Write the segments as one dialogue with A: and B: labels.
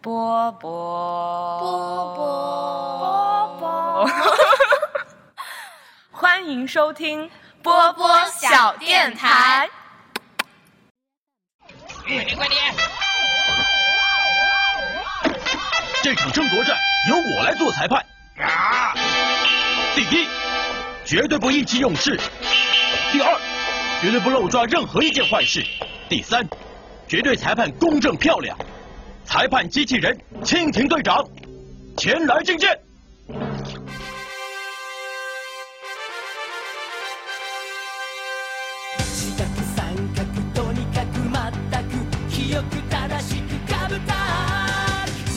A: 波波
B: 波
A: 波
B: 波
A: 波， 欢迎收听
B: 波波小电台。
C: 快点！
D: 这场争夺战由我来做裁判。
C: 啊！
D: 第一，绝对不意气用事；第二，绝对不漏抓任何一件坏事；第三，绝对裁判公正漂亮。裁判机器人蜻蜓队长前来觐见。
E: 四角三角とにかく全く記憶正しくかぶた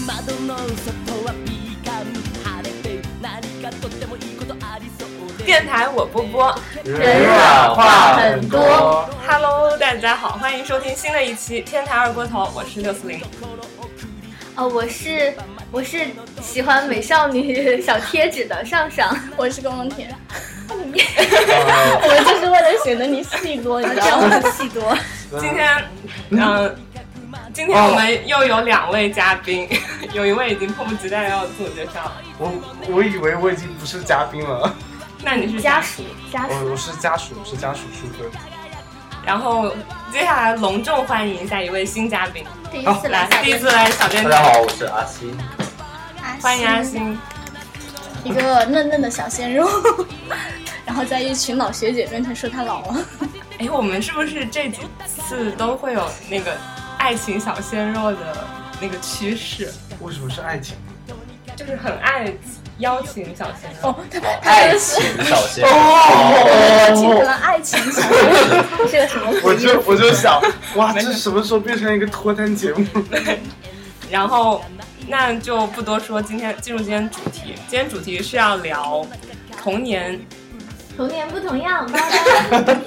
E: 窓の外はピーカン晴れて何かとってもいいことありそうで
A: 电台我波波
B: 人
F: 软
B: 话很多，
A: ，Hello，大家好，欢迎收听新的一期《天台二锅头》，我是六四零。
B: 哦，我是我是喜欢美少女小贴纸的上上，
G: 我是宫铁，我就是为了显得你戏多，你知
B: 这
G: 道
B: 样
G: 吗？
B: 很 戏多。
A: 今天，嗯、今天我们又有两位嘉宾， 有一位已经迫不及待要自我介绍了。
F: 我我以为我已经不是嘉宾了，
A: 那你是
B: 家属家属，
F: 我我是家属，我是家属淑芬。
A: 然后接下来隆重欢迎一下一位新嘉宾，
B: 第一
F: 好
B: 次
A: 来
B: 来小
A: 嗯第一
B: 电
A: 次
B: 台，
A: 来小电
F: 大家
A: 台，
F: 好，我是阿西。
A: 欢迎阿，星。
G: 一个嫩嫩的小鲜肉，然后在一群老学姐面前说他老了，
A: 哎，我们是不是这几次都会有那个爱情小鲜肉的那个趋势，
F: 为什么是爱情？
A: 就是很爱邀请小鲜肉？
G: 哦，他他就是
H: 小鲜
F: 哦
G: 请可能
A: 哦
G: 爱情小鲜肉，
B: 这个什么
F: 我
B: 回忆？
F: 就我就想，哇，这什么时候变成一个脱单节目？
A: 然后那就不多说，今天进入今天主题，今天主题是要聊童年
B: 童年不同样，拜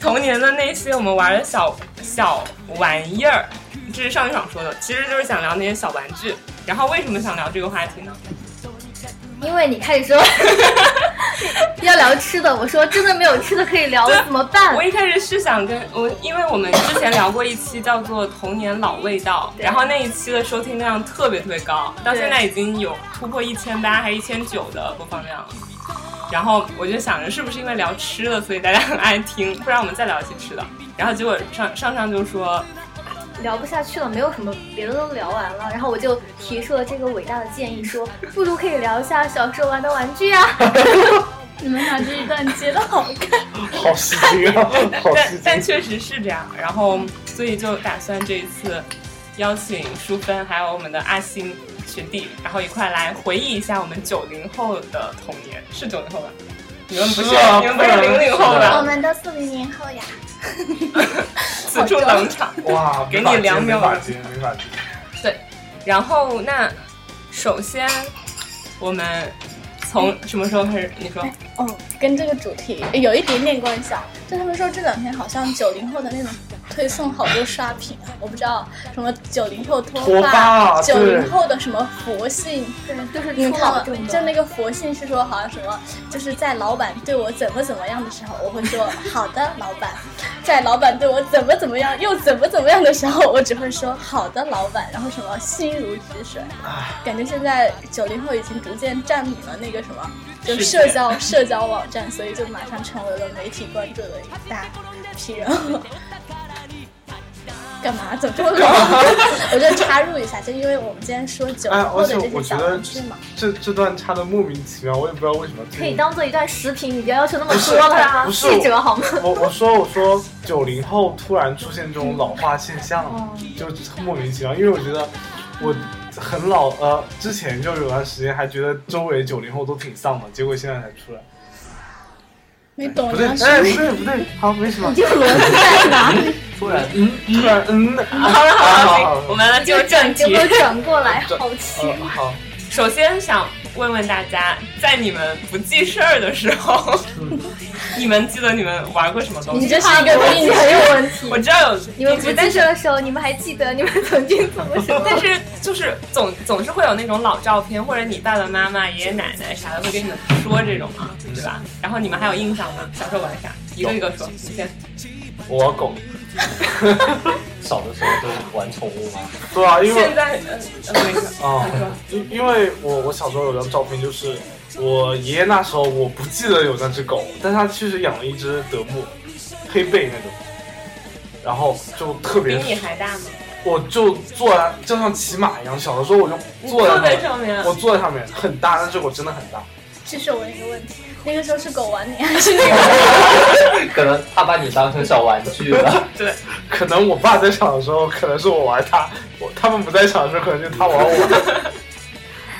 A: 童年的那些我们玩的小小玩意儿，这是上一场说的，其实就是想聊那些小玩具。然后为什么想聊这个话题呢？
B: 因为你开始说 要聊吃的，我说真的没有吃的可以聊，我怎么办
A: 我？一开始是想跟我，因为我们之前聊过一期叫做《童年老味道》，
B: 对
A: 然后那一期的收听量特别特别高，到现在已经有突破一千八还一千九的播放量了。然后我就想着是不是因为聊吃的，所以大家很爱听，不然我们再聊一期吃的。然后结果上上上就说，
B: 聊不下去了，没有什么别的都聊完了，然后我就提出了这个伟大的建议说，不如可以聊一下小时候玩的玩具 啊。
G: 你们俩这一段接的好看，
F: 好吸睛啊，好
A: 但
F: 吸
A: 但
F: 睛！
A: 确实是这样，然后所以就打算这一次邀请淑芬还有我们的阿星学弟，然后一块来回忆一下我们九零后的童年，是九零后吧？你们不是
F: 是啊
A: 你们不是啊零零后
G: 我
B: 哦
A: 吧？
G: 们都四零年后呀，
A: 此处冷场。
F: 哇，
A: 给你两秒
F: 没法接，没法接。
A: 然后那首先我们从什么时候开始？你说
G: 哦，跟这个主题有一点点关系啊。就他们说这两天好像九零后的那种推送好多刷屏啊，我不知道什么九零后脱
F: 脱
G: 发，
F: 发
G: 九零
F: 对
G: 后的什么佛性。
B: 对，就是
G: 你
B: 初老
G: 看
B: 症状，
G: 就那个佛性是说好像什么，就是在老板对我怎么怎么样的时候，我会 说好的老板；在老板对我怎么怎么样又怎么怎么样的时候，我只会说好的老板。然后什么心如止水，感觉现在九零后已经逐渐占领了那个什么，就
A: 世界
G: 社交社交网站，所以就马上成为了媒体关注的一大批人。干嘛？怎么这么冷？ 我就插入一下，就因为我们今天说九
F: 哎，
G: 零后
F: 而
G: 的
F: 且
G: 这些
F: 我觉
G: 小
F: 得
G: 玩具嘛，
F: 这这段插的莫名其妙，我也不知道为什么。
B: 可以当做一段食品，你不要要求那么多了啊，
F: 不是
B: 记者好吗？
F: 我我说我说九零后突然出现这种老化现象，就莫名其妙，因为我觉得我很老，呃，之前就有段时间还觉得周围九零后都挺丧的，结果现在才出来，
G: 没懂
F: 不对，
G: 当时
F: 哎，不对不对，好，没什么
B: 你，这个逻辑在哪里？
H: 突然
F: 突然嗯，
A: 好了好了，
F: 好
A: 好
F: 好
A: 了 我们来进入正
B: 就
A: 题
B: 给。我转啊过来，好奇
F: 呃，好，
A: 首先想问问大家，在你们不记事儿的时候，你们记得你们玩过什么东
G: 你
A: 西？啊
G: 这是一个
B: 逻
G: 命
B: 辑
G: 题。
B: 很有问题。
A: 我知道有
B: 你们不
A: 但
B: 记
A: 是
B: 事的时候，你们还记得你们曾经怎么 说？
A: 但是就是总总是会有那种老照片，或者你爸爸妈妈、爷爷奶奶啥的会跟你们说这种嘛，对吧？然后你们还有 印象吗？小时候玩啥？一个一个说，你先。
H: 我狗，
C: 小的时候就玩宠物吗？
F: 对啊，因为
A: 现在呃那个
F: 啊
A: 那个，
F: 因因为我我小时候有张照片，就是我爷爷那时候我不记得有那只狗，但他确实养了一只德牧，黑背那种，然后就特
A: 比
F: 别，
A: 你还大吗？
F: 我就坐在就像骑马一样，小的时候我就
A: 你
F: 坐在
A: 坐
F: 那
A: 在
F: 里
A: 上面，啊
F: 我坐在上面很大，那只狗真的很大，
G: 这是我的一个问题。那个时候是狗玩你，还是那个？
C: 可能他把你当成小玩具了。
A: 对，
F: 可能我爸在场的时候，可能是我玩他，我他们不在场的时候，可能就是他玩我。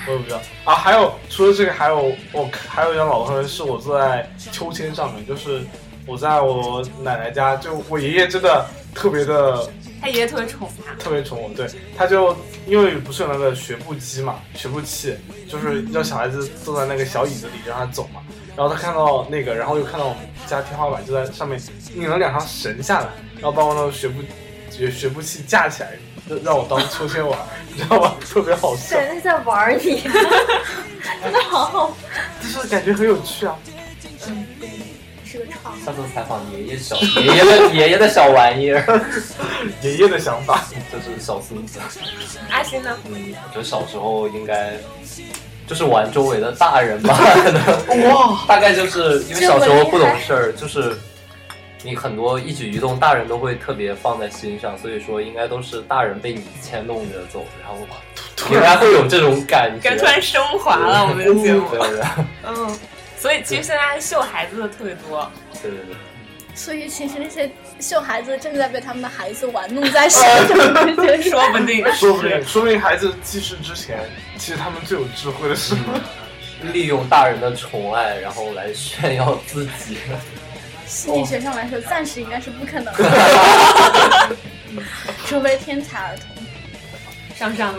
F: 我也不知道啊，还有除了这个，还有我还有一张老照片，是我坐在秋千上面，就是我在我奶奶家，就我爷爷真的特别的
A: 他爷爷特别宠他，
F: 特别宠我，对，他就因为不是有那个学步机嘛，学步器就是让小孩子坐在那个小椅子里让他走嘛，然后他看到那个，然后又看到我们家天花板就在上面拧了两条绳下来，然后把我那个学步学学步器架起来，就让我当秋千玩，你知道吧？特别好笑，
B: 对，那是在玩儿你， 真的好好，
F: 就是感觉很有趣啊。
B: 是个创意。
C: 上次采访爷爷小爷爷的爷爷的小玩意儿，
F: 爷爷的想法，
C: 就是小孙子。
A: 阿星呢？
C: 嗯，我觉得小时候应该就是玩周围的大人吧，可能
F: 哇，
C: 大概就是因为小时候不懂事儿，就是你很多一举一动，大人都会特别放在心上，所以说应该都是大人被你牵动着走，然后应该会有这种感觉
A: 感。觉 突然升华了，我们的
C: 对
A: 节目。
C: 对对
A: 嗯，所以其实现在秀孩子的特别多，
C: 对对对。
G: 所以其实那些秀孩子正在被他们的孩子玩弄在手中， 就是
A: 说不定
F: 说不定
A: 是
F: 说不定孩子记事之前，其实他们最有智慧的时候。
C: 利用大人的宠爱，然后来炫耀自己。
G: 心理学上来说，暂时应该是不可能的， 除非天才儿童。
A: 上上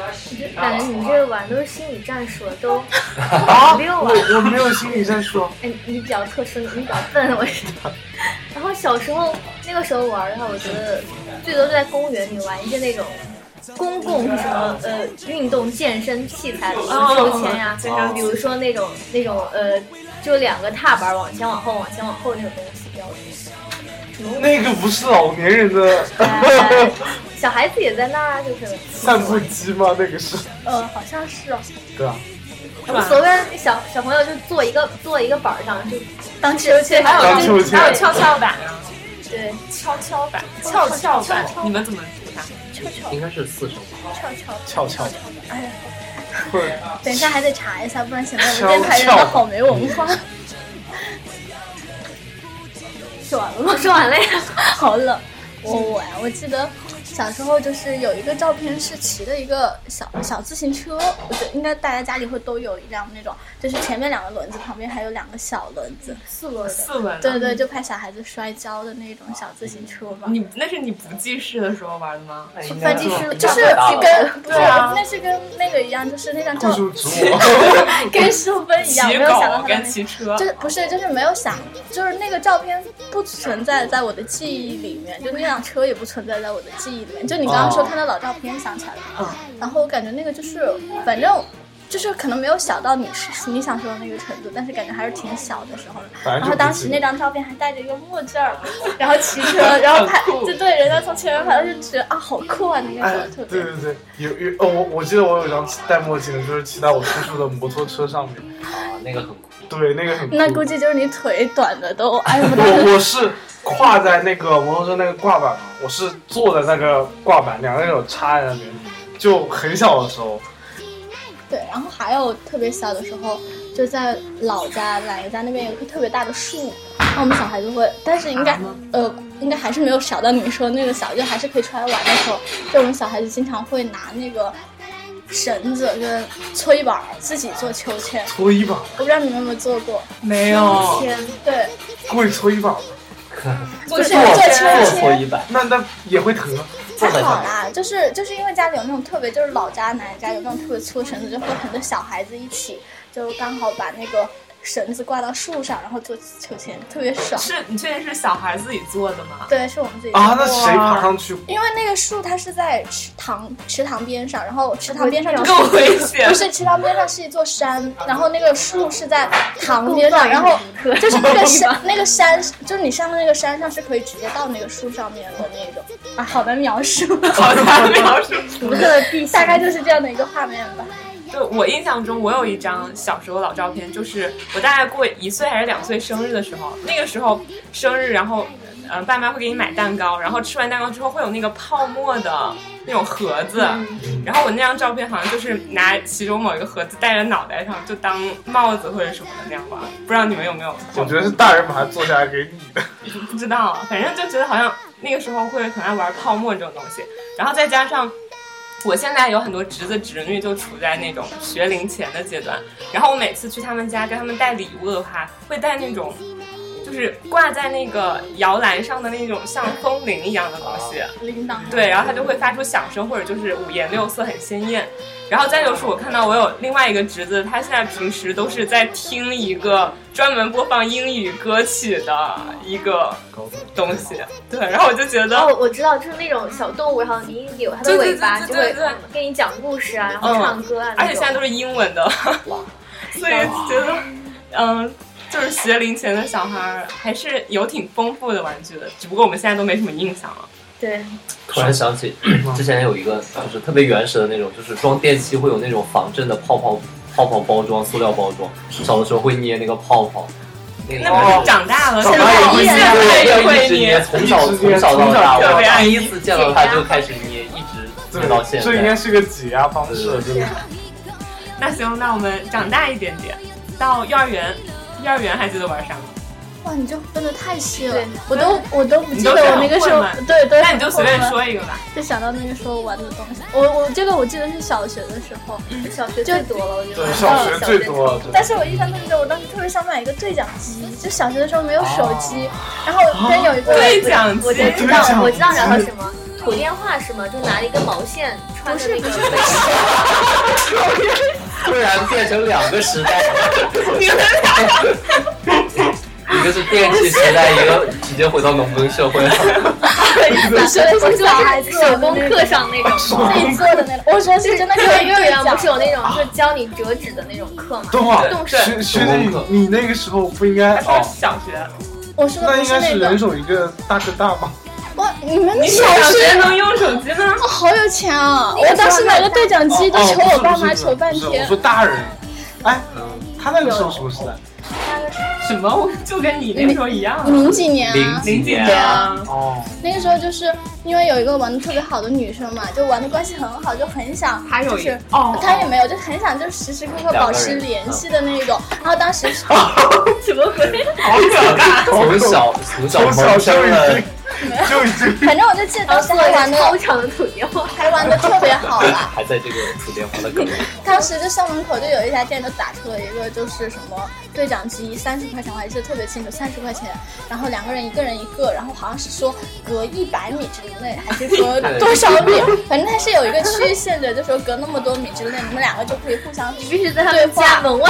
B: 感觉你们这个玩都是心理战术，都
F: 啊，
B: 没有啊
F: 我我没有心理战术啊。
B: 哎，你比较特殊，你比较笨，我知道。 然后小时候那个时候玩的话，我觉得最多就在公园里玩一些那种公共什么呃运动健身器材，比如说秋千呀，
F: 哦
B: 比如说那种那种呃，就两个踏板往前往后往前往后那种东西，比较多。
F: 那个不是老年人的
B: 哎小孩子也在那儿，啊就是
F: 散步机吗？那个是，
G: 呃，好像是哦，
F: 对啊，
A: 是
B: 无
A: 吧？
B: 所谓，小小朋友就坐一个坐一个板儿上，就
G: 当秋千
A: 还
F: 当
A: 有
F: 秋
A: 这
F: 千
A: 还有跷跷板啊，
B: 对
A: 跷跷板，跷跷板，你们怎么读它？
G: 悄悄
C: 应该是四声吧？
G: 悄悄。
F: 翘翘，
G: 哎呀，
F: 或者
G: 等一下还得查一下，不然显得我们电台人都好没文化。 说完了吗？
B: 说完了呀。
G: 好冷。我我呀，我记得小时候就是有一个照片是骑的一个小小自行车，我觉得应该大家家里会都有一辆那种，就是前面两个轮子，旁边还有两个小轮子。
B: 四轮的，
A: 四啊轮。
G: 对对，对，就怕小孩子摔跤的那种小自行车嘛。
A: 你那是你不记事的时候玩的吗？
B: 反正是
G: 就是
C: 大
G: 跟不是，
A: 对啊
G: 那是跟那个一样，就是那张
F: 酷
G: 照
F: 暑指 我，
G: 跟淑芬一
A: 骑
G: 样，没有想到
A: 狗
G: 他
A: 跟
G: 们
A: 骑车
G: 就，是不是，就是没有想，就是那个照片不存在在我的记忆里面，就那辆车也不存在在我的记忆里面。就你刚刚说
C: 哦
G: 看到老照片想起来了，
A: 嗯
G: 然后我感觉那个就是，反正就是可能没有小到你是你想说的那个程度，但是感觉还是挺小的时候的。
F: 反正
G: 然
F: 就
G: 后
F: 不
G: 当
F: 记
G: 时
F: 得
G: 那张照片还戴着一个墨镜 儿，然后骑车，然后拍，就对人家从前面拍，就觉得啊好酷啊，那个时
F: 哎
G: 候特，别
F: 对。对对，有有哦，我我记得我有一张戴墨镜的，就是骑在我叔叔的摩托车上面，
C: 啊，那个很酷。
F: 对，那个很酷
G: 那估计就是你腿短的都挨不到。
F: 我我是跨在那个摩托车那个挂板，我是坐在那个挂板，两个手插在那边，就很小的时候，
G: 对，然后还有特别小的时候，就在老家奶奶家那边有一棵特别大的树，然后我们小孩子会，但是应该
C: 啊
G: 呃应该还是没有小到你说那个小，就还是可以出来玩的时候，就我们小孩子经常会拿那个绳子跟搓衣板儿自己做秋千，
F: 搓衣板，
G: 我不知道你们有没有做过，
A: 没有，
B: 天，
G: 对，
F: 跪搓衣板，
A: 不是
G: 做
C: 做
G: 秋
C: 搓
G: 千。
C: 衣板，
F: 那那也会疼啊，
C: 坐
G: 还
C: 在
G: 好
C: 上面。
G: 啦，就是就是因为家里有那种特别，就是老家奶奶家有那种特别粗的绳子，就会很多小孩子一起，就刚好把那个绳子挂到树上，然后做秋千，特别爽。
A: 是你确定是小孩自己做的吗？
G: 对，是我们自己做的
F: 啊，那谁爬上去？
G: 因为那个树它是在池塘池塘边上，然后池塘边上就是
A: 更危险
G: 不。是池塘边上是一座山，然后那个树是在塘边上，然后就是那个山那个山，就是你上的那个山上是可以直接到那个树上面的那种，啊，好难描述，
A: 好难描述。
B: 独特的地
G: 大概就是这样的一个画面吧。
A: 就我印象中，我有一张小时候老照片，就是我大概过一岁还是两岁生日的时候，那个时候生日，然后呃，爸妈会给你买蛋糕，然后吃完蛋糕之后会有那个泡沫的那种盒子，然后我那张照片好像就是拿其中某一个盒子戴在脑袋上，就当帽子或者什么的那样玩，不知道你们有没有？
F: 我觉得是大人把它做下来给你的。
A: 不知道，反正就觉得好像那个时候会很爱玩泡沫这种东西，然后再加上。我现在有很多侄子侄女就处在那种学龄前的阶段，然后我每次去他们家给他们带礼物的话，会带那种，就是挂在那个摇篮上的那种像风铃一样的东西，
G: 铃铛
A: 对，然后它就会发出响声，或者就是五颜六色，很鲜艳。然后再就是我看到我有另外一个侄子，他现在平时都是在听一个专门播放英语歌曲的一个东西，对，然后我就觉得
B: 哦，我知道，就是那种小动物，然后你一扭它的
A: 对对
B: 尾巴，
A: 对
B: 就
A: 对对
B: 会
A: 对
B: 跟你讲故事啊，然后唱歌啊，
A: 而且现在都
B: 是
A: 是英文的，所以觉得，嗯，就是学龄前的小孩儿还是有挺丰富的玩具的，只不过我们现在都没什么印象了。
B: 对，
C: 突然想起之前有一个就是特别原始的那种，就是装电器会有那种防震的泡泡泡泡包装，塑料包装，小的时候会捏那个泡泡。那个
A: 那不
F: 哦
A: 是长大了，
F: 长
A: 现
F: 大
A: 在
F: 了
A: 现在
C: 对，
A: 也
C: 要
A: 会
C: 一直捏，
A: 捏，
C: 从小从小到大，
A: 特
C: 我
A: 别爱
C: 第
A: 捏
C: 一次见到它就开始捏，一直捏到现
F: 这应该
C: 在。
F: 是个解压方式，对吧？
A: 那行，那我们长大一点点，到幼儿园，幼儿园还记得玩啥吗？
G: 哇，你这分的太细了
B: 对，
G: 我都我都不记得
A: 你都
G: 我那个时候
A: 想混，
G: 对对，
A: 那你就随便
G: 很混
A: 说一个吧。
G: 乱，就想到那个时候玩的东西。我我这个我记得是小学的时候，
B: 小学最多了，我觉得
F: 对，小学最多了，
G: 哦但是我印象特别深，我当时特别想买一个对讲机，就小学的时候没有手机，然后真有一个
A: 对讲
B: 我
A: 机
B: 就知道，我知道然后什么土电话是吗？就拿了一根毛线穿着那个背心，
C: 突然变成两个时代，
A: 你们俩
C: 一个是电器时代，一个直接回到农耕社会了。
G: 你说的
B: 我
G: 是
B: 说
G: 小孩
B: 的
G: 子
B: 是手工课上那种吗
G: 自？己做的那种，我说是真的可
B: 就是
G: 以
B: 幼儿园啊不是有那
G: 种。
B: 种就是教你折纸的那种课吗？
F: 等会儿
B: 动手
F: 学学
C: 手工
F: 姐
C: 课，
F: 你那个时候不应该
A: 他说
F: 哦，
A: 小学，
G: 我说啊的不
F: 那应
G: 是
F: 该是
G: 那
F: 人
G: 个，
F: 手一个大哥大吧？
G: 哇，你们
A: 你
G: 小
A: 小学
G: 学
A: 能用手机吗？
G: 我好有钱啊！
F: 哎
B: 个时候
G: 我当时买个对讲机都
F: 哦，
G: 求
F: 不是
G: 我爸
F: 不是
G: 妈
F: 不是
G: 求半
F: 不是我
G: 天
F: 说。大人，哎，
C: 嗯
F: 他那个时候什么时代？
A: 什么？我就跟你那时候一样啊。
G: 零几年
C: 零
G: 啊，
A: 几
C: 几年
A: 年
G: 对
C: 啊，
G: 啊
F: 哦，
G: 那个时候就是因为有一个玩的特别好的女生嘛，就玩的关系很好，就很想
A: 还有
G: 就
A: 一
G: 是
A: 哦
G: 她也没有，就很想就时时刻刻保持联系的那种。然后当时是
F: 啊
B: 什么鬼？
A: 好可怕！
C: 从小从小
F: 从小
C: 萌
F: 就
C: 生
F: 已
C: 了
F: 经就已经
G: 反正我就记得
B: 然
G: 当
B: 后
G: 时
B: 做一
G: 还玩
B: 个
G: 的
F: 啊
B: 超长的土电话。
G: 还玩的特别好啦。
C: 还在这个土电话的 梗，
G: 当时就校门口就有一家店，就打出了一个就是什么对讲机，三十块钱，我还记得特别清楚，三十块钱。然后两个人，一个人一个，然后好像是说隔一百米之内，还是隔
C: 对
G: 多少米，反正它是有一个区限的，就说隔那么多米之内，你们两个就可以互相
B: 你必须在他们家门外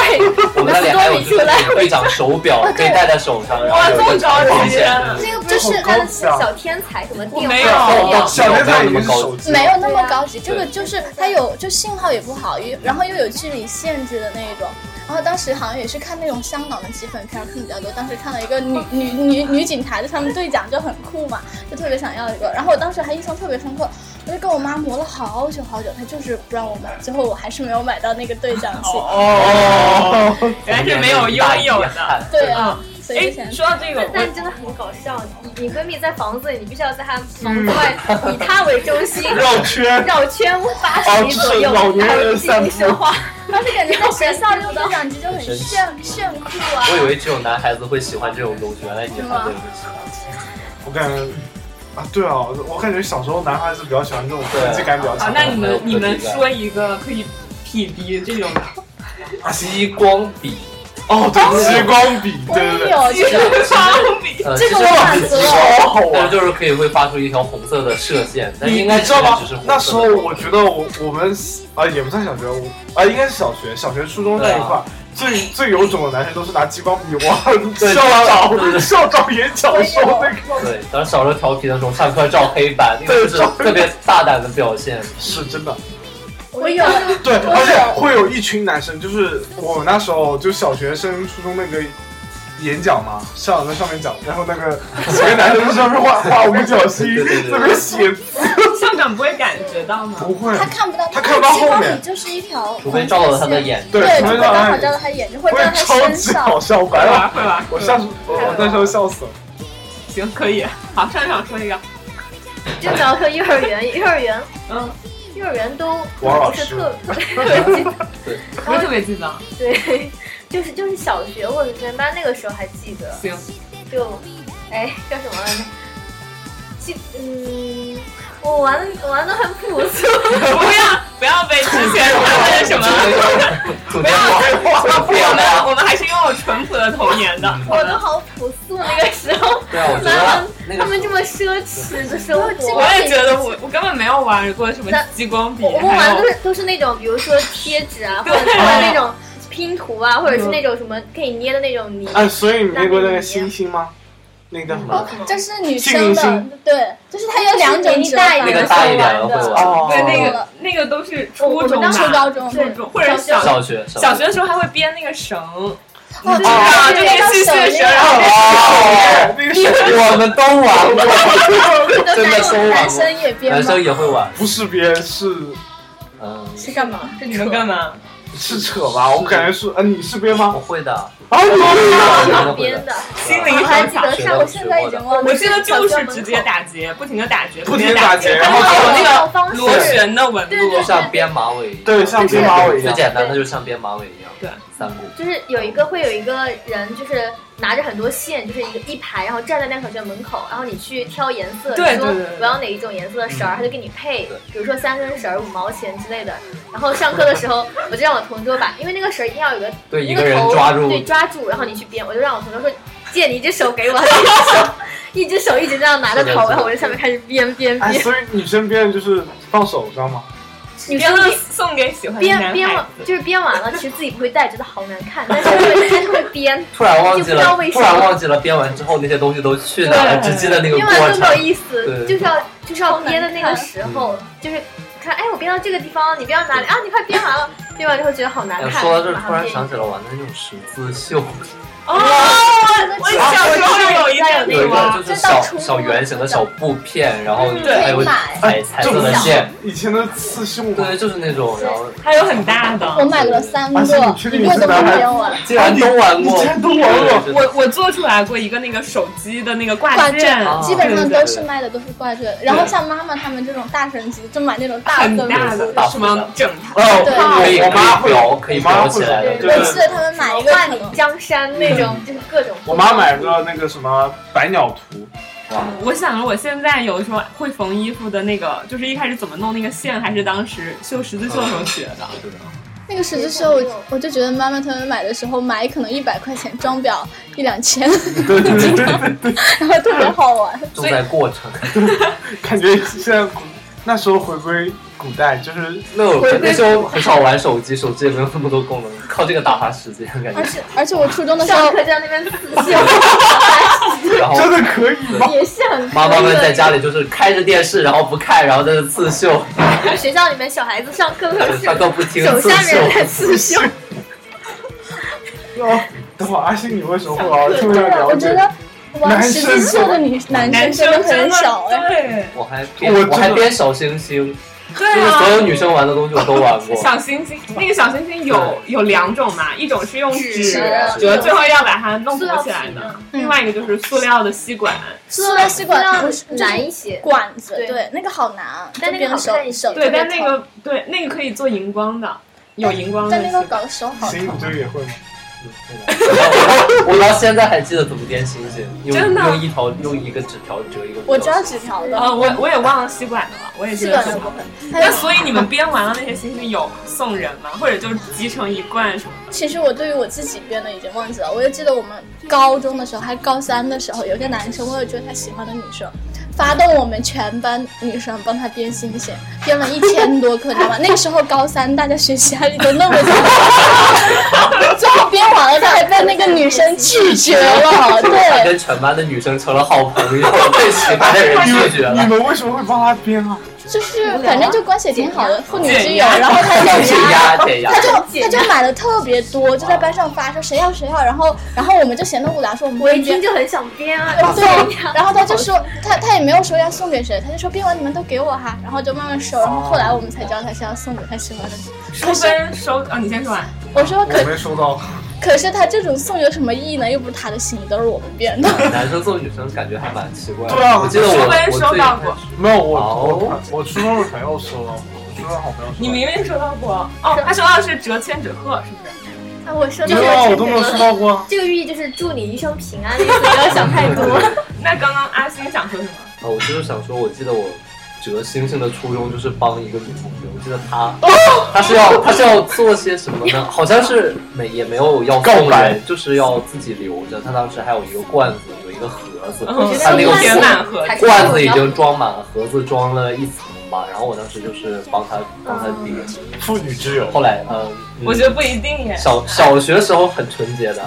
C: 我们那里还有就是那种队长 手表
A: 啊
C: 可以戴在手上，然后有一个保险的
B: 那个不是是他的小天才什么电
A: 没
B: 话
A: 有
C: 哦
F: 小学才已经是手机了，
G: 没有那
B: 对
G: 么
B: 啊
G: 高级，这个
C: 对
G: 就是它有就信号也不好，又然后又有距离限制的那种。然后当时好像也是看那种香港的基粉片儿看的比较多，当时看了一个女女女女警察，就他们对讲就很酷嘛，就特别想要一个。然后我当时还印象特别深刻，我就跟我妈磨了好久好久，她就是不让我买，最后我还是没有买到那个对讲器。
F: 哦，
A: 原来是没有拥有的。
G: 对啊，所以之
A: 哎，
G: 前
A: 说到这个，
B: 但
A: 我
B: 真的很搞笑，你你闺蜜在房子里，你必须要在她房子外，以她为中心
F: 绕圈，
B: 绕圈八十米左右，
F: 哦这是老年人
B: 然后进行说话。
G: 当时感觉在学校用对讲机就很炫炫酷啊。
C: 我以为只有男孩子会喜欢这种东西，原来女孩子也会喜欢。
F: 我感觉。啊，对啊，我感觉小时候男孩子比较喜欢这种科技感比较
A: 好，
C: 啊
F: 强。
A: 那你们你们说一个可以匹敌这种的，
C: 激光笔，
F: 哦，对，激光笔，
G: 我
F: 对对
G: 也
F: 对，
G: 有这个，
A: 相比
C: 呃，
G: 这个我满足了。
F: 超好
C: 但
F: 玩
C: 是。就是可以会发出一条红色的射线，但
F: 你
C: 应该
F: 你知道吗
C: 只是红色？的
F: 那时候我觉得我我们啊、也不算小学，我啊、应该是小学，小学初中那一块，
C: 对啊
F: 最最有种的男生都是拿激光笔往校
C: 对对对对
F: 长校长眼角说那个，
C: 对，当时小时候调皮的时候，上课照黑板，那个就是特别大胆的表现。
F: 是真的。
G: 我有。
F: 对，
G: 我
F: 而且会有一群男生，就是我那时候就小学升初中那个演讲嘛，校长在上面讲，然后那个几个男生在上面画画五个角星
C: 对对对，对
F: 在那边写字，
A: 校长不会感觉到吗？
F: 不会
G: 他，看不到，
F: 他看不到后
G: 激
F: 面
G: 光里就是一条，
C: 除非照到他的，眼，
F: 对
G: 对，除
F: 除非
G: 非
F: 照到
G: 刚
F: 他
G: 好
F: 眼
G: 照到他眼睛，或者
F: 我也
G: 照到他
F: 超
G: 身
F: 级
G: 上
F: 好。笑，白
A: 会
F: 了
A: 吧，会吧。
F: 啊我下次我我那时候笑死了。
A: 行，可以。好，上场说一个。
B: 就描述幼儿园，幼儿园，
A: 嗯，
B: 幼儿园都
F: 王老
B: 不是
F: 师
B: 特特别记得，
A: 不是特别记得。
B: 对，就是就是小学或者全班那个时候还记得，
A: 行，
B: 就哎叫什么来着？记嗯，我玩的玩的很朴素，
A: 不要不要被之前他们什么。
C: 吐
A: 不
C: 电
A: 要我
C: 话，
A: 们我们还是拥有淳朴的童年的。
B: 我都好朴素那个时候，
C: 对啊，我觉
B: 哪
C: 得
B: 有
C: 那
B: 他
C: 个
B: 们这么奢侈的生
A: 我
B: 活？
A: 也觉得我我根本没有玩过什么激光笔，
B: 我们
A: 还有
B: 玩的都是都是那种，比如说贴纸啊，或
A: 对
B: 者是那种拼图啊，或者是那种什么可以捏的那种泥。
F: 哎，所以你见过那个星星吗？那个叫什么？
G: 哦这是女生
F: 幸
G: 的
F: 运，
G: 对，就是它有两种折法
B: 那
C: 那
B: 个
C: 个
B: 大
C: 大
B: 一
C: 一
B: 点
C: 点
B: 的
C: 的
B: 会玩
C: 会玩，
F: 哦，
A: 对那个那个都是初中吧，
G: 初高中，
B: 对
A: 初中或者小
C: 小学
A: 小学的时候还会编那个绳，
G: 哦，
A: 就是啊，就
G: 对
A: 那
G: 对
A: 个细细的绳，然后
C: 哦，
F: 那个是
C: 我们都玩过，
G: 都
C: 真的都
G: 男
C: 玩
G: 男
C: 过
G: 生，也编
C: 男
G: 吗
C: 生？也会玩，
F: 不是别人是
C: 嗯，
G: 是干嘛？
A: 这你们干 嘛？
F: 是扯吧？我感觉是，啊，你是编
C: 我
F: 吗？
C: 会的，
F: 啊，你
C: 我
B: 旁
C: 会的
B: 边，的，
A: 心灵
B: 我
A: 手
B: 还记
A: 巧。
B: 得上
G: 我现在已经忘了。
A: 我记得就是直接打结，不停的打结，
F: 不
A: 停的
F: 停地打
A: 结，
F: 结
A: 然后
B: 然后
A: 有
B: 那种
A: 那
B: 方
A: 个
B: 式
A: 螺旋的纹
B: 对
A: 路
B: 对
C: 就。像编马尾一样，
F: 对，像编马尾一
C: 最
F: 样。
C: 简单的就是像编马尾一样，
A: 对，
C: 三步，
B: 就是有一个会有一个人，就是拿着很多线，就是一个一排，然后站在那个小学门口，然后你去挑颜色，
A: 对
B: 你说
A: 对对对
B: 我要哪一种颜色的绳儿，
C: 嗯
B: 他就给你配
C: 对，
B: 比如说三根绳儿五毛钱之类的。然后上课的时候，我就让我同桌把，因为那个绳儿一定要有个
C: 对，一
B: 那
C: 个人
B: 头
C: 抓住，
B: 对，抓住，然后你去编，我就让我同桌说借你一只手给我，他 就一只手一只手一直这样拿着头，然后我在上面开始编编
F: 哎，
B: 编，
F: 所以女生编的就是放手上吗？
B: 女
A: 编
B: 生
A: 了
B: 编
A: 送给喜欢的
B: 编
A: 男
B: 编
A: 孩
B: 完
A: 子，
B: 就是编完了，其实自己不会戴，觉得好难看，但是会但是会编，
C: 突然忘记
B: 就不知道
C: 了
B: 为，什
C: 突
B: 么
C: 然忘记了编完之后那些东西都去哪了，
A: 对
C: 只记得那个
B: 编
C: 过
B: 完更
C: 程
B: 没。有意思，
C: 对
B: 就是要就是要编的那个时候，就是看哎我编到这个地方，你编到哪里啊？你快编完了，编完之后觉得好难
C: 哎
B: 看，
C: 说到这儿，
B: 马
C: 突
B: 上
C: 然
B: 编。
C: 想起了玩的那种十字绣，
A: 哦，我我小时候有一阵
C: 有
A: 子
C: 一个
A: 玩，
C: 就是
G: 这到
C: 小
G: 初中
C: 小圆形的小布片，然
B: 嗯
C: 后
A: 对
C: 还有
G: 可以买
C: 彩彩
F: 这
C: 色
F: 么
C: 的
F: 小
C: 线，
F: 以前的刺绣吗？
C: 对，就是那种，然后
A: 还有很大的。
G: 我买了三个
F: 而且你，确定
G: 一
F: 你
G: 个
F: 是
G: 都
F: 男
G: 没
F: 孩
G: 编完。
C: 竟然都玩
F: 你
C: 过，
F: 竟然都玩过
C: 对
A: 我我做出来过一个那个手机的那个挂
G: 挂
A: 件嗯
G: 坠，
C: 啊
G: 基本上都是卖的都是挂坠。然后像妈妈他们这种大神级，就买那种大
A: 很
G: 赠
A: 大
G: 的。
A: 的，什么整
F: 哦，
C: 可以
F: 我我妈会
C: 摇，可以摇起来的，
B: 对
C: 就
G: 我
C: 是
G: 记得他们买一个
B: 万
G: 可
B: 里
G: 能
B: 江山那种，就是各种。
F: 我妈买个那个什么百鸟图，
C: 哇，
A: 我想着我现在有时候会缝衣服的那个，就是一开始怎么弄那个线，还是当时绣十字绣的时候学的。
C: 是的
G: 那个十字绣，我我就觉得妈妈他们买的时候买可能一百块钱装裱一两千，
F: 对对对对对，
G: 然后特别好玩。
C: 重在过程，
F: 感觉现在古那时候回归古代就是
C: 那我那时候很少玩手机，手机也没有那么多功能，靠这个打发时间感
G: 而
C: 觉。
G: 且而且我初中的时
B: 上
G: 候
B: 课在那边刺绣，
C: 然后
F: 真的可以吗？
B: 也是很
C: 妈妈们在
B: 可
C: 家里就是开着电视，然后不看，然后在那刺绣，
B: 以的。学校里面小孩子上课的时
C: 他
B: 候，
C: 都不听
B: 手
C: 刺
B: 下
C: 绣
B: 面。 在刺绣，
F: 哦， 等会儿阿星你为什么会玩？特别
G: 对啊，我
F: 了
G: 觉
F: 解。
G: 得玩十字绣的女嗯男
A: 男
G: 生
A: 生
G: 真的
A: 真
G: 很
A: 的
G: 少哎。
A: 对
C: 我还编
F: 我真的
C: 我还编小星星，就
A: 对
C: 是
A: 啊
C: 所。有女生玩的东西我都玩 过。
A: 小星星，那个小星星有有两种嘛，一种是用纸
G: 纸啊
A: 折，最后要把它弄
B: 塑
A: 鼓
B: 料
A: 起来的，
G: 嗯
A: 另外一个就是塑料的吸管。
G: 塑料吸管
B: 要
G: 不是
B: 难一些。
G: 管子，
B: 对
G: 对，那个好难，啊
B: 但那个好
G: 就
B: 看一
G: 变
B: 些
G: 手手
A: 对，
G: 特别
A: 但那
G: 疼。
A: 个对那个可以做荧光的，有荧光的
G: 但
A: 吸
G: 那个
A: 管。
G: 搞得手好
F: 行，
G: 疼
F: 你。这个也会吗？
C: 我到现在还记得怎么编星星，用
A: 真的
C: 用一条用一个纸条折一个。
G: 我知道纸 条的，
A: 呃，我我也忘了吸管的了，我也记
G: 吸
A: 得
G: 管
A: 是
G: 的
A: 什
G: 部
A: 么。
G: 分。还
A: 那
G: 有
A: 所以你们编完了那些星星有送人吗？或者就是集成一罐什么的？
G: 其实我对于我自己编的已经忘记了，我就记得我们高中的时候，还高三的时候，有一个男生，我有追他喜欢的女生，发动我们全班女生帮他编星星，编了一千多颗，你知道吗？那个时候高三，大家学习压力都那么大，最后编完了，他还被那个女生拒绝了，
C: 他
G: 对。
C: 跟全班的女生成了好朋友，被喜欢的人拒绝
F: 你
C: 了。
F: 们为什么会帮他编啊？
G: 就是反正就关系也挺好的，妇女之友。然后他
C: 减
G: 减压。
C: 压减压
G: 他。就他就买的特别多，就在班上发说谁要谁要，然后然后我们就闲得无聊说我们
B: 我一
G: 编
B: 听就很想编啊，
G: 对，然后他就说他他也没有说要送给谁，他就说编完你们都给我哈，然后就慢慢收，然后后来我们才知道他是要送给他喜欢的。
A: 收分收啊，你先说完。
G: 我说可
F: 我没收到，
G: 可是他这种送有什么意义呢？又不是他的心意，都是我们编的。
C: 男生送女生感觉还蛮奇怪的。
F: 对啊
C: 我记得我
A: 收分
C: 我
A: 收
C: 最
A: 到过，
F: 没有我
C: 哦
F: 我我初中的朋友收了，我初中的好朋友收了。
A: 你明明收到过哦，他收到的是折千纸鹤，是不是？
B: 啊我说
F: 没有啊，我都没有收到过。
B: 这个寓意就是祝你一生平安，类似不要想太 多。
A: 那刚刚阿星想说什么？
C: 啊，我就是想说，我记得我折星星的初衷就是帮一个女同学，我记得她，
F: 哦
C: 她是要她是要做些什么呢？好像是没也没有要
F: 告
C: 送
F: 白
C: 人，就是要自己留着。她当时还有一个罐子，有一个盒子，
A: 嗯
C: 她那个
A: 填
C: 罐
A: 满盒子。
C: 罐子已经装满了，盒子装了一层吧。然后我当时就是帮她帮她叠。
F: 妇女之友，
C: 后来嗯，
A: 嗯我觉得不一定耶，
C: 小小学时候很纯洁的，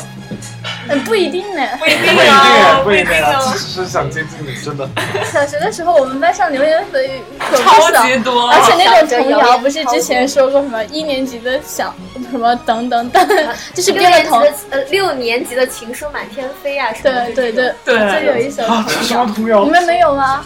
G: 嗯，不一定呢。
A: 不一
F: 不一
A: 定
F: 定
A: 哦，
F: 啊，不一定啊，
A: 哦
F: 只，是想接近你，真的。
G: 小学的时候，我们班上流言蜚语可不
A: 超
G: 少，
A: 级多。
G: 而且那种童谣不是之前说过什么一年级的小什么等等等，就是
B: 六啊年
G: 编了
B: 级
G: 童
B: 的。呃六年级的情书满天飞啊什么
G: 对
B: 的，
G: 对对，就有
A: 对，
G: 一首
F: 啊，这是什么童谣
G: 你？们没有吗？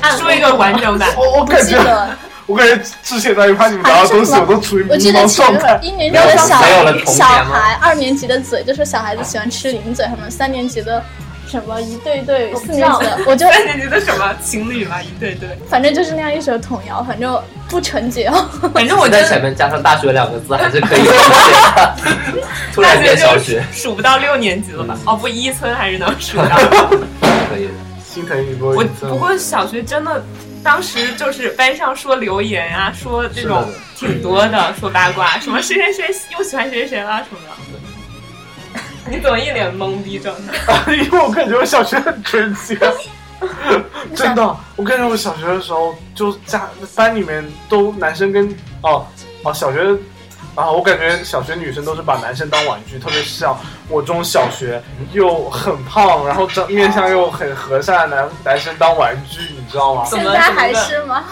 B: 暗
A: 说一个完整版。
F: 我我
G: 不
F: 感
G: 记
F: 觉，
G: 得。
F: 我感觉之前那一趴你们聊的东西，我都处于迷
G: 我记得
F: 茫
C: 嗯
G: 前
F: 状态。
G: 一年级的小
C: 没有了童年吗
G: 小孩，二年级的嘴就说小孩子喜欢吃零嘴，什么三年级的什么一对对，
B: 我
G: 四
B: 不
G: 年
B: 知道
G: 级 的我就
A: 三年级的什么情侣嘛，一对对，
G: 反正就是那样一首童谣，反正不纯洁哦。
A: 反正我觉
C: 在前
A: 得
C: 面加上大学两个字还是可以理解的。 突
A: 大
C: 然
A: 学
C: 变小
A: 就
C: 学
A: 是，数不到六年级了吧？哦，不，一村还是能数到。
C: 可以的。
F: 心疼你多
A: 我
F: 一
A: 不过小学真的，当时就是班上说流言啊，说这种
C: 是的
A: 挺多的，说八卦，什么谁谁谁又喜欢谁谁谁了什么的。 你怎么一脸懵逼状态？
F: 因为我感觉我小学很纯洁， 真的，我感觉我小学的时候就家班里面都男生跟哦哦小学啊，我感觉小学女生都是把男生当玩具，特别是像我这种小学又很胖，然后长面相又很和善的男男生当玩具，你知道吗？
A: 怎
G: 现
A: 么
G: 在还是吗？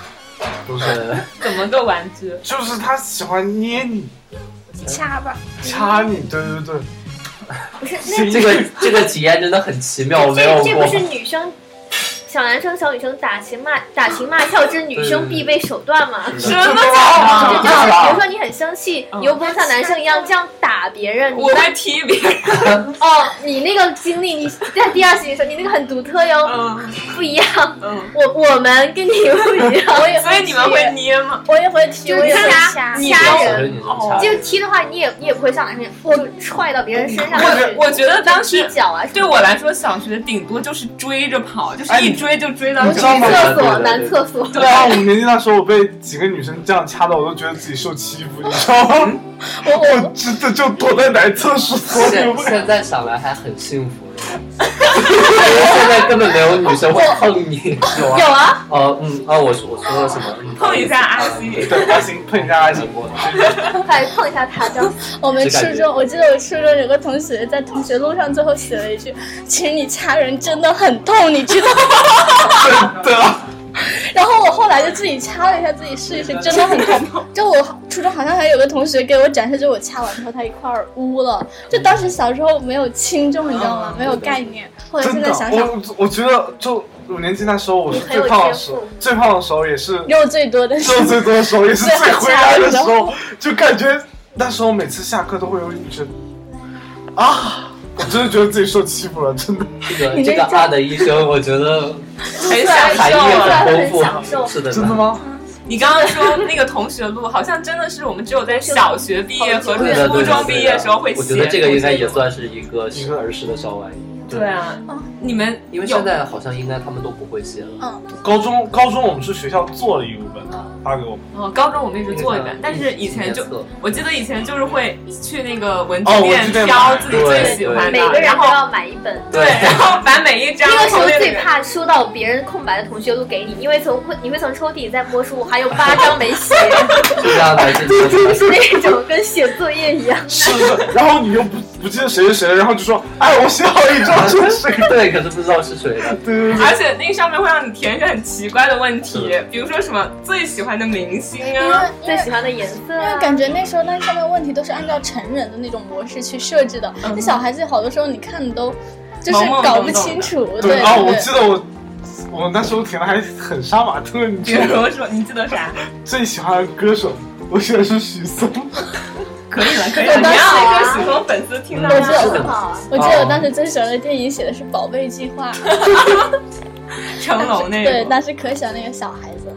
F: 不是，
C: 呃，
A: 怎么个玩具？
F: 就是他喜欢捏你、
G: 掐吧，
F: 掐你，对对对，
B: 不是那
C: 这个这个体验真的很奇妙，没有
B: 这这
C: 过
B: 不。是女生。小男生、小女生打情骂打情骂俏之女生必备手段吗？
A: 什
C: 是啊
A: 么
F: 真
A: 假的？
B: 就
F: 的
B: 就是比如说你很生气，
A: 嗯
B: 你又不能像男生一样这样打别人，你
A: 我会
B: 在
A: 踢别人。
B: 哦，你那个经历，你在第二期的时候，你那个很独特哟，
A: 嗯
B: 不一样。
A: 嗯。
B: 我我们跟你不一样，
G: 我也
A: 所以你们会捏吗？
G: 我也会踢，
B: 就
G: 我
B: 是
G: 也会
B: 掐
G: 掐。
A: 你
B: 掐
C: 小
B: 人。
C: 学女生
A: 哦
C: 掐
B: 就
C: 人
B: 是踢的话，你也你也不会像男生，我踹到别人身上
A: 我
B: 去。
A: 我觉得当
B: 踢
A: 时
B: 脚啊什么的，
A: 对我来说，小学顶多就是追着跑，就是一追就追到
F: 哎你
A: 整
F: 知道
A: 个
B: 厕
F: 吗
B: 所
C: 对对对
B: 男厕所，
F: 对啊，五年级那时候我被几个女生这样掐的，我都觉得自己受欺负，你知道吗？
G: 我
F: 我
G: 我
F: 真的就躲在男厕所里
C: 现现在想来还很幸福的。 现在根本没有女生会碰 你，有啊
G: 有，啊，
C: 呃嗯啊，我说我说了什么？嗯
A: 碰一下阿西。
F: 对，阿行碰一下阿行，
C: 过。
B: 还碰一下他，这样
G: 我们初
C: 这感觉
G: 中，我记得我初中有个同学在同学录上最后写了一句：“其实你掐人真的很痛，你知道吗？”
F: 真的，
G: 然后我后来就自己掐了一下，自己试一试，真的很痛。就我初中好像还有个同学给我展示，就我掐完之后他一块儿污了。就当时小时候没有轻重，你知道吗？
A: 啊
G: 没有概念。后来
F: 真
G: 现在想
F: 的，哦
G: 想，
F: 我我觉得就五年级那时候我是最胖的时候
B: 你很有天，
F: 最胖的时候也是
G: 肉最多的是
F: 肉最多的时候，也是最灰暗的时候，就感觉那时候每次下课都会有女生啊，我真的觉得自己受欺负了，真的。
C: 这个这个啊的一生，我觉得
A: 很享
C: 含义
A: 受啊！
C: 很丰富。是的，
F: 真的？吗？
A: 你刚刚说那个同学录，好像真的是我们只有在小学毕业和
C: 对的，
A: 初中毕业的时候会
C: 我
A: 写。
C: 觉得这个应该也算是一个时儿时的小玩意，
A: 对啊，你们
C: 因为
A: 有
C: 现在好像应该他们都不会写了。
G: 嗯，
F: 高中高中我们是学校做了义务本发给我们，
A: 哦，高中我们一直做一遍，但是以前就我记得以前就是会去那个文具
C: 哦
A: 店挑自己最喜欢
B: 每
A: 的，
B: 个人
A: 然
B: 都
A: 后
B: 要买一本。
A: 对， 然后把每一张
B: 那个时候
A: 从
B: 最
A: 个
B: 怕收到别人空白的同学录给你，因为从会你会从抽屉里再摸出我还有八张没 写，
C: 是这样的，是
B: 就
C: 这
B: 是那种跟写作业一样。
F: 是的，然后你又不不记得谁是谁了，然后就说，哎，我写好一张，这是谁？
C: 对，你可是不知道是谁的。
F: 对对对，
A: 而且那个上面会让你填一些很奇怪的问题，比如说什么最喜欢的明星
G: 因
A: 啊
G: 为，
B: 最喜欢的颜色
G: 因
B: 啊，
G: 为感觉那时候那上面问题都是按照成人的那种模式去设置的，那、小孩子好多时候你看的都就是
A: 嗯懵懵懂懂的
G: 搞不清楚，
F: 对
G: 对
F: 啊，我记得我。我那时候填的还很杀马特，你
A: 比
F: 知道吗？
A: 如说你记得啥？
F: 最喜欢的歌手，我选的是许嵩。
A: 可以了，啊可以了，
G: 我
A: 你
G: 当时
A: 让
B: 啊
A: 那个许嵩粉丝听到
G: 我
A: 吗
G: 记得
C: 是
G: 我
C: 的
B: 好啊，
G: 我记
F: 哦
G: 得我当时最喜欢的电影写的是《宝贝计划》，
A: 成龙那
G: 对，
A: 个，
G: 当时可喜欢那个小孩子，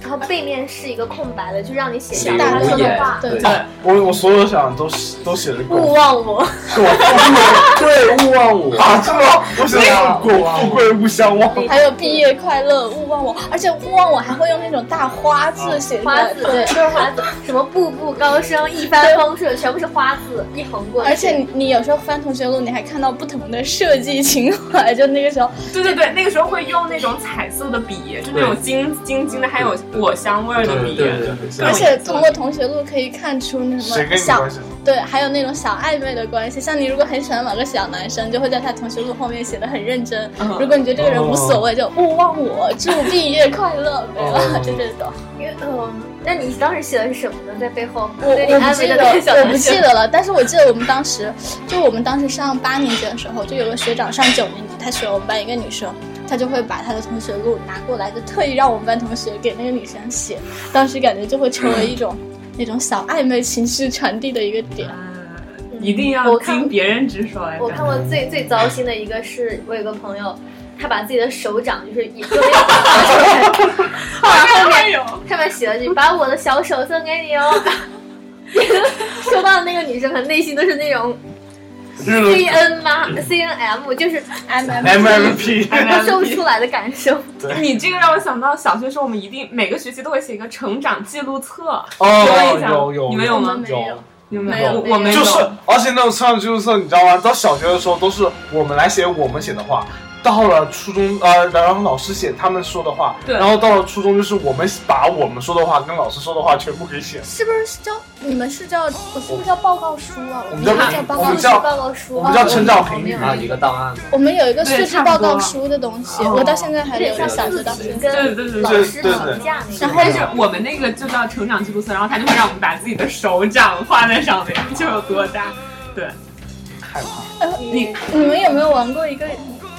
B: 然后背面是一个空白的，就让你写
C: 写
B: 下
C: 一
B: 他
C: 个
B: 说的
C: 无言
B: 话，，
G: 对
A: 对，
F: 我我所有想都是都写的
B: 勿
F: 狗
B: 忘我。
F: 狗富
C: 对，勿忘我。
F: 啊，是吗？我写的
C: 对
F: 狗富贵勿相忘。
G: 还有毕业快乐，勿忘我，而且勿忘我还会用那种大花
F: 啊
G: 字写出
B: 花
G: 来，
B: 字，
G: 对
B: 都。是花字，什么步步高升、一帆风顺，全部是花字一横过去。
G: 而且你你有时候翻同学录，你还看到不同的设计情怀，就那个时候，
A: 对对对，那个时候会用那种彩色的笔，就那种
C: 对
A: 晶晶晶的，还有果香味儿的
C: 对
A: 笔。
C: 对对
G: 而
C: 对，
G: 且通过同学录可以看出那什
F: 谁
G: 么
F: 跟你
G: 小
F: 关系？
G: 对，还有那种小暧昧的关系，像你如果很喜欢某个小男生，就会在他同学录后面写的很认真。
F: 啊
A: 嗯
G: 如果你觉得这个人无所谓，就勿忘我，祝毕业快乐，没了，
F: 哦
G: 就这种。
B: 因为嗯，那你当时写的是什么呢？在背后，
G: 我
B: 对你
G: 我不
B: 安
G: 记
B: 慰
G: 得
B: 的那个小
G: 了，我不
B: 男生
G: 记得了。但是我记得我们当时，就我们当时上八年级的时候，就有个学长上九年级，她喜欢我们班一个女生，她就会把她的同学录拿过来，就特意让我们班同学给那个女生写。当时感觉就会成为一种那种小暧昧情绪传递的一个点。
A: 嗯一定要
B: 我看
A: 经别人之手来
B: 我
A: 表
B: 看过最最糟心的一个是，我有个朋友，他把自己的手掌就是也用那个拿出 来，后来后 面
A: 有，
B: 上面写了句“把我的小手送给你哦”， 收到的那个女生，她内心都是那种 C
F: 日
B: N 吗？C N M 就是 M M
F: MVP，
B: 她说不出来的感受。
A: 哎 你这个让我想到小学时候，我们一定每个学期都会写一个成长记录册，
F: 哦
A: 有印，象
F: 有有
A: 你们有吗？
G: 没有
F: 有。
A: 你们
G: 没有
A: 我我没有，
F: 就是，而且那种上就是说，你知道吗？到小学的时候都是我们来写我们写的话，到了初中呃，然后老师写他们说的话，
A: 对
F: 然后到了初中就是我们把我们说的话跟老师说的话全部给写。
G: 是不是叫你们是叫我是不是叫报告书啊？
F: 我
G: 们
F: 们
G: 叫
F: 叫
G: 报告
F: 我们
G: 书。
F: 叫
B: 报告书，
F: 我们叫成长评语
C: 啊，一个档案。
G: 我们有一个
A: 对
G: 数据
A: 差不
G: 报
A: 多
G: 告书的东西，
A: 哦
G: 我到现在还
B: 有点
G: 留
B: 像
G: 着
B: 小
G: 小
B: 学
G: 学
B: 的评
G: 的。
A: 对
B: 跟
A: 对对
B: 老
A: 对。
B: 师评价那
G: 然
B: 个
G: 后。
A: 但是我们那个就叫成长记录册，然后他就会让我们把自己的手掌画在上面，就有多大。对，
F: 害怕，
G: 呃
A: 你
G: 你们有没有玩过一个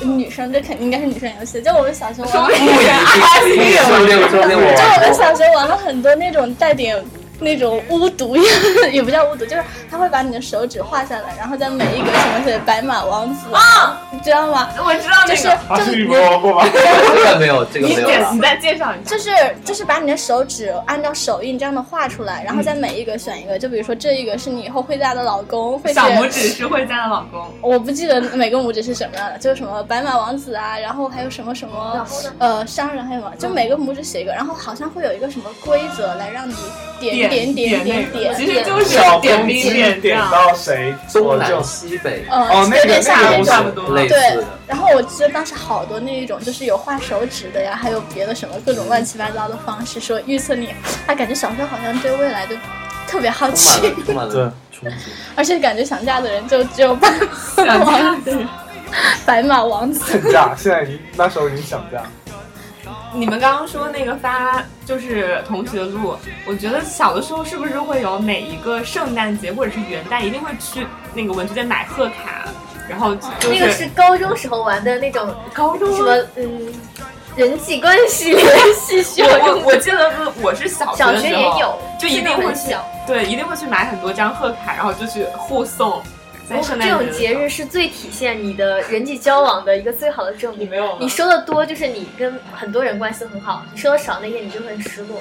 G: 女生？这肯定应该是女生游戏，就我们小 时候
A: 说
G: 玩
A: 不，定
C: 不一
A: 是阿姨
C: 定，说不定，说不定
G: 就我们
C: 我
G: 小时候玩了很多那种带点那种巫毒， 也不叫巫毒，就是他会把你的手指画下来，然后在每一格什么写白马王子啊，你知道吗？
A: 我知道哦
G: 就
A: 那
G: 是
A: 个。
F: 啊，
G: 就是
F: 是你
G: 你
F: 们玩过吗？
C: 这个没有，这个
A: 你
C: 没有
A: 解
C: 了
A: 你。再介绍一下。
G: 就是就是把你的手指按照手印这样的画出来，然
A: 嗯
G: 后在每一格选一个，就比如说这一格是你以后会嫁的老公，会
A: 小
G: 选
A: 拇指是会家的老公，
G: 我不记得每个拇指是什么样的，就是什么白马王子啊，然后还有什么什
B: 然
G: 么
B: 后呢
G: 呃商人，还有什么，
A: 嗯
G: 就每个拇指写一个，然后好像会有一个什么规则来让你点
A: 点
G: 点点
A: 那
G: 点
A: 个，
G: 点
A: 其实 就是
F: 小
A: 点
F: 公
A: 名啊
F: 鸡
A: 点
F: 点
A: 将
F: 到谁，我
C: 东
F: 就
C: 南西北，
G: 呃，
F: 哦那
G: 有
F: 个
G: 点像那
F: 那个我
G: 种
A: 差不多。
C: 类
G: 对
C: 似的，
G: 然后我记得当时好多那一种，就是有画手指的呀，还有别的什么各种乱七八糟的方式，说预测你，啊，感觉小时候好像对未来就特别好
C: 充
F: 哦
C: 满
G: 奇，
C: 了充满了冲击。
G: 而且感觉想嫁的人就只有白马王子，白马 王子。
F: 恨嫁，现在已经那时候已经想嫁，
A: 你们刚刚说那个发就是同学录，我觉得小的时候是不是会有每一个圣诞节或者是元旦一定会去那个文具店买贺卡，然后就
B: 那个是高中时候玩的那种
A: 高中
B: 什么嗯人际关系是需要
A: 我
B: 用
A: 我我记得我是小学
B: 小
A: 的时
B: 学
A: 候
B: 也有，
A: 就一定会
B: 很
A: 去
B: 小。
A: 对一定会去买很多张贺卡，然后就去互送。在圣诞
B: 这种节
A: 的时候
B: 日是最体现你的人际交往的一个最好的证
A: 你
B: 明。
A: 没有吗？
B: 你收的多，就是你跟很多人关系很好；你收的少，那天你就会很失落。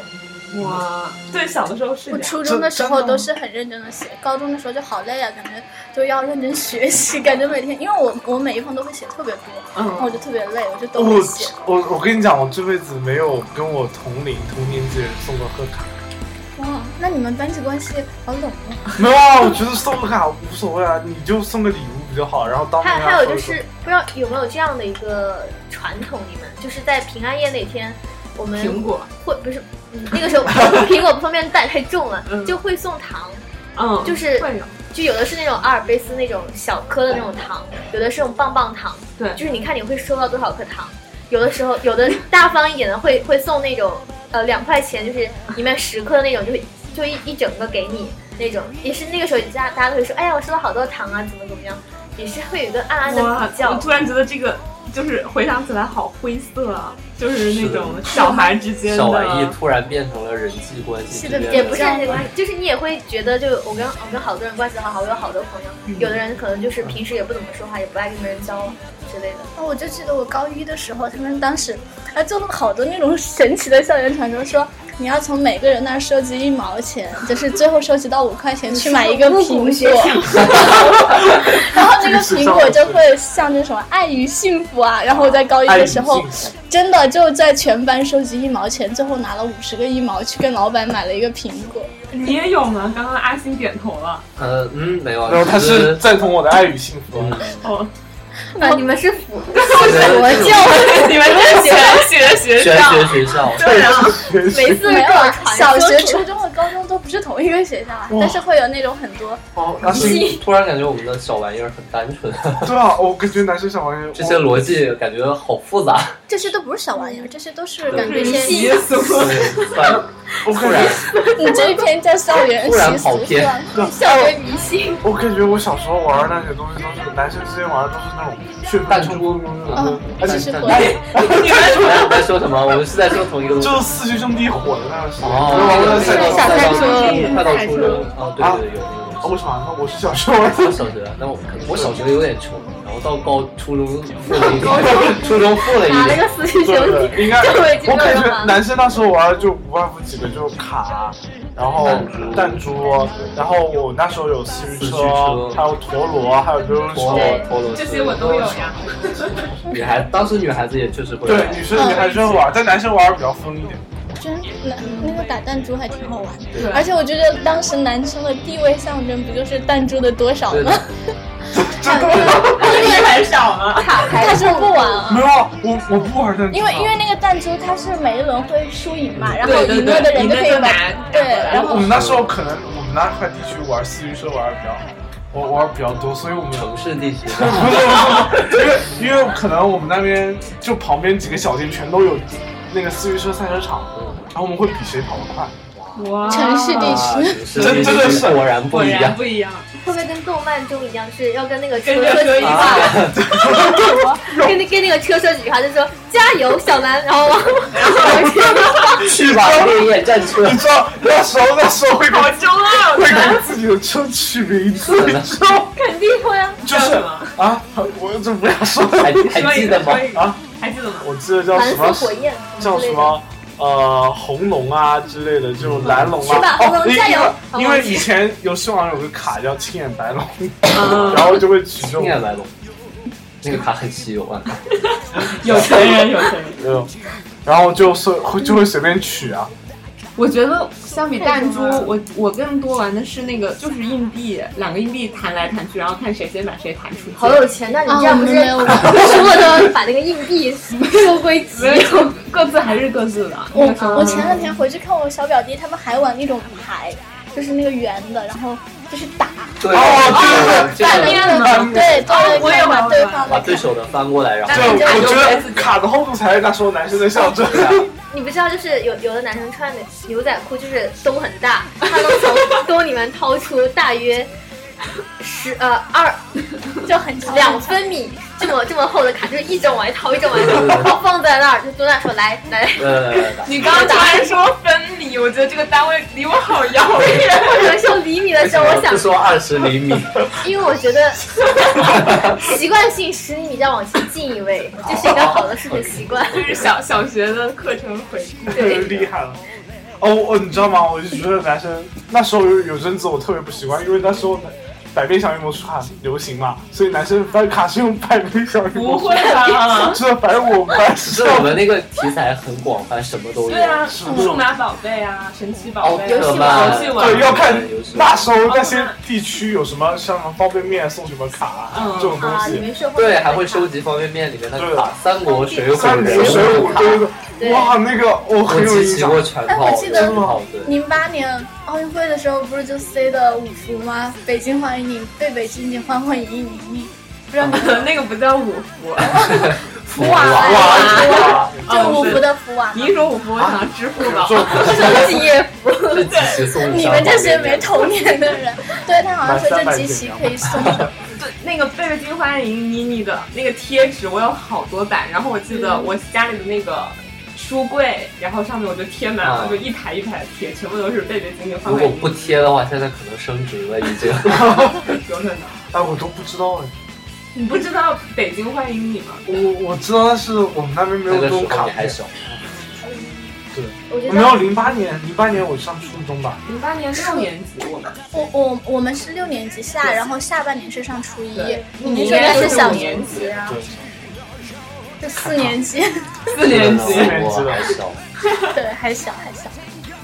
A: 我对小的时候是
G: 我
A: 这样。
G: 初中的时候都是很认真的写，高中的时候就好累啊，感觉就要认真学习，感觉每天，因为我我每一封都会写特别多，然后我
A: 嗯，
G: 就特别累，我就都
F: 我
G: 会写。
F: 我我跟你讲，我这辈子没有跟我同龄同年级人送过贺卡。
G: 哇，那你们班级关系好冷啊！
F: 没有啊，我觉得送个卡无所谓啊，你就送个礼物比较好。然后当
B: 还
F: 面
B: 还有就是，不知道有没有这样的一个传统，你们就是在平安夜那天，我们
A: 苹果，
B: 会不是、 嗯、那个时候苹果不方便带太重了
A: 嗯，
B: 就会送糖，
A: 嗯，
B: 就是
A: 会有，
B: 就有的是那种阿尔卑斯那种小颗的那种糖，有的是那种棒棒糖，
A: 对
B: 就是你看你会收到多少颗糖。有的时候，有的大方一点的会 会送那种，呃，两块钱就是里面十颗的那种，就是就一一整个给你那种，也是那个时候大家大家都会说，哎呀，我收到好多糖啊，怎么怎么样，也是会有一个暗暗的
A: 哇
B: 比较。
A: 我突然觉得这个就是回想起来好灰色啊，就是那种小孩之间
C: 小玩意
A: 的。
C: 突然变成了人际关系
G: 是的
C: 之间
B: 也不是
G: 这
B: 很关系，就是你也会觉得，就我跟我跟好多人关系很好，我有好多朋友，有的人可能就是平时也不怎么说话，也不爱跟别人交往之类的。
G: 啊我就记得我高一的时候，他们当时还做了好多那种神奇的校园传说，说你要从每个人那儿收集一毛钱，就是最后收集到五块钱去买一个苹果， 然后那个苹果就会象征什么爱与幸福啊。然后我在高一的时候，真的就在全班收集一毛钱，最后拿了五十个一毛去跟老板买了一个苹果。
A: 你也有吗？刚刚阿星点头了。
C: 呃嗯没有，
F: 然后他
C: 就是
F: 赞同我的爱与幸福
C: 嗯
F: 啊，
A: 哦，
B: 啊，你们是腐
C: 学
B: 佛教，
A: 你们是玄学学
C: 玄
A: 校。
C: 学学校，
A: 对啊，
B: 每次
G: 没
B: 各
G: 有
B: 种
G: 啊，
B: 传
G: 小
B: 说
G: 学、
B: 出
G: 初中和高中都不是同一个学校啊，
F: 哇
G: 但是会有那种很多
F: 哦，那是
C: 是突然感觉我们的小玩意儿很单纯，
F: 对啊，我感觉男生小玩意
C: 这些逻辑感觉好复杂。
G: 这些都不是小玩意儿，这些都是
C: 对
G: 感觉一
A: 是
G: 些
A: 习俗。
C: 对，突然
F: 我
C: 突
F: 感
C: 然
F: 觉
G: 你这一篇叫校园习
C: 突然跑
G: 俗是
C: 偏
G: 吧？
B: 校园迷信，
F: 我感觉我小时候玩的那些东西都是男生之间玩的都是那种炫富
C: 弹
F: 冲
C: 珠，
G: 嗯
F: 而
G: 这
F: 且
G: 是
C: 弹
G: 火
C: 珠。你们在说什么？我们是在说同一个东西。
F: 就是四驱兄弟火的那个时候，
C: 哦，
F: 玩的赛
B: 是
F: 道
B: 小
F: 赛
B: 三
F: 道。
B: 车
C: 快到初中，哦，对对对，有那个
F: 哦
C: 东
F: 我
C: 西。
F: 什么？我是小时候玩的
C: 我小学，那我我小学有点穷，然后到高初中富了一点，初中富了一
B: 拿了
C: 点，
B: 个 四驱兄
F: 对
B: 弟，
F: 应该
B: 就已经
F: 我
B: 没有
F: 感
B: 人
F: 觉
B: 玩了。
F: 男生那时候玩的就不外乎几个，就是卡，然后弹珠，然后我那时候有四驱
C: 四驱
F: 车
C: 车，
F: 还有陀螺，还有溜溜
C: 陀
F: 球。
C: 螺陀螺，
A: 这些我都有呀。
C: 女孩当时女孩子也确实会
F: 对，女生女孩生玩，但男生玩比较疯一点。
G: 真那那个打弹珠还挺好玩的，
A: 对
G: 而且我觉得当时男生的地位象征不就是弹珠的多少
C: 对
G: 吗？
A: 因为很少了。
G: 他是不玩 啊，
F: 没有，我我不玩弹珠啊。
G: 因为因为那个弹珠它是每一轮会输赢嘛，然后
A: 对对
G: 赢
A: 对
G: 了的人
A: 赢
G: 就
A: 了
G: 可以
A: 就
G: 玩
A: 拿，
G: 对，
A: 拿回来
G: 然
F: 我
G: 后
F: 们那时候可能我们那块地区玩四驱车玩的比较好，我玩比较多，所以我们
C: 城市地区，
F: 不是不是，因为因为可能我们那边就旁边几个小店全都有那个四驱车赛车场，然后我们会比谁跑得快。
A: 哇
G: 城市地区
C: 真真的是果然不
A: 果
C: 一
A: 然
C: 样。
A: 不一样。
B: 会不会跟动漫中一样，是要跟那个车
A: 跟着车一
B: 说
A: 块，
B: 几跟那跟那个车说几句话，就说加油，小南，然后往然后往车
C: 去吧，烈焰战 车。
F: 你知道那时候那时候 会给
A: 好中二，
F: 会给自己的车取名 字，你知道吗
B: 肯定会啊。
F: 就是啊，我这不要说
C: 还还记得吗？
F: 啊，
A: 还记得吗？
F: 我记得叫
B: 蓝
F: 什
B: 色
F: 么
B: 火焰
G: 哦
F: 叫什？么呃红龙啊之类的，就蓝龙
B: 是吧
F: 啊。
B: 红龙
F: 因
B: 加油
F: 因为因
B: 好
F: 为
B: 吧
F: 以前游戏王有个卡叫青眼白龙，
A: 嗯
F: 然后就会取这种
C: 青。眼白龙，那个卡很稀有啊。
A: 有钱人，有钱人。
F: 嗯然后就是会就会随便取啊，
A: 我觉得相比弹珠，我我更多玩的是那个，就是硬币，两个硬币弹来弹去，然后看谁先把谁弹出去。
B: 好有钱！那你
G: 啊
B: 这样不是
G: 我们没有
B: 输了都要把那个硬币收归集？
A: 没有，各自还是各自的。
G: 我
A: 那个时候
G: 我前两天回去看我小表弟，他们还玩那种牌，就是那个圆的，然后就是打。
C: 对
F: 哦
C: 这个
A: 面
G: 对
A: 呢
G: 对对，
A: 我也玩
G: 把
A: 过
G: 对方
C: 把
G: 的
C: 对手的翻过来，然
F: 就
C: 后
A: 对
F: 我觉
A: 对对
F: 得卡的厚度才是那时候男生的象征。啊
B: 你不知道，就是有有的男生穿的牛仔裤就是兜很大，他能从兜里面掏出大约十呃二
G: 就很长
B: 两分米这么这么厚的卡，就是一整往外掏，一整往外掏，然后放在那儿，就蹲那说来来，
C: 呃，
A: 你刚刚突然说分离，我觉得这个单位离我好遥远。
B: 或者说厘米的时候，我想
C: 不说二十厘米，
B: 因为我觉得习惯性十厘米再往前进一位，这是一个好的数学习惯。
A: 就是小小学的课程回顾。
F: 太厉害了。哦，我你知道吗？我就觉得男生那时候有有阵子我特别不习惯，因为那时候百变小樱魔术卡流行嘛，所以男生翻卡是用百变小樱
A: 不
F: 魔术
A: 会
F: 卡。
A: 吧？
F: 是的，反正我们班
C: 只
F: 是
C: 是我们那个题材很广泛，什么都有
A: 对。啊，
F: 是
A: 数码宝贝啊，神奇宝贝啊，
C: 奥特
A: 玩
C: 曼
A: 游戏玩
F: 对，要看
C: 游戏
F: 那时候那些地区有什么像什么方便面送什么卡啊、
A: 嗯
F: 这种东
B: 啊，你
F: 西，
B: 们社会
C: 对，还会收集方便面里面的卡，三国水
F: 三国
C: 浒人
F: 水
C: 物
F: 浒
C: 卡，
F: 都有。
B: 对
F: 哇，那个我
C: 我
F: 很有
C: 集
F: 印
C: 齐
F: 象。
C: 过全套，
G: 哎我记得
C: 全套对。
G: 零八年奥运会的时候不是就塞的五福吗？北京欢迎盈盈，背背静静，欢欢盈盈盈盈。不知道你 们
A: 那个不叫五福，
C: 福娃，
G: 就五福
A: 的。
G: 的福啊娃嘛
A: 你一说五福，我想到支付宝。
B: 是吉野服，
C: 这几期送
G: 你们这些没童年的人，对他好像说这集齐可以送什么？
A: 对，那个贝贝金花银妮妮的那个贴纸，我有好多版。然后我记得我家里的那个书柜，然后上面我就贴满了，
C: 啊
A: 就一排一排的贴，全部都是贝贝金花银
C: 如果
A: 妮妮
C: 不贴的话，现在可能升值了已经。
A: 有可能。
F: 哎，我都不知道哎，
A: 你不知道北京欢迎你吗？
F: 我我知道，但是我们那边没有
C: 那
F: 这
C: 个时
F: 种
C: 候
F: 卡
C: 你还
F: 片。
C: 小，
F: 对，
B: 我觉
F: 没有
B: 得
F: 零八年，零八年我上初中吧。
A: 零八年六年级我们，
G: 我我我们是六年级下，然后下半年是上初一
A: 对，
G: 你们说那是小年
A: 你应
G: 级啊，
F: 对，
G: 就四年级，
A: 四年
F: 四
A: 级。
F: 年级
C: 我
F: 了
C: 还小，
G: 对，还小还小。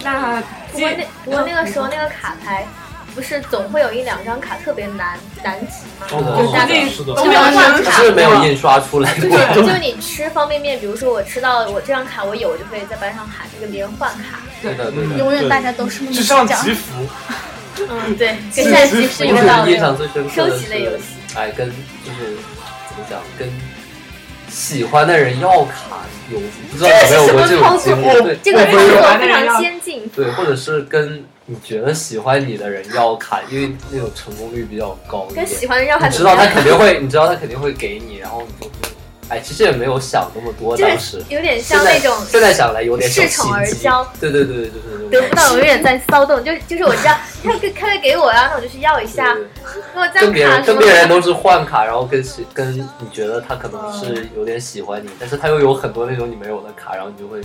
A: 那
B: 不过那
A: 这
B: 不过那个时候那个卡牌，不是总会有一两张卡特别难难集吗？
C: 哦
B: 大
A: 这
B: 概
F: 是的
A: 都没有换卡
C: 是没有印刷出来
B: 就
C: 过。
B: 是就是你吃方便面，比如说我吃到我这张卡我有，我就会在班上喊这个连换卡。
C: 对的，对的。
G: 永远大家都是那么
F: 就像
G: 讲
F: 祈福，
B: 嗯，对，跟现在集是一
C: 我
B: 个道
C: 是
B: 理
C: 印。象最深刻
B: 收
C: 的
B: 集类游
C: 是
B: 戏，
C: 哎，跟就是怎么讲，跟喜欢的人要卡有，不知道有没有过这种经历？对，
B: 这个操作非常先进，
C: 对，或者是跟你觉得喜欢你的人要卡，因为那种成功率比较高一
B: 跟
C: 点。
B: 喜欢的人还
C: 你
B: 怎
C: 知
B: 么
C: 道他
B: 样？
C: 肯定会，你知道他肯定会给你，然后你就会，哎，其实也没有想那么多，
B: 就
C: 当
B: 是
C: 时。
B: 有点
C: 现
B: 像
C: 在
B: 那种
C: 现在想来有点小
B: 恃宠而
C: 心机
B: 骄，
C: 对对对对，就是那种
B: 得不
C: 感觉
B: 到，永远在骚动，就是就是我知道他给他会给我啊呀，那我就去要一下，
C: 对对对
B: 给我这
C: 跟
B: 张
C: 别
B: 卡
C: 人
B: 什
C: 跟
B: 么
C: 别
B: 的。
C: 人都是换卡，然后跟喜跟你觉得他可能
B: 嗯
C: 是有点喜欢你，但是他又有很多那种你没有的卡，然后你就会，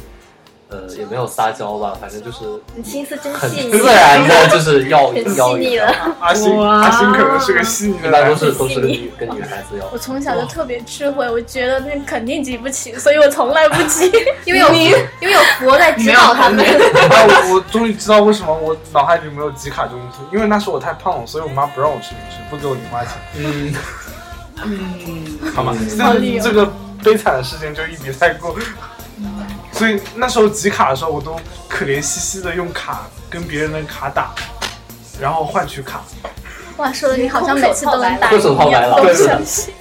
C: 呃，也没有撒娇吧，反正就是
B: 你心思真
C: 很
B: 细腻，
C: 自然 的，就是要
B: 很细
C: 要
B: 腻
C: 一
B: 了。
F: 阿星
A: 哇
F: 阿星可能是个细腻的
C: 般都
F: 人，
C: 是都是跟女跟女孩 子要
G: 我。从小就特别智慧，我觉得那肯定急不起，所以我从来不 急。
B: 因为有因为有佛在指导他们，
F: 哎，我我终于知道为什么我脑海里没有集卡这东西，因为那时候我太胖了，所以我妈不让我吃零食，不给我零花钱。
C: 嗯，
A: 嗯
F: 好吧，
B: 嗯
G: 好
F: 这
G: 理由
F: 这个悲惨的事情就一笔带过。所以那时候集卡的时候，我都可怜兮兮的用卡跟别人的卡打，然后换取卡。
G: 哇，说的你好像每次都能打
C: 空手套
G: 一
C: 白
G: 样，
C: 狼
G: 都
C: 对
G: 相信。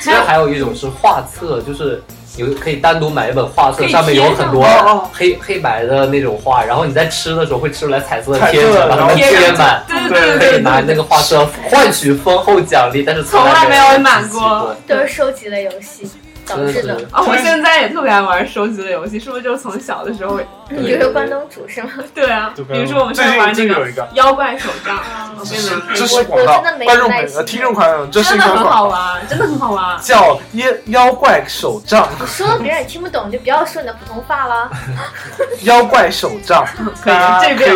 C: 其实还有一种是画册，就是有可以单独买一本画册，上面有很
B: 哦
C: 多黑黑白的那种画，然后你在吃的时候会吃出来彩色的贴纸，把它们贴满。
A: 对对
F: 对
C: 可以
A: 对
C: 拿
A: 对，
C: 那个画册换取丰厚奖励，但是
A: 从来没有满
C: 集
A: 过。
B: 都是收集类游 戏导
C: 真的
B: 致
C: 是
B: 的。
A: 啊，我现在也特别爱玩收集类游戏，是不是就是从小的时候？
B: 你比如说关东煮是吗？
A: 对啊，
F: 对
A: 比如说我们
F: 最
A: 在
F: 近
A: 玩那
F: 最近有
A: 个
F: 一个
A: 妖怪手账，
B: 啊
A: 我
F: 这
A: 跟你
F: 是
A: 们
F: 这
A: 推
F: 是
A: 荐，
F: 广
B: 嗯我
F: 告
B: 真的没，
F: 观众
B: 耐
F: 朋
B: 心
F: 友、听众朋友，这是
A: 真
F: 一
A: 的
F: 个
A: 很
F: 广
A: 好
F: 告，
A: 玩，真的很好 玩。
F: 叫《妖妖怪手账
B: 你说了别人也听不懂，你就不要说你的普通话啦。》，
F: 妖怪手账，
A: 可以，这边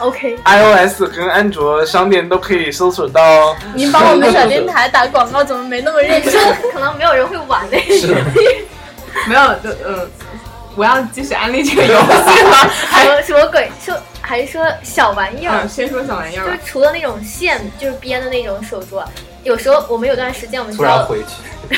A: OK。
G: OK，
F: iOS 跟安卓商店都可以搜索到哦。
G: 你帮我们小电台打广告，怎么没那么认真？
B: 可能没有人会玩那
C: 是的，
A: 没有，就嗯，我要继续安利这个游戏 了。
B: 什
A: 还
B: 么什么鬼，说还是说小玩意儿
A: 嗯，，先说小玩意儿
B: 就是
A: 吧。
B: 除了那种线，就是编的那种手镯，有时候我们有段时间我们
C: 突
B: 就
C: 然
B: 要
C: 回去，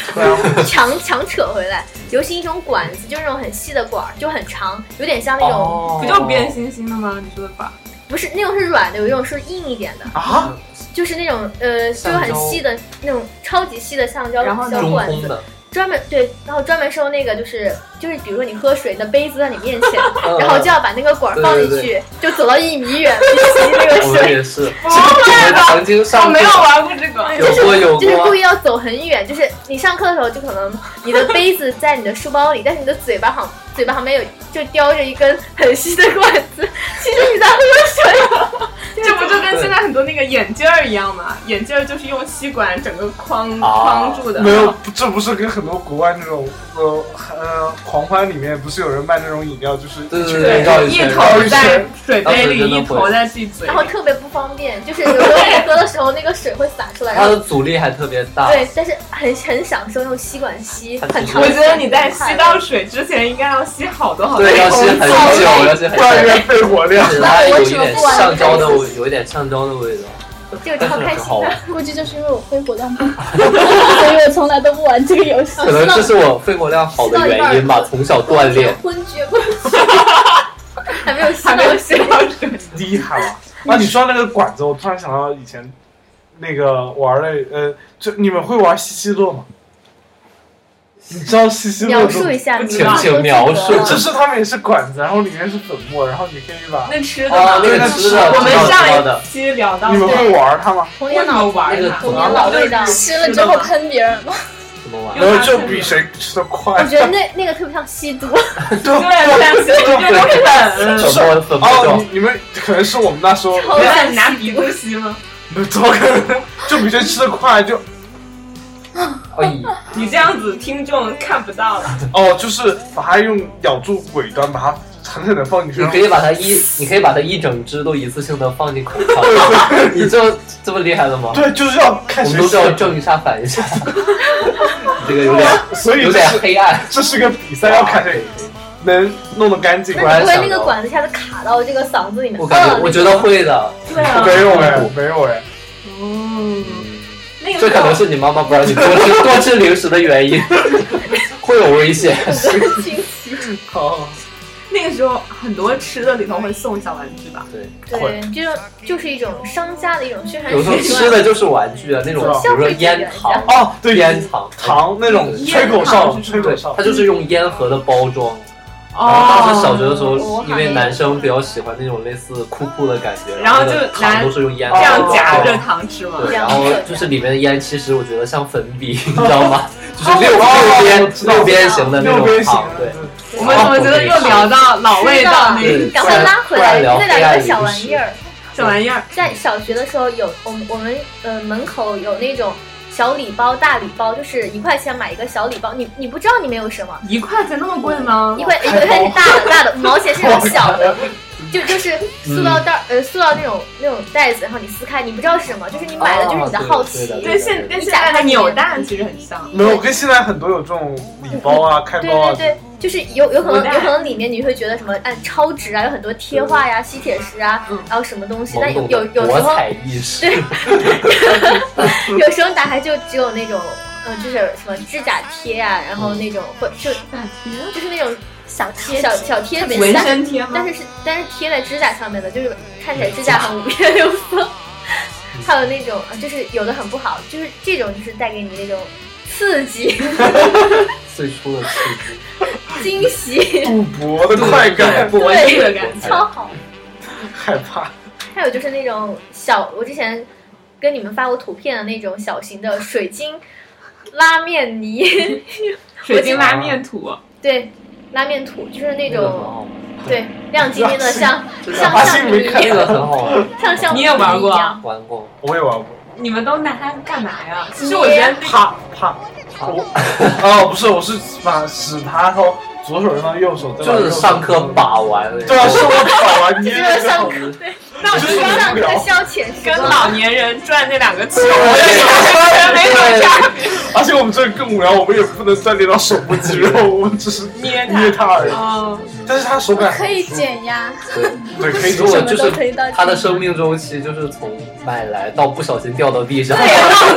B: 强强扯回来，尤其一种管子，就是那种很细的管儿，就很长，有点像那种、
C: 哦
A: 不就是变星星的吗？你说的吧？
B: 不是那种是软的，有一种是硬一点的，
F: 啊？
B: 就是那种呃，就
C: 橡
B: 很
C: 胶
B: 细的那种超级细的橡胶
A: 然后呢
B: 小
C: 中
B: 管
C: 空
B: 子，
C: 的，
B: 专门对，然后专门收那个就是就是，比如说你喝水，你的杯子在你面 前，
C: 嗯
B: 然后就要把那个管儿
C: 对
B: 放进
C: 对
B: 去，就走到一米远 去吸那个
C: 我们
B: 水。
C: 也是，
F: 哦
C: 我们曾经
A: 我
C: 上
A: 哦没有
C: 过
A: 玩过这个。
B: 就是
C: 有过有
B: 就是故
C: 过
B: 意，要走很远，就是你上课的时候，就可能你的杯子在你的书包里，但是你的嘴巴旁嘴巴旁边有就叼着一根很细的管 子，其实你在喝水。
A: 这不就跟现在很多那个眼镜儿一样吗？眼镜儿就是用吸管整个框
C: 啊
A: 框住的。
F: 没有，这不是跟很多国外那种呃呃狂欢里面不是有人卖那种饮料，就是
C: 对对
A: 对
C: 对，绕
A: 一
C: 圈，
A: 头
C: 绕一
A: 在
C: 圈，
A: 水杯
C: 当时真
A: 里，
C: 的
A: 一头
C: 会
A: 在自己嘴里
B: 然。后特别不方便，就是有时候你喝的时候，那个水会洒出 来。
C: 它的阻力还特别大，
B: 对，但是很很享受用吸管吸，
C: 它
B: 很
C: 其实
B: 长。
A: 我觉得你在吸到水之前，应该要吸好多好多。
C: 对，要吸很久，要吸很
F: 锻
C: 久，
F: 炼肺活量。
C: 是它有一点橡胶的味，有一点橡胶的味道，
B: 就
C: 但是
B: 超开
C: 很好
B: 心的
C: 玩。。
G: 估计就是因为我肺活量不 好，所以我从来都不玩这个游戏。
C: 可能这是我肺活量好的原因吧，从小锻炼。
B: 昏厥过去， 还没有吸
A: 还没有
B: 到
A: 吸
B: 水。
A: 到水。
F: 厉害了！啊，你说到那个管子，我突然想到以前那个玩了，呃，就你们会玩西西乐吗？你知道西西乐
B: 描
F: 这
B: 述一
F: 种？
B: 下，
A: 请
B: 你把
C: 请
B: 都记
C: 描
B: 得
C: 述
B: 了
F: 就是他们也是管子，然后里面是粉末，然后你可以把。
A: 那吃的呢
C: 哦，那个吃的，
A: 我们
C: 知道知道
A: 上
C: 的
A: 一，期聊到
F: 你们
A: 过，
F: 会玩它吗？
B: 童
A: 为
B: 年
A: 什么
B: 脑
A: 玩
C: 那
A: 呢
C: 个？
B: 童年老味道。
G: 吃了之后喷别人吗？
C: 怎么玩？
A: 有
F: 然后就比谁吃的快。
B: 我觉得那那个特别像吸毒，
F: 对
A: 对，对对，
F: 就是
C: 粉末粉末
F: 哦，
C: 状，
F: 你你们可能是我们那 时候，
A: 嗯我想拿鼻子吸吗？
F: 怎么可能？就比谁吃的快，就
C: 哎呀，
A: 你这样子听众看不到了。
F: 哦，就是把它用咬住尾端，把它狠狠的放进去。
C: 你可以把它一，你可以把它一整只都一次性的放进口腔， 你这这么厉害的吗？
F: 对，就是要看
C: 我
F: 谁
C: 们都是要
F: 先
C: 正一下反一下，这 个有点
F: 所以
C: 有
F: 这
C: 点
F: 是
C: 黑暗，
F: 这是个比赛，要看谁能弄得干净。
C: 突然
B: 不会那
C: 想
B: 个
C: 到
B: 管子一下子卡到这个嗓子里面。
C: 我感
B: 嗯
C: 觉我觉得会的，
A: 对啊，
F: 没有哎，没有哎，
A: 嗯，那个
C: 这可能是你妈妈不让你 多吃多吃零食的原因，会有 危险。
F: 好，
A: 那个时候很多吃的里头会送小玩具吧？
C: 对，
B: 对，就是就是一种商家的一种宣传
C: 有时候
B: 手
C: 吃
B: 段。
C: 的就是玩具啊，那种比如说烟糖，
F: 哦，对，
C: 烟糖，
F: 糖那种吹口哨，吹口
C: 对
F: 哨，，
C: 它就是用烟盒的包装。然后当时小学
A: 哦，
C: 的时候，因为男生比较喜欢那种类似酷酷的感觉，
A: 然后
C: 那个
A: 就拿
C: 糖都是用烟
A: 这样夹
C: 包
A: 着
C: 装
A: 糖吃吗？
C: 哦对，然后就是里面的烟，其实我觉得像粉笔，你知道吗？就是六
F: 哦
C: 六
F: 我
C: 边
F: 知道
C: 六边形的那
F: 六
C: 种
F: 边形
C: 糖，对
F: 的，。
A: 我们怎么觉得又聊到老味道那
C: 哦对
B: 赶快拉回来，
C: 不然聊
B: 再聊一个小玩意儿。
A: 小玩意儿？
B: 在小学的时候有我们我们呃门口有那种小礼包、大礼包，就是一块钱买一个小礼包。你你不知道里面有什么？
A: 一块钱那么贵吗
B: 一？ 块一块钱是大的大的，五毛钱是那种小的，就就是塑料袋儿呃塑料那种那种袋子，然后你撕开，你不知道是什么，就是你买了就是你的好奇。
C: 啊对
A: 对，现跟现在的扭蛋其实很像。
F: 没有，跟现在很多有这种礼包啊、开
B: 对
F: 包啊
B: 对，对，就是有有可
A: 古代
B: 能有可能里面你会觉得什么按超值啊，有很多贴画呀、吸铁石啊
A: 嗯，
B: 然后什么东西，但
C: 懵
B: 有
C: 懂
B: 有
C: 的
B: 有
C: 博
B: 时候
C: 彩意识，
B: 对有时候打开就只有那种，嗯，就是什么指甲贴啊，然后那种或就嗯就是那种
G: 小贴
B: 小小贴纸，
A: 纹
B: 但
A: 身贴吗？
B: 但是是但是贴在指甲上面的，就是看起来指甲很五颜六色。还有那种，呃就是有的很不好，就是这种就是带给你那种刺激、
C: 最初的刺激，
B: 惊喜，
F: 赌博的快感，
C: 不文艺的感觉
B: 超好。
F: 害怕。
B: 还有就是那种小，我之前跟你们发过图片的那种小型的水晶拉面泥，
A: 水晶拉面图，
B: 对，拉面土，就是那
C: 那个很
B: 种
C: 好玩，
B: 对，亮晶晶的像像
F: 阿 信
B: 橡
F: 没
B: 皮
F: 看
B: 泥
C: 那，个很好玩，
B: 像橡皮
A: 你也玩过啊
B: 泥一样。
C: 玩过，
F: 我也玩过，
A: 你们都拿它干嘛呀？其实我觉得那个
F: 啪啪，我 哦不是，我是把屎爬头左手扔到右手，再把
C: 就
F: 右手
C: 是上课把玩，
F: 对啊，是我搞完捏
B: 就是
F: 的，
B: 上课，对，
A: 那我觉得
B: 上课消遣时
A: 跟
B: 光
A: 老年人转那两个球，我觉得没有差别。
F: 而且我们这个更无聊，我们也不能锻炼到手部肌肉，我们只是
A: 捏它
F: 捏它而已。
A: 哦，
F: 但是他手感
G: 可以减压，
C: 对。
F: 对，可以
C: 如果
F: 做。
C: 就
G: 什么都可以
C: 是
G: 到
C: 他的生命周期，就是从买来到不小心掉到地上，
B: 弄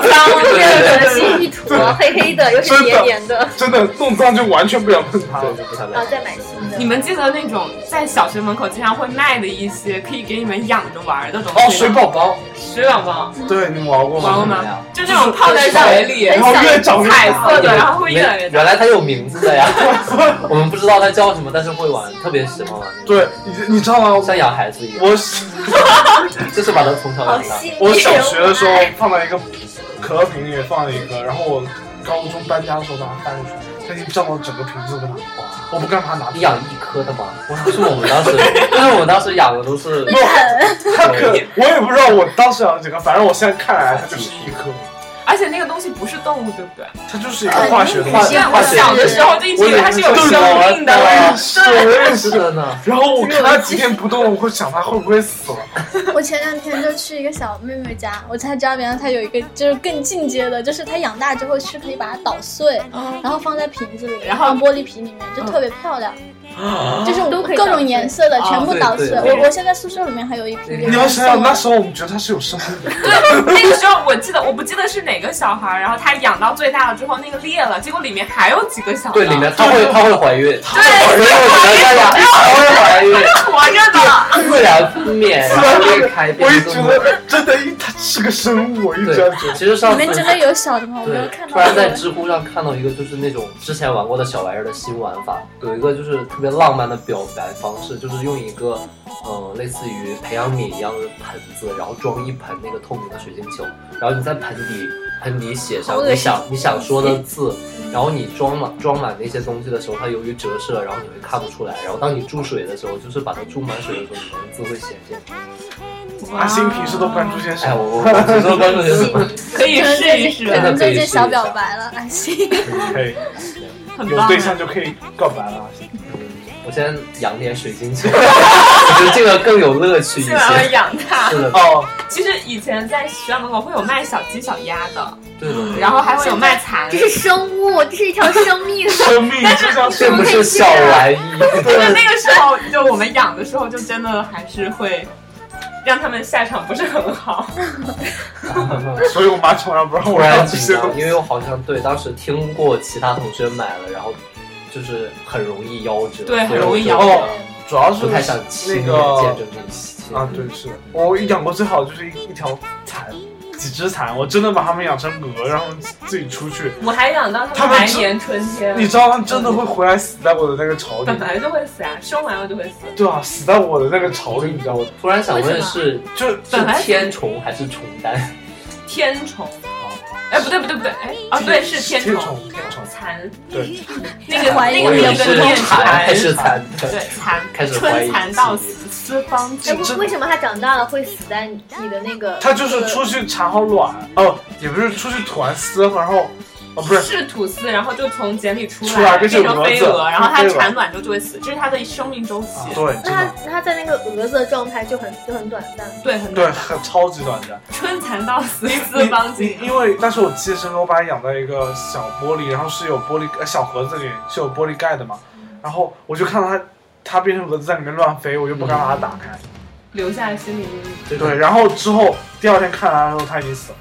B: 脏
C: 对
B: 了，恶心一坨，黑黑的，又是黏黏的，
F: 真的弄脏就完全不想碰它
C: 对
F: 了。
C: 就不想
B: 然
C: 买
B: 后。再买新的。
A: 你们记得那种在小学门口经常会卖的一些可以给你们养着玩的东西吗？
F: 哦，水宝宝，
A: 水宝宝，
F: 对你玩过
A: 玩过
F: 吗？
A: 吗？就那种泡在水里，
F: 然后越长越
A: 彩
F: 大
A: 色的，哦然后会越来越
C: 原
A: 大。
C: 来它有名字的呀， 我们不知道它叫什么，但是会玩，特别喜欢玩。
F: 对，你你知道吗？
C: 像养孩子一样，
F: 我
C: 就是把它从小
B: 好
C: 养
G: 哦
C: 大
B: 吸。引人
F: 我小学的时候放了一个可乐瓶，里面放了一个，然后我高中搬家的时候把它翻出来，它已经占到整个瓶子的了。我不干嘛拿
C: 你养一颗的吗？就是我们当 时，就是我们当时养的都是，
F: 它可我也不知道我当时养了几个，反正我现在看来它就是一颗，
A: 而且那个东西不是动物，对不对？
F: 它就是一个化学东
C: 化
F: 西。
A: 我小的时候就一直以为它是有
C: 啊
A: 生命的了。
F: 是，我也是。
C: 是的 呢。
F: 然后我看它几天不动，我会想它会不会死了。
G: 我前两天就去一个小妹妹家，我才知道原来她有一个就是更进阶的，就是她养大
A: 哦
G: 之后是可以把它捣碎，然后放在瓶子里，
A: 然后嗯
G: 放玻璃瓶里面，就特别漂亮。就是
B: 都可以
G: 各
B: 导
G: 种
B: 致
G: 颜色的全部
C: 啊对
G: 导
C: 对
G: 致。
C: 对
G: 我我现在宿舍里面还有一批
F: 你
G: 人
F: 要想想那时候我们觉得它是有生命的，
A: 那个时候我记得，我不记得是哪个小孩儿，然后他养到最大了之后，那个裂了，结果里面还有几个小的。
C: 对，里面她会她会怀孕，
A: 对，
C: 我
A: 所
C: 说
A: 以我
C: 我觉得大家她会怀孕，
A: 活着的。
C: 自然 分娩，然后就开
F: 我
C: 边
F: 也
C: 更
F: 觉得真的，它是个生物，我一直这样觉
C: 对，其实上
G: 你
C: 次
G: 们真的有小的吗？我没有
C: 对
G: 看，到
C: 突然在
G: 过
C: 知乎上看到一个，就是那种之前玩过的小玩意儿的新玩法，有一个就是特别浪漫的表白方式，就是用一个呃类似于培养皿一样的盆子，然后装一盆那个透明的水晶球，然后你在盆底盆底写上
B: 好恶心
C: 你想你想说的字，然后你装满装满那些东西的时候，它由于折射，然后你会看不出来，然后当你注水的时候，就是把它注满水的时候，你的字会显现。
F: 得。阿星平时都关注些什
C: 哎，
F: 么？
C: 我我我只说关注点什么？
A: 可以试一试，
C: 真的可
G: 这
C: 以试
G: 些
C: 一
G: 小
C: 下
G: 表白了，哎安心。
F: 可以
A: 很
F: 有
A: 棒啊
F: 对象就可以告白了。
C: 我先养点水晶球， 我觉得这个更有乐趣一
A: 进来了
C: 些。
A: 养它。
C: 是的，
F: 哦，
A: 其实以前在学校门口会有卖小鸡、小鸭的，
C: 对的。
A: 然后还会有卖蚕
B: 这。是生物，这是一条生命。
F: 生命就像
C: 这不是小玩意，
A: 对，那个时候就我们养的时候，就真的还是会让他们下场不是很好。
F: 所以我妈从来不让
C: 突
F: 我要
C: 然
F: 这
C: 紧
F: 些东
C: 张，
F: 西。
C: 因为我好像对当时听过其他同学买了，然后就是很容易夭折，
A: 对
C: 所
A: 很
C: 以
A: 容易夭
C: 我就
A: 折
F: 哦，主要是
C: 不太想
F: 那
C: 亲眼
F: 个
C: 见证这一切
F: 啊，对，是我养过最好的就是一一条蚕，几只蚕，我真的把它们养成鹅，让它们自己出去。
A: 我还养到
F: 他
A: 他
F: 们
A: 们来年春天，啊
F: 你知道它们真的会回来死在我的那个巢里
A: 本，来就会死啊，生完了就会死。
F: 对啊，死在我的那个巢里，你知道吗？
C: 突然想
B: 为什
C: 问
B: 么
C: 是
A: 哦嗯
F: 就是
A: 本来
C: 是天虫还是虫 丹？
A: 天虫，哎，不对不对不对，哎啊，对是天
F: 天
A: 虫，
F: 虫天虫
A: 蚕，
F: 对，
A: 那个
G: 怀疑
A: 那
C: 我
A: 个
C: 以
A: 名
C: 为
A: 字
C: 是
A: 念
C: 蚕还是蚕？
A: 对蚕，
C: 开始怀疑
A: 春蚕到
C: 自己
A: 死丝
F: 啊
A: 方
B: 哎
A: 尽。
B: 为为什么它长大了会死在你的那个？
F: 它就是出去产好卵，哦，也不是出去吐完丝，然后，哦，不是，
A: 是吐丝，然后就从茧里出
F: 出来
A: 变
F: 变成
A: 成飞
F: 蛾子
A: 蛾，然后它
F: 飞蛾
A: 产卵之后就会死，这是它的生命周期。
F: 啊对，
B: 那
F: 真
B: 它
F: 的，
B: 那它在那个蛾子的状态就很就很短暂。
A: 对，很
F: 对，很超级短暂。
A: 春蚕到死丝方尽。
F: 因为当时我记得是我把它养在一个小玻璃，然后是有玻璃呃小盒子里是有玻璃盖的嘛，然后我就看到它它变成蛾子在里面乱飞，我就不敢把它打开。
A: 留下心理阴影。
C: 对
F: 对，然后之后第二天看它的时候它已经死了。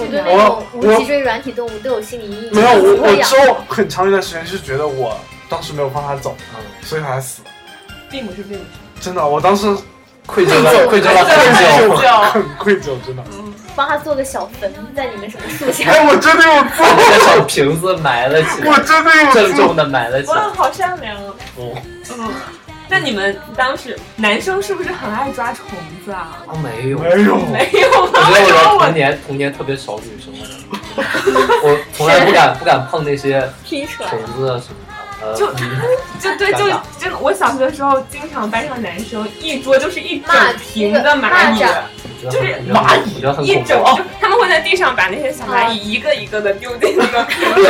B: 我对那种无脊椎软体动物都有心理阴影。
F: 没有，我
B: 不会
F: 我
B: 养
F: 之后很长一段时间是觉得我当时没有放它走，
C: 嗯
F: 所以它才死了。
A: 并不是并不是，
F: 真的，我当时
C: 愧疚了，愧疚了
A: 愧
C: 很
A: 疚
C: 久。
F: 很愧疚，真的。
B: 帮它做个小坟，在你们什么树下？
F: 哎，我真的有
C: 把
F: 做，
C: 那个小瓶子埋了起
F: 我
C: 来，
F: 真的有
C: 郑
F: 做。
C: 重的埋了起来
A: 哇，。好善良啊！
F: 哦
A: 嗯，那你们当时男生是不是很爱抓虫子啊？
C: 哦，没有，
F: 没有，
A: 没有
C: 我觉
A: 吗？为
C: 得
A: 什么
C: 我的童
A: 我
C: 年童年特别少女生的感觉，我从来不敢不敢碰那些
B: 踢出来
C: 虫。子啊什么的。呃，
A: 就就对就
C: 尴尬
A: 真的，我小学的时候经常班上男生一桌就是一
B: 蚂
A: 整瓶的蚂
B: 蚂
A: 蚁，
B: 蚱
C: 就
A: 就是
C: 蚂蚁，我觉得很
A: 一
C: 恐
A: 整
C: 怖。啊
A: 就他们会在地上把那些小蚂蚁一个一个的丢进那
C: 啊
A: 个瓶子里，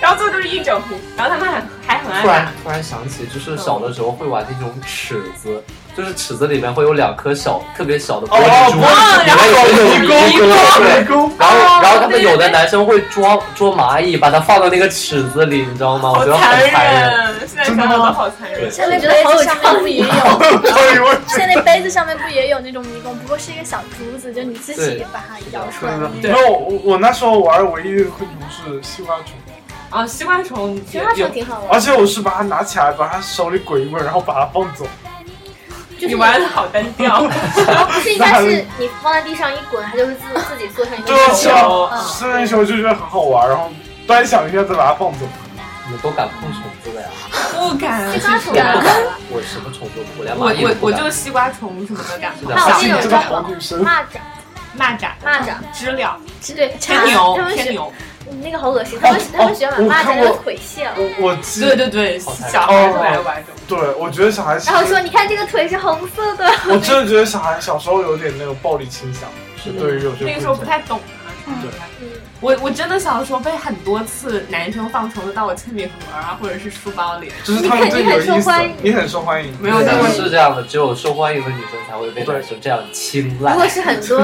A: 然后最后就是一整瓶，然后他们还还很爱
C: 突然
A: 打。
C: 突然想起，就是小的时候会玩那种尺子，就是尺子里面会有两颗小特别小的玻璃珠，里
A: 哦然后
C: 面有
F: 迷
C: 有迷
F: 宫，
C: 对
F: 迷。宫。
C: 然后，然后他
A: 对
C: 们
A: 对
C: 有的
A: 对
C: 男生会捉捉蚂蚁，把它放到那个尺子里，你知道吗？我
A: 好
C: 觉得很
A: 残
C: 残忍。
A: 忍！现在想想都好残忍。
G: 现在
B: 我觉得
G: 杯
B: 好有
G: 子上面不也有？
F: 所以我
G: 现在杯子上面不也有那种迷宫？不过是一个小珠子，就你自己
C: 对
G: 把它摇出来
F: 真。的，
A: 对
F: 然后我我那时候玩唯一的昆虫是西瓜虫，
A: 啊，西瓜虫，你
B: 青蛙虫
A: 有
B: 挺好玩
F: 而，且我是把它拿起来，把它手里滚一滚，然后把它放走。
B: 就
A: 你
B: 是
A: 玩的好单调。
B: 不是应该是你放在地上一滚，它就会自自己做成一
F: 对啊，
B: 个
F: 是
B: 球。
F: 啊，是那时候就觉得很好玩，然后端详一下再把它放走。
C: 你们都敢碰虫子的呀？
A: 不敢啊
B: 青蛙虫
C: 我不
B: 啊，
C: 敢，我什么虫都不，我连
A: 我
C: 蚂蚁都
A: 我
C: 不
A: 我
C: 敢。
A: 就西瓜虫什么的感觉，
C: 是的
B: 还有
F: 你
B: 那
F: 真
B: 种
F: 的
B: 叫
F: 好
B: 什
F: 女生
B: 么，蚂蚱，
A: 蚂蚱、
B: 蚂蚱，
A: 知了、
B: 对，
A: 天牛、天牛，
B: 那个好恶心，他们他们喜欢把蚂蚱那个腿卸了，
F: 我我记
A: 对对对，
B: 哦
C: 好残忍
A: 小孩特爱玩这种。
F: 对，我觉得小孩其
B: 然后说
F: 实，
B: 你看这个腿是红色的，
F: 我真的觉得小孩小时候有点那种暴力倾向，是对于有些
A: 那个时候不
F: 昆虫
A: 太懂啊。
F: 对
B: 嗯，
A: 我我真的小时候被很多次男生放虫子到我铅笔盒啊，或者是书包里，
F: 就是他们对
B: 你很
F: 有意
B: 受
F: 思
B: 欢迎，
F: 你很受欢迎，
A: 没有在
C: 但是这样的，只有受欢迎的女生才会被男生这样青睐
B: 如。果是 很多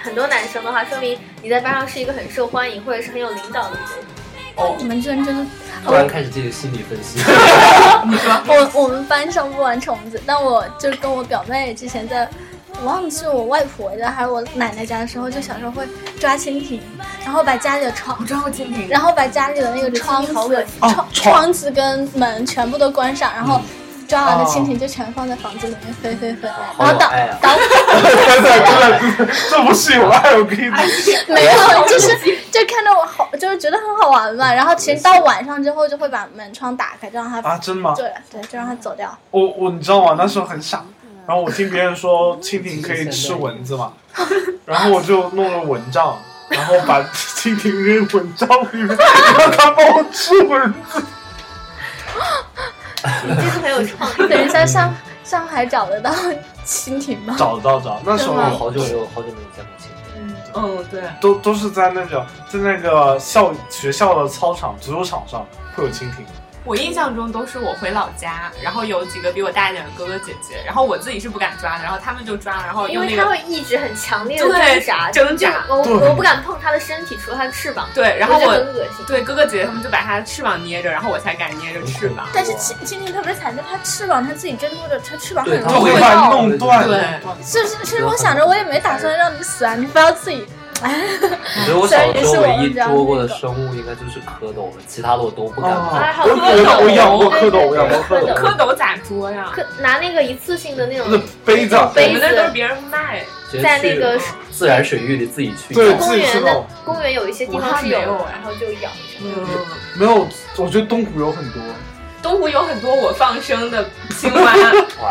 B: 很多男生的话，说明你在班上是一个很受欢迎或者是很有领导力的人。
C: 哦
G: 你们这人真的，
C: 突然开始进行心理分 析，
G: 我我们班上不玩虫子，但我就跟我表妹之前在，我忘记是我外婆家还是我奶奶家的时候，就小时候会抓蜻蜓，然后把家里的窗
A: 知道蜻蜓，
G: 然后把家里的那个窗子、
C: 哦
G: 窗窗子跟门全部都关上，然后抓完的蜻蜓就全放在房子里面飞飞飞，
C: 好
G: 然后
C: 有
G: 导
C: 爱啊！
G: 导
F: 真的真的，这不是有爱，我跟你讲，
G: 没有， 就是就看着我好，就是觉得很好玩嘛。然后其实到晚上之后就会把门窗打开，就让它、
C: 哦
F: 啊，真吗？
G: 对对，就让它走掉。
F: 我我你知道吗？那时候很傻，
B: 嗯
F: 然后我听别人说蜻蜓可以吃蚊子嘛，然后我就弄了蚊帐，然后把蜻蜓扔蚊帐里面，让它帮我吃蚊子。
B: 你这次很有创 意。
G: 等一下上上海找得到蜻蜓吗？
F: 找得到找，那时候
C: 我
G: 真的
C: 好久没有好久没有见过蜻蜓，
A: 嗯，对，
F: 都都是在那个在那个校学校的操场、足球场上会有蜻蜓。
A: 我印象中都是我回老家，然后有几个比我大一点的哥哥姐姐，然后我自己是不敢抓的，然后他们就抓，然后
B: 因
A: 哦用
B: 为
A: 那
B: 它
A: 个
B: 会一直很强烈的
A: 对
B: 挣扎，
A: 挣扎
B: 就是我
F: 对
B: 我不敢碰它的身体，除了它的翅膀，
A: 对，然后
B: 我觉得
A: 我
B: 很恶心。
A: 对哥哥姐姐他们就把他的翅膀捏着，然后我才敢捏着翅膀。
G: 但是蜻蜻蜓特别惨，就它翅膀，它自己挣脱着，它翅膀
C: 对
G: 很
C: 它
F: 就
G: 容易
F: 会
G: 会
F: 把你
G: 爆。
F: 弄
B: 哦
F: 断。
A: 对
F: 弄断
G: 是是是，我想着我也没打算让你死啊，你非要自己。
C: 我觉得我小时候唯一捉过的生物应该就是蝌蚪了，其他的我都不敢碰。
B: 哎
F: 啊！
B: 好
F: 我我我养过蝌
B: 对对
F: 蚪，
B: 对
F: 我养过蝌
B: 对
F: 蚪，
A: 蝌蚪咋捉呀？
B: 可拿那个一次性的那
F: 不是
B: 种，
F: 杯子，
A: 我
B: 杯
A: 们那都是
B: 子
A: 别人卖，
C: 直接
B: 在
C: 去
B: 那个
C: 自然水域里自己去
F: 对
C: 找
B: 公
F: 自己吃
B: 园
F: 的
B: 的公园有一些地方是
A: 武汉没有
B: 的
A: 哎
B: 然后就咬一下。
A: 嗯，
F: 没有，我觉得东湖有很多。
A: 东湖有很多我放生的青蛙，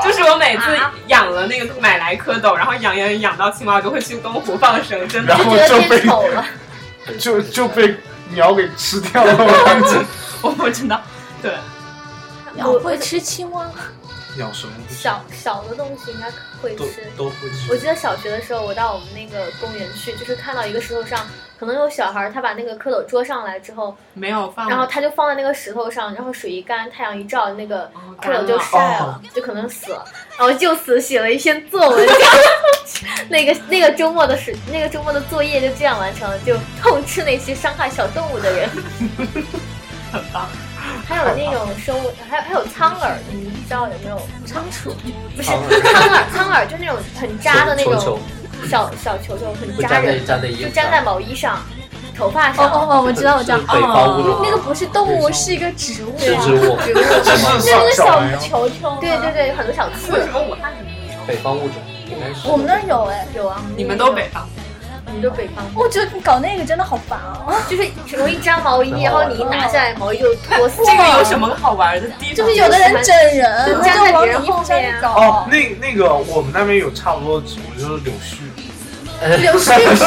A: 就是我每次养了那个买来蝌蚪，然后养养养到青蛙，我就会去东湖放生，真的
F: 然。后
B: 觉
F: 就
B: 得
F: 被
B: 变丑 了，
F: 就就被鸟给吃 掉了。
A: 我不知道，对，
G: 我会吃青蛙，
F: 鸟什么不吃
B: 小小的东西应该会
F: 都
B: 吃。
F: 都会吃。
B: 我记得小学的时候，我到我们那个公园去，就是看到一个石头上，可能有小孩儿，他把那个蝌蚪捉上来之后，
A: 没有放。
B: 然后他就放在那个石头上，然后水一干，太阳一照，那个
A: 哦
B: 蝌蚪
A: 干了
B: 就
A: 哦
B: 晒了，就可能死了。然后就此写了一篇作文， 那个那个周末的是那个周末的作业就这样完成了，就痛斥那些伤害小动物的 人。
A: 很棒，
B: 还有那种生物，还有还有苍耳，你们知道有没有？
G: 仓鼠。
B: 不是
C: 苍耳
B: 苍耳，苍耳就是那种很扎的那
C: 球
B: 种
C: 球
B: 小小球球，很
C: 会
B: 扎
C: 粘在
B: 人，
C: 粘在衣服
B: 就
C: 上，
B: 粘在毛衣上、头发
G: 哦
B: 上。
G: 哦 哦，我知道我知道
C: 是，北方物种，
G: 那个不是动物，是一个植物。啊
C: 是植物，
B: 植物
F: 这
G: 就是那个小
F: 玩意儿。
G: 球球。
B: 对对。对，有很多小刺
A: 为。什么武汉没有？
C: 北方物种应该是。
G: 我们那儿有哎，
B: 有啊，
A: 你们都北方，
B: 我们都北方，
G: 我觉得你搞那个真的好烦啊。
B: 就是容易扎毛衣，然后你一拿下来毛衣就脱丝。
A: 这个有什么好玩的？地方
G: 就是有的人整人，
B: 就
G: 他
B: 粘在
G: 就往
B: 别
G: 你
B: 人
G: 衣服
B: 后
G: 上
B: 面
G: 去
B: 啊
G: 搞。
F: 哦，那那个我们那边有差不多的植物，就是柳絮。
C: 有
G: 是
C: 是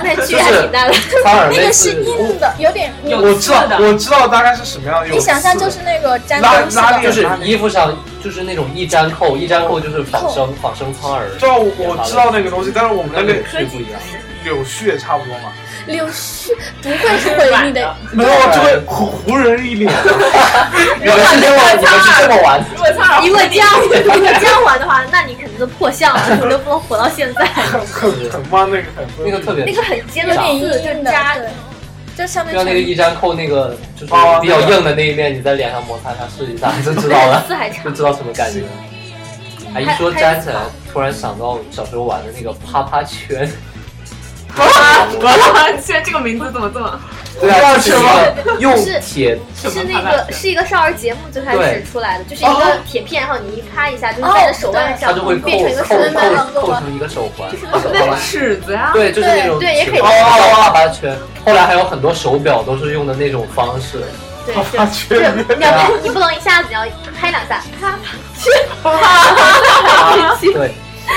B: 那
C: 就
B: 区别还
C: 是
B: 挺大的。
C: 苍耳
G: 那个
C: 类
G: 是
C: 似，
G: 硬的，有点硬。
A: 有
F: 我知道
A: 刺，的
F: 我知道大概是什么样的。有
G: 你想象就
F: 刺
G: 是那个粘
F: 拉
G: 东西
F: 拉
G: 的，
F: 链
C: 就是衣服上就是那种一粘扣，一粘扣就是仿生仿生苍耳。
F: 的知道我我知道那个东西，但是我们那
C: 跟
F: 个
C: 柳絮不一样，
F: 柳絮也差不多嘛。
G: 柳 絮不会毁你的。
F: 没
C: 啊
F: 有，就会糊糊人一脸。啊
C: 你们是这么你们是这么玩，
A: 如果苍耳
B: 如 果这样，如果这样玩的话，那你肯定就破相了，你都不能活到现在。
F: 很很很妈那个很
C: 那个特别
B: 那个很尖的
G: 有点
B: 刺
G: 硬
B: 就
G: 的，
B: 扎，
G: 对，就上面
C: 就像那个
G: 全
C: 一粘扣那个就是比较硬哦的那一面，你在脸上摩擦它试一下 就知道了
B: 刺，还
C: 就
B: 长。
C: 知道什么感觉。哎，一说粘起来，突然想到小时候玩的那个啪啪圈。啊
A: 现在这个名字怎么这么？
C: 对啊，就是用铁
B: 是那个是一个少儿节目最开
C: 对
B: 始出来的，就是一
A: 哦
B: 个铁片，然后你一啪一下，就是在你的手腕
C: 它
B: 上
C: 就会扣
B: 变成一个
C: 扣
B: 手环。
C: 扣扣成一个手环，啊
A: 那是尺子呀，
C: 对，就是那种
B: 对也可以
C: 哦哦八圈。后来还有很多手表都是用的那种方式，
B: 对，
F: 啪
B: 是
F: 啪圈
B: 对，
F: 里
B: 你
F: 面。
B: 要你不能一下子，你要拍两下，啪
C: 对，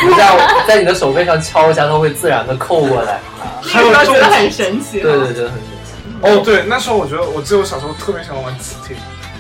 C: 你这样在你的手背上敲一下，它会自然的扣过来。啊
F: 还有
A: 我
F: 这
A: 觉得
F: 种
A: 很神奇。啊
C: 对对，对，很神奇。
F: 哦，对，那时候我觉得，我记得我小时候特别喜欢玩磁铁。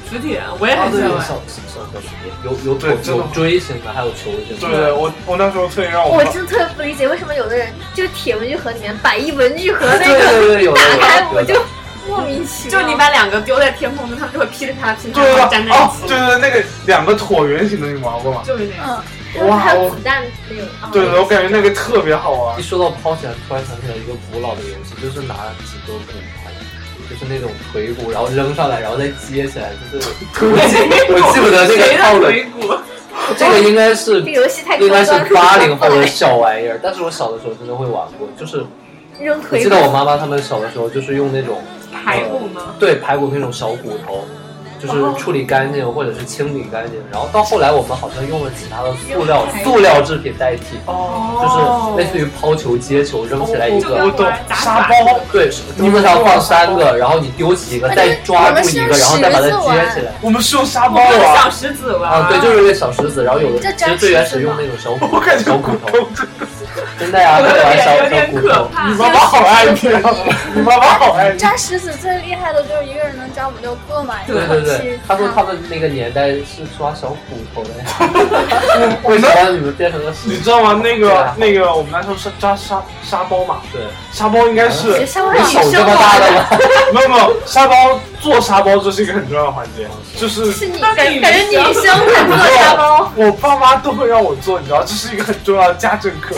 A: 磁铁我也
F: 哎
C: 啊，
A: 很
C: 对，
A: 喜欢
C: 有
A: 玩。
C: 小小小手电，有有
F: 对
C: 有
F: 真的
C: 有锥形的，还有球形的。
F: 对 对，我我那时候特别让我
B: 我
F: 爸
B: 真的特别不理解，为什么有的人就是铁文具盒里面摆一文具盒
C: 对
B: 那个，
C: 对对，有的
B: 打开
C: 有
B: 我
C: 的。
B: 就莫名其
A: 就
B: 妙。
A: 你把两个丢在天空中，它们就会噼里啪啦噼里啪
F: 对
A: 啦
F: 啊
A: 粘在
F: 哦
A: 一，起，
F: 对对，那个两个椭圆形的你玩过吗？
A: 就是那样。
B: 还
F: 哇，
B: 有
F: 我
B: 子弹那种。啊
F: 对对，我感觉那个特别好玩
C: 一。说到抛起来，突然想起来一个古老的游戏，就是拿几根木牌，就是那种腿骨，然后扔上来，然后再接起来，就是我记我记不得这个套路，
A: 腿骨，
C: 这个应该是
B: 这游戏太
C: 应该是
B: 高端
C: 八零后 的小玩意儿，但是我小的时候真的会玩过，就是
B: 扔
C: 我
B: 腿
C: 记得我妈妈他们小的时候就是用那种
A: 排骨吗？
C: 对排骨那种小骨头，
G: 哦
C: 就是处理干净或者是清理干净，然后到后来我们好像用了其他的塑料
G: 用排骨
C: 塑料制品代替，
A: 哦
C: 就是类似于抛球、接球扔起来一
A: 就跟
C: 个。
F: 我懂
A: 玩砸
F: 沙
A: 法
F: 包，
C: 对，桌子上放三个，然后你丢起一个，
G: 啊
C: 再抓
G: 我
C: 住一个，
G: 们是
C: 然后再把它
G: 用石子
C: 接
G: 玩
C: 起来。
F: 我们是用沙包
A: 我们小
F: 玩，
A: 石子玩
C: 啊，对，就是那个小石子，然后有的
G: 这
C: 其
G: 真
C: 实最原始
G: 是
C: 用
G: 吗
C: 那种 小
F: 我
C: 骨
F: 感觉
C: 小
F: 骨
C: 骨头，
F: 头真，
C: 真的呀，
A: 有
C: 那个玩
A: 点有
C: 小小
A: 点
C: 骨
A: 可
C: 头。
A: 怕
B: 啊
F: 你。妈妈好爱你啊，你妈妈好爱你。
G: 抓石子最厉害的就是一个人能抓五六个嘛，
A: 对
C: 对对对
G: 是，
C: 他说他们那个年代是抓小骨头的 呀，为什么你们变成了石
F: 你知
C: 子？
F: 道吗？那
C: 对
F: 个
C: 啊
F: 那个，我们那时候是抓沙沙包嘛，
C: 对，
F: 沙包应该是
B: 啊其实沙包
C: 你
B: 让
C: 手
B: 女
C: 这
B: 生
C: 么大
B: 玩
C: 的吗？
F: 没有没有，沙包做沙包这是一个很重要的环节，就是
B: 是你
A: 那
B: 感
A: 女生
B: 感觉女生很做沙包，
F: 我爸妈都会让我做，你知道，这是一个很重要的家政课。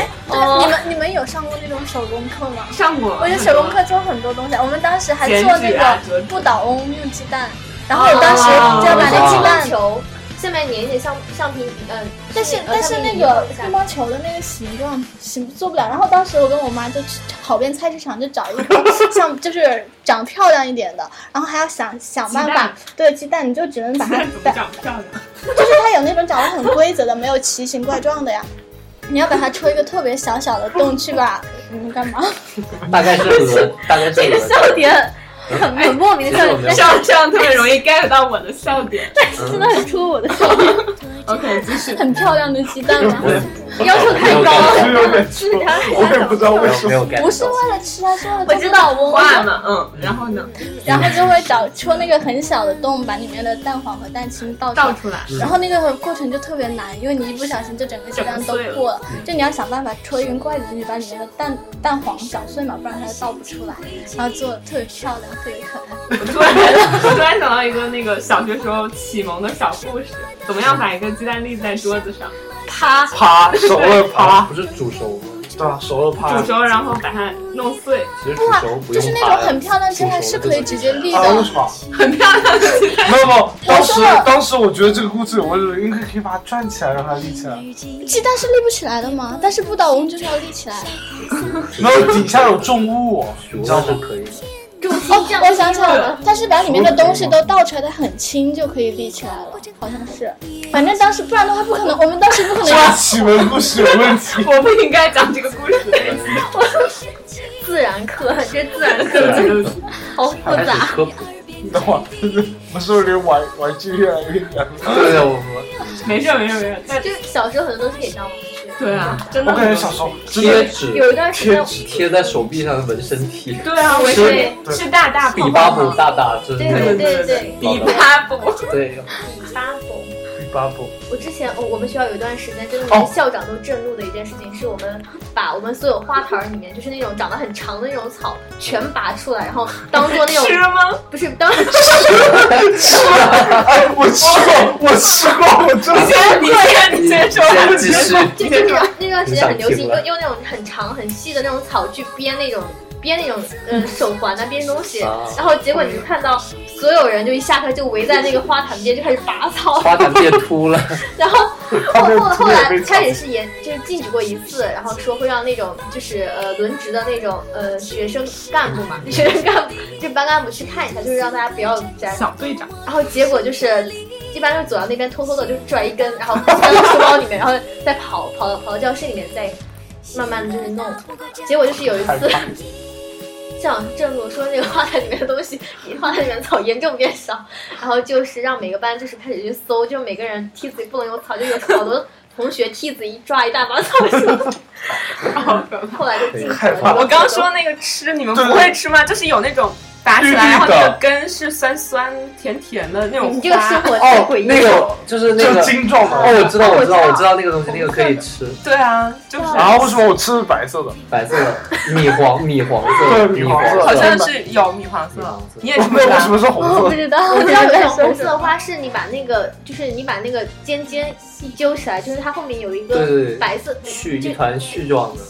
G: 你们你们有上过那种手工课吗？
A: 上过，
G: 我觉 得手工课做很多东西，我们当时还做那
A: 剪纸啊折
G: 个不倒翁用鸡蛋，然后我当时
B: 哦
G: 就要把那
C: 啊
G: 鸡蛋
B: 球下面粘一些橡橡皮，嗯，
G: 但是
B: 呃
G: 但是
B: 橡皮
G: 那
B: 泥
G: 个
B: 下
G: 乒
B: 面
G: 乓球的那个形状形做不了，然后当时我跟我妈就去跑遍菜市场就找一个 像就是长漂亮一点的，然后还要想想办
A: 鸡
G: 法
A: 蛋，
G: 对鸡蛋你就只能把它
A: 那怎么
G: 摆，
A: 长漂亮？
G: 就是它有那种长得很规则的，没有奇形怪状的呀。你要把它戳一个特别小小的洞去 吧，你们干嘛？
C: 大概是鹅，大概是
B: 这个
C: 鹅。
B: 笑点很很莫名的，
C: 哎
B: 但是
A: 上上特别容易 get 到我的笑点。
C: 嗯
B: 真的很出我的笑点，
A: OK，继续。
G: 很漂亮的鸡蛋啊 吗？
B: 要求太高
F: 没有
B: 了
F: 感，
B: 是他
F: 我也不知道
C: 没
F: 为
C: 有
F: 什
C: 没
F: 么，
C: 有 get
G: 不是
C: 到
G: 为了吃啊，是为了
B: 我知道
G: 我
A: 画嘛，嗯，然后呢，
G: 然后就会找戳那个很小的洞，把里面的蛋黄和蛋清倒出
A: 倒
G: 来。
A: 出来，
G: 然后那个过程就特别难，因为你一不小心就整个鸡蛋都破了，就你要想办法戳一根筷子进去，把里面的蛋蛋黄搅碎嘛，不然它就倒不出来。然后做的特别漂亮，特别可爱。
A: 我突然我突然想到一个那个小学时候启蒙的小故事，怎么样把一个鸡蛋立在桌子上，
G: 啪！
F: 啪熟了啪，
C: 啊，不是煮熟吗？
F: 对啊，熟了啪
A: 煮。熟然后把它弄碎，
C: 其实
G: 不
C: 煮
G: 啊
C: 熟不用，
G: 就是那
C: 扒
G: 种很漂亮的鸡蛋是可以直接立
F: 啊，为
G: 的
F: 什。么？
A: 很漂亮的鸡蛋。
F: 没有没有，当时
G: 我说了
F: 当时我觉得这个故事有问题，应该可以把它转起来，让它立起来。
G: 鸡蛋是立不起来的嘛，但是不倒翁就是要立起来。
F: 没有，底下有重物，哦你
C: 熟
F: 知道
C: 了是
F: 吗？
C: 可以的。
G: 哦，我想起来了，它是把里面的东西都倒出来的很轻就可以立起来了，好像是。反正当时不然的话不可能，我们当时不可能
F: 这启蒙故事有问题。
A: 我不应该讲这个故事，
B: 自然课，这自然课
A: 对
B: 好复
C: 开
B: 杂。
C: 始科普，
F: 等会儿， 我是不是离玩玩具越来越远了？
C: 对对，我我
A: 没事儿没事儿没事儿，但
B: 就小时候很多都是可以当玩具，
A: 对啊，真
F: 我
A: 的
F: 感觉
A: 很
F: 小
A: 多。
F: 时候真
C: 贴
F: 的
C: 纸
B: 有一段时间
F: 贴纸，
C: 贴在手臂上的纹身贴，
A: 对啊，我也
F: 是
A: 是是大大
C: 比
A: 泡
C: 巴
A: 泡
C: 卜
A: 吗
C: 大大就是
B: 对
C: 那
B: 对
C: 种
B: 对对，
A: 比巴布，
C: 对，
B: 八种。
F: bubble，
B: 我之前，我我们学校有一段时间，真的
F: 哦
B: 是校长都震怒的一件事情，是我们把我们所有花坛里面，就是那种长得很长的那种草，全拔出来，然后当做 那种
A: 吃吗？
B: 不是当
F: 哎，我吃过，我吃过，我真的
A: 你先你先你先说，
C: 先
A: 我
C: 继续
A: 说。
B: 就
A: 你
B: 就
A: 先
B: 那
A: 说
B: 段那段时间很流行，
C: 你想听吗
B: 用用那种很长很细的那种草去编那种编那种呃手环啊，编东西
C: 啊，
B: 然后结果你就看到所有人就一下课就围在那个花坛边就开始拔草，
C: 花坛变 秃了，
B: 然后
F: 他
B: 后
F: 们
B: 后后
F: 特别
B: 来
F: 被
B: 开始是严，就是禁止过一次，然后说会让那种就是呃轮值的那种呃学生干部嘛， 学生干部就班干部去看一下，就是让大家不要摘。
A: 小队长，
B: 然后结果就是一般就走到那边偷偷的就拽一根，然后塞到书包里面，然后再跑跑跑到教室里面再慢慢的就是弄。结果就是有一次。校长震怒说：“那个花坛里面的东西，花坛里面的草严重变少。”然后就是让每个班就是开始去搜，就每个人梯子里不能有草，就有好多同学梯子一抓一大把草出来。
A: 好可怕！
B: 后来就禁止
F: 害怕
B: 了。
A: 我刚说那个吃，你们
F: 对
A: 不会吃吗？就是有那种拔起
F: 绿绿
A: 来，然后那
F: 的
A: 个根是酸酸甜甜的那种
B: 你这个生
A: 花。
B: 活太
C: 哦
B: 诡，异
C: 那
B: 了。
C: 个就是那
F: 就
C: 个，
F: 精壮
C: 哦，
F: 的。
C: 我知道我知道
B: 我知道
C: 我知道那个东西，那个可以吃，
A: 对啊，就是
F: 然后为什么我吃的是白色的？
C: 白色的，米黄米黄色
F: 对
C: 的，
F: 米黄
C: 黄
F: 色的
A: 好
C: 色的，
A: 像是有米黄
C: 米
A: 色
C: 黄色，
A: 你也
F: 我
A: 吃
F: 不
A: 不
F: 知
A: 吃
F: 道为什
A: 啊？
F: 么是红
G: 我
F: 色
G: 不
F: 的。
G: 知道，
B: 哦我知道有那种红色
G: 色
B: 的花是你把那个，就是你把那个尖尖一揪起来，就是它后面有一
C: 对对对
B: 个白色
C: 絮
B: 就
C: 一团絮状的，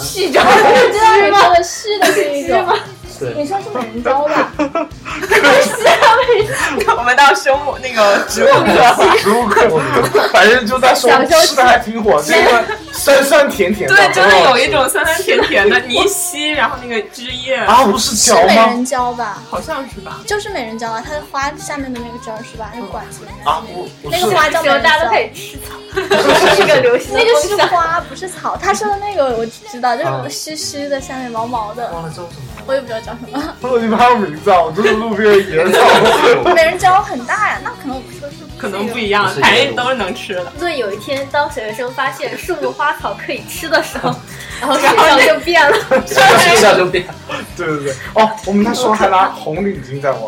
B: 絮状，
G: 知道吗？是的，是一种。
C: 对
B: 你，说是美人 蕉吧？
A: 我们到生物那个植物课，
F: 如果反正就在说
B: 想休息
F: 吃的还挺火，这个酸酸甜甜的，
A: 对，真
F: 很
A: 的有
F: 好吃
A: 一种酸酸甜甜的，你一吸，然后那个汁液，
F: 啊，不是
G: 是
F: 嚼
G: 美
F: 吗
G: 人？蕉吧？
A: 好像是吧？
G: 就是美人蕉啊，它花下面的那个汁儿是
A: 嗯
G: 吧？有管子里面的
F: 啊
G: 那，
F: 我
G: 个
F: 我
G: 那
F: 是
G: 个花叫
B: 希
G: 美
B: 望
G: 人
B: 大家都
G: 蕉
B: 可。以吃 草，这是个流行的
G: 那个
B: 风
G: 是
B: 尚。
G: 花，不是草。他说的那个我知道，
A: 嗯
G: 就
C: 啊
G: 是虚虚的，下面毛毛的，
C: 忘了叫什么
G: 我
C: 了。
G: 也不知道叫什么。
F: 我已经把我名字啊，我就是路边野草。
G: 美人蕉很大呀，那可能我说是
A: 可能不一样
C: 不是，
A: 反正都是能吃的。
B: 所以有一天，当小学生发现树木花草可以吃的时 候，然后学校就变了。
C: 一下 就变，
F: 对对对，哦，我们那时候还拿红领巾在玩，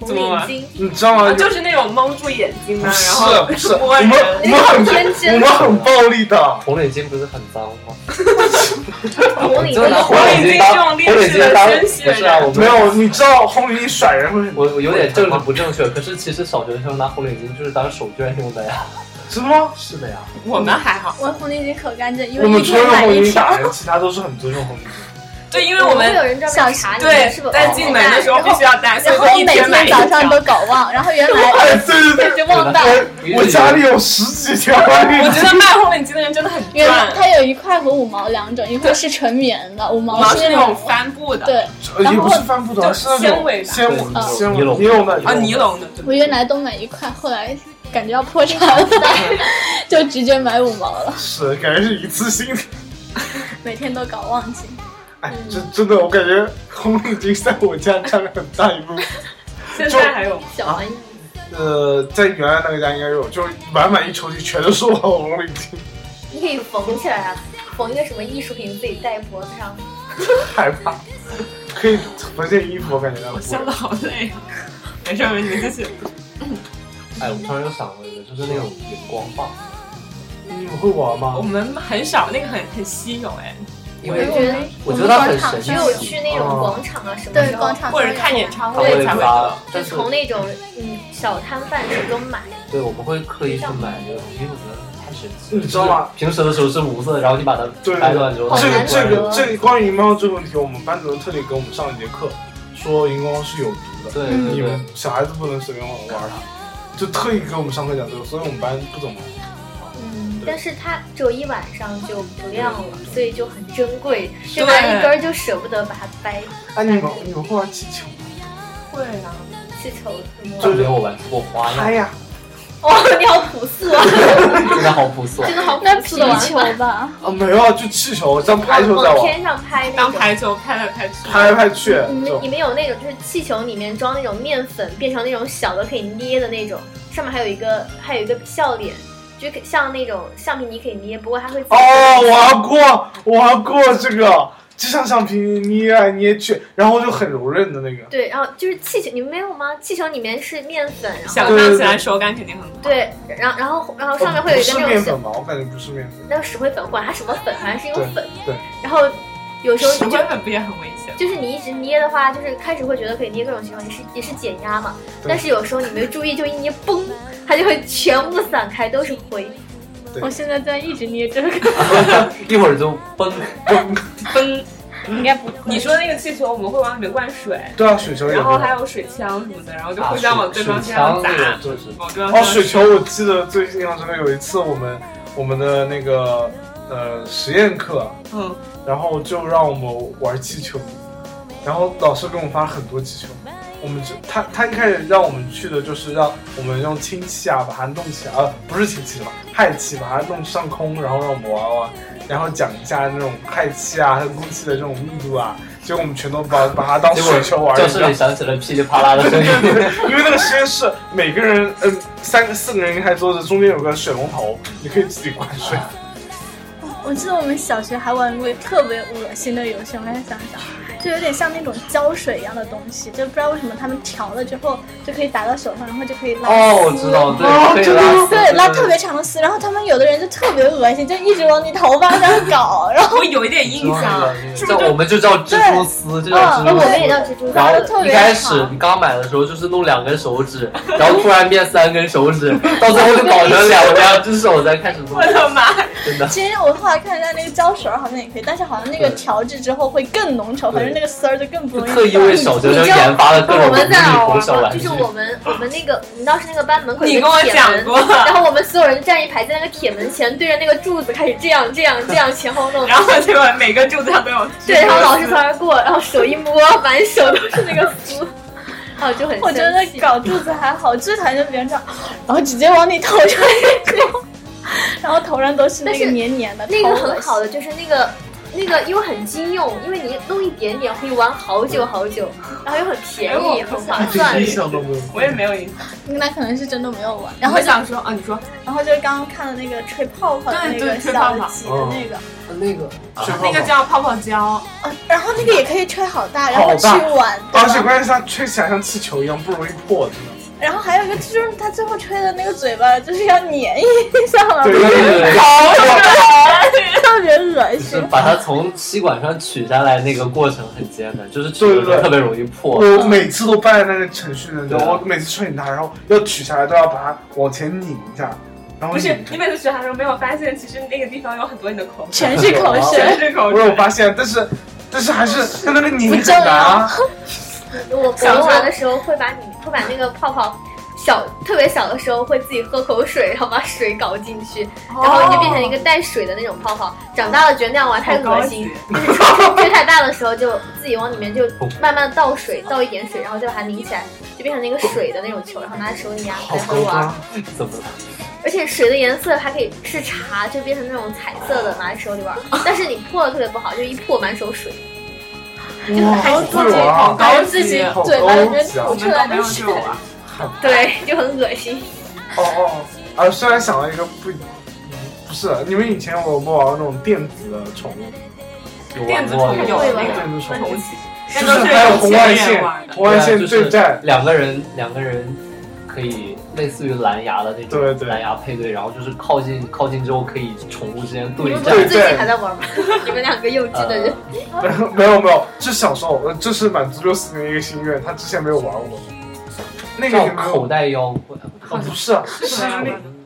B: 红
A: 怎么
B: 领
A: 了
B: 巾，
F: 你知道吗？
A: 哦啊就是那种蒙住眼睛
F: 不
A: 啊，然
F: 是
A: 后
F: 不是，我
A: 摸
F: 们
A: 人
F: 我。们很
B: 天真
F: 我们很暴力的。
C: 红领巾不是很脏吗？
B: 红领
C: 就拿
B: 巾，
C: 红
A: 红领
C: 领巾当红
A: 巾这种
C: 领
A: 劣势
C: 巾
A: 的
C: 当
A: 真是
C: 不是啊，我们
F: 没有，你知道红领巾甩人会很
C: 我我有点政治不正确，可是其实小学生拿红领巾就是当手绢用的呀。
F: 是吗？
C: 是的呀，
A: 我们还好，
G: 我的红领巾可干净，因
F: 我
G: 为
F: 们
G: 一
F: 除了
G: 天
F: 用
G: 买
F: 红领
G: 一
F: 巾打
G: 条。
F: 人，其他都是很尊重红领巾。
A: 对，因为
B: 我
A: 我
B: 们会有
A: 们
B: 人专门查你们
A: 对
B: 是否哦
A: 在进门的时候必须要带，所以
G: 哦然
A: 会
G: 后
A: 一
G: 每
A: 天买
G: 天
A: 一
G: 早上
A: 条
G: 都。搞忘，然后原来
F: 哎，对对对，
G: 就忘带。
F: 我我家里有十几条红领
A: 我觉
F: 巾。
A: 得卖红领巾的人真的很
G: 原来
A: 赚，
G: 它有一块和五毛两种，一块是纯棉的，五毛
A: 毛
G: 是
A: 是
G: 那
A: 那
G: 种
A: 种帆布的，啊
G: 对，
F: 呃也不是帆布的，
A: 就是
F: 那种
A: 纤维吧
F: 纤维
C: 对
F: 纤维
C: 尼龙
F: 尼龙的
A: 啊，尼。龙的，对
G: 我原来都买一块，后来感觉要破产 了，就直接买五毛了，
F: 是，感觉是一次性的。
G: 每天都搞忘记。
F: 哎，
A: 嗯
F: 这真的，我感觉红领巾在我家占了很大一部分。
A: 现在还有吗
B: 小玩意。
F: 呃，在原来那个家应该有，就是满满一抽屉全都是我的红领巾，
B: 你可以缝起来啊，缝一个什么艺术品自己戴脖子
A: 嗯
B: 上。
F: 害怕。可以缝件衣服，我感觉那
A: 我
F: 不
A: 笑
F: 会
A: 的好累啊。 没事没事，你继续。
C: 哎，我突然又想过一个，就是那种荧光棒，
F: 你们会玩
A: 我
F: 吗？
A: 们很少，那个很很稀有哎，
C: 因
B: 我
C: 为
B: 觉得
C: 我觉得它很神
B: 只有
C: 奇，
B: 去那种广场啊什么
G: 对
B: 时，候
G: 广场
A: 或者是看演唱
C: 它会
A: 会才会
C: 发
A: 有。，
B: 就
C: 但是
B: 从那种嗯小摊贩手中买。
C: 对我们会刻意去买这个，因为我觉得太神奇了。
F: 你嗯知道吗？
C: 平时的时候是无色的，然后你把它掰断之后，
F: 这个
B: 难啊
F: 这
B: 得
F: 个这个关于荧光这个问题，我们班主任特地给我们上了一节课，说荧光是有毒的，
C: 对对
F: 你
C: 对
F: 们，小孩子不能随便玩玩它，就特意给我们上课讲这个，所以我们班不怎么玩。
B: 嗯
F: 对，
B: 但是它只有一晚上就不亮了，所以就很珍贵，就拿一根儿就舍不得把它掰。
F: 哎，你们你们会玩气球吗？
A: 会啊，
B: 气球什么
C: 就没有玩出过花
F: 拍
C: 样，
F: 哎呀，
B: 哇，你好朴素啊，
C: 真的好朴素 啊。
B: 真的好朴
G: 那
B: 素
G: 皮
B: 的玩
G: 球
B: 法。
G: 吧，
F: 啊没有啊，就气球，像排球在
B: 往
F: 玩，
B: 天上拍那
A: 当
B: 种。
A: 排球拍来拍去。
F: 拍来拍去，
B: 你们
F: 就
B: 你们有那种就是气球里面装那种面粉，变成那种小的可以捏的那种，上面还有一个还有一个笑脸，就可像那种橡皮泥可以捏，不过它会自己
F: 哦，我玩过，我玩过这个，就像橡皮泥捏来捏去，然后就很柔韧的那个。
B: 对，然后就是气球，你们没有吗？气球里面是面粉，然后
A: 想象起来手感肯定很好。
B: 对，然后然后然后上面会有一个
F: 哦不
B: 那
F: 是
B: 种
F: 面粉
B: 小
F: 吧？我感觉不是面粉。
B: 那个石灰粉，管它什么粉，反正是一种粉。
F: 对对
B: 然后有时候
A: 石
B: 你就
A: 灰粉不也很危险？
B: 就是你一直捏的话，就是开始会觉得可以捏各种形状，也是也是减压嘛。
F: 对
B: 但是有时候你没注意，就一捏嘣，它就会全部散开，都是灰。
G: 我现在在一直捏这个，
C: 一会儿就崩，
A: 分，
G: 应该不
A: 你
G: 会。
A: 说那个气球，我们会往里面灌水，
F: 对啊，水球也
A: 然后
F: 会
A: 还有水枪什么的，然后就
C: 打
A: 互相往对
C: 水
A: 方身
F: 啊
A: 上
C: 枪那
A: 砸
C: 种，就是
A: 往对方身上
F: 哦，水球我记得最印象深刻，有一次我们我们的那个呃实验课，
A: 嗯，
F: 然后就让我们玩气球，然后老师给我们发了很多气球，我们就他他一开始让我们去的就是让我们用氢气啊把它弄起来，呃不是氢气吧，氦气把它弄上空，然后让我们玩玩，然后讲一下那种氦气啊和空气的这种密度啊，结果我们全都把把它当
C: 结果
F: 水球玩
C: 教
F: 一
C: 室
F: 下
C: 里。响起了噼里啪啦的声音。
F: 因为那个实验室每个人，嗯、三个四个人还桌子，中间有个水龙头，你可以自己灌 水。
G: 我记得我们小学还玩过一个特别恶心的游戏，我现在想想，就有点像那种胶水一样的东西，就不知道为什么他们调了之后就可以打到手上，然后就可以拉
C: 哦，我
G: 丝
C: 知道，嗯
F: 哦
C: 对，可以
F: 真的
C: 拉
F: 吗
C: 丝，
G: 对，拉特别长的丝，然后他们有的人就特别恶心，就一直往你头发上搞，然后
A: 我有一点印象，是不
C: 叫
A: 是
C: 我
A: 就
C: 们就叫蜘蛛丝，这叫
G: 嗯
B: 那
C: 蜘
B: 哎我
C: 蛛
B: 们也
C: 丝。
B: 叫蜘蛛
C: 然
B: 丝，
C: 后一开始你刚买的时候就是弄两根手指，然后突然变三根手指，到最后就搞成两两只手才开始弄
A: 我，的妈呀！
C: 真的。
G: 其实我后来来看一下那个胶水儿好像也可以，但是好像那个
C: 对
G: 调制之后会更浓稠，
C: 对
G: 反正那个丝儿就更不
C: 就
G: 容易
C: 特意为
G: 断
C: 小学
B: 你
C: 生
B: 知道
C: 研发了各
B: 我
C: 种
B: 们
C: 迷
B: 在
C: 你
B: 好
C: 红
B: 玩
C: 小
B: 吗？
C: 玩
B: 就
C: 具
B: 是。我们我们那个，你当时那个班门口有
A: 你
B: 个
A: 跟我
B: 铁
A: 讲
B: 门
A: 过
B: 然后我们所有人站一排在那个铁门前，对着那个柱子开始这样这样这样前后弄，
A: 然后结果每个柱子上都有。
B: 对，然后老师从那儿过，然后手一摸，满手都是那个 丝，然后就很
G: 我觉得
B: 生气
G: 搞肚子还好，最讨厌就是别人这样，然后直接往你头上一丢，然后头上都是那
B: 但
G: 个
B: 是
G: 黏黏的，
B: 那个
G: 超恶
B: 很
G: 心
B: 好的，就是那个那个因为很经用，因为你弄一点点可以玩好久好久，然后又很便
A: 哎我
B: 宜，
A: 不
B: 很
A: 想
B: 划
F: 这是
B: 算
F: 一。想都没 有。
A: 我也没有印象，
G: 那可能是真的没有玩。然
A: 然
G: 后
A: 后
G: 就
A: 想说啊，你说
G: 然后就是刚刚看的那个吹泡泡的那
A: 对对
G: 个
A: 吹
G: 小
A: 泡泡
G: 挤的那个，
C: 那个
F: 吹泡
A: 那个
F: 泡，
A: 叫泡泡胶，
G: 啊然后那个也可以吹好大，然后
F: 好
G: 去
F: 大
G: 玩，对
F: 而且
G: 吧？
F: 关键是它吹起来像气球一样，不容易破，真的。
G: 然后还有一个就是他最后吹的那个嘴巴就是要粘一下嘛，
F: 对
C: 对对对，
G: 特别恶
C: 就是
G: 心。
C: 把它从吸管上取下来那个过程很艰难，就是取的时
F: 对对对
C: 候特别容易破。
F: 我每次都败在那个程序当中，
C: 对啊
F: 我每次吹它，然后要取下来都要把它往前拧一下，然后
A: 不是
F: 拧
A: 你每次学的时候没有发现，其实那个地方有很多你的口水，
G: 全是口
A: 全
G: 水，
A: 是口
F: 我
A: 水
F: 有。发现，但是但是还是它那个拧很难啊。
B: 我我
A: 小时
B: 们
A: 候
B: 玩的时候会把你会把那个泡泡。小特别小的时候会自己喝口水，然后把水搞进去，然后就变成一个带水的那种泡泡。长大了觉得那样玩太恶心，就是吹太大的时候就自己往里面就慢慢倒水，倒一点水，然后再把它拧起来，就变成那个水的那种球，然后拿手拧啊，
F: 好
B: 才会
F: 高
B: 玩。
F: 端，
C: 怎么了？
B: 而且水的颜色还可以是茶，就变成那种彩色的，拿在手里玩儿。但是你破了特别不好，就一破满手水。
F: 哇，好
G: 自己
F: 会玩啊！
G: 还有自己
F: 好
G: 嘴巴里面
F: 高级啊
G: 吐
A: 我
G: 出
A: 们
G: 来
A: 都没
G: 的
A: 有
G: 水
A: 这。种啊，
B: 对，就很恶心。
F: 哦哦，哦啊，虽然想到一个不，嗯不是你们以前有没有玩过那种电子的宠物？
C: 有
A: 电
C: 玩
A: 子
C: 过
A: 宠
C: 吗？
A: 有
B: 对
A: 那
B: 玩
A: 个
F: 电子宠
A: 重
F: 物，
A: 启，
F: 就
A: 那
F: 是
A: 都是
F: 还有红外
A: 有钱人
F: 线
A: 玩，的
F: 红外线对战，
C: 啊两个人两个人可以类似于蓝牙的那种
F: 对对
C: 蓝牙配对，然后就是靠近靠近之后可以宠物之间
B: 你
C: 对
B: 们不
C: 战
B: 是。最
F: 对
B: 近还在玩吗？ 你们两个幼稚的
C: 呃
B: 人。，
F: 没有没有，这小时候，呃这是满足六四年的一个心愿，他之前没有玩过。那个
C: 叫
F: 你们
C: 口袋妖怪，
F: 哦不是啊，是那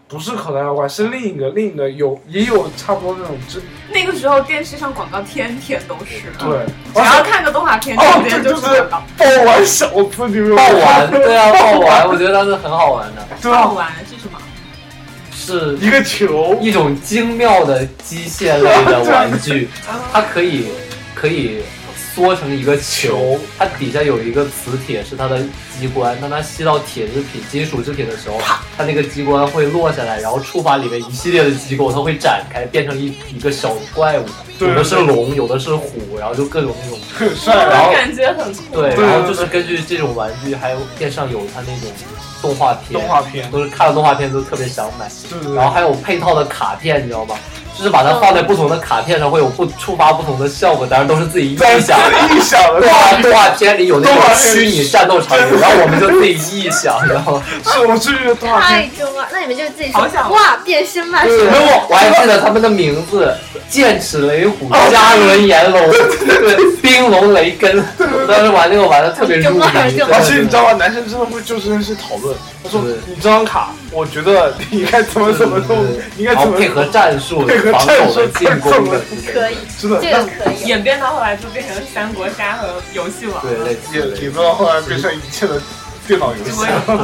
F: 不是口袋妖怪，是另一个另一个有也有差不多那种这
A: 那个时候电视上广告天天都是，
F: 对，
C: 嗯
A: 只要看个动画片，
F: 哦
A: 直接
F: 对
A: 就
F: 对
A: 是
F: 对
A: 广告，，
F: 爆玩小子你们
C: 爆玩，
F: 玩
C: 对啊，爆玩，我觉得它是很好玩的，
F: 对
A: 好
F: 啊，
A: 玩是什么？
C: 是
F: 一个球
C: 一种精妙的机械类的玩 具，它可以可以缩成一个球
F: 球，
C: 它底下有一个磁铁是它的机关，当它吸到铁制品、金属制品的时候，它那个机关会落下来，然后触发里面一系列的机构，它会展开变成一一个小怪物，
F: 对
C: 有的是龙，有的是虎，然后就各种那种。
F: 很帅，
C: 然后
A: 感觉很酷。
C: 对，
F: 对
C: 然后就是根据这种玩具，还有电视上有它那种动画片，
F: 动画片
C: 都是看了动画片都特别想买。
F: 对对
C: 然后
F: 对，
C: 还有配套的卡片，你知道吗？就是把它放在不同的卡片上，会有不触发不同的效果，当然都是自己 臆想的。
F: 异想的
C: 动画动画片里有那
F: 动画
C: 种
F: 片
C: 虚拟战斗场景，然后我们就自己臆想，然后
F: 是我是一个动画
B: 太
F: 片，
B: 中二！那你们就自己
A: 好
B: 说
A: 想
B: 哇变身吧，
F: 对
B: 是
C: 然后我还记得他们的名字：剑齿雷虎、加伦炎龙、对，冰龙雷根。我当时玩那个玩的特别入迷，对
F: 而且你
C: 对
F: 知道吗？男生真的会就这件事讨论，他说
C: 对
F: 你这张卡，我觉得你应该怎么怎么弄，你应该
C: 然
F: 怎
C: 后
F: 么
C: 配合战术、防守的、进攻的，
B: 可以，
F: 真的
B: 这个可以。
A: 演变到后来就变成三国杀和游戏王
C: 对，
A: 了。
C: 类似
F: 也
C: 类
F: 也
C: 似
F: 不知道后来变成一切的电脑
C: 啊
F: 游
A: 直
F: 戏
A: 播。 也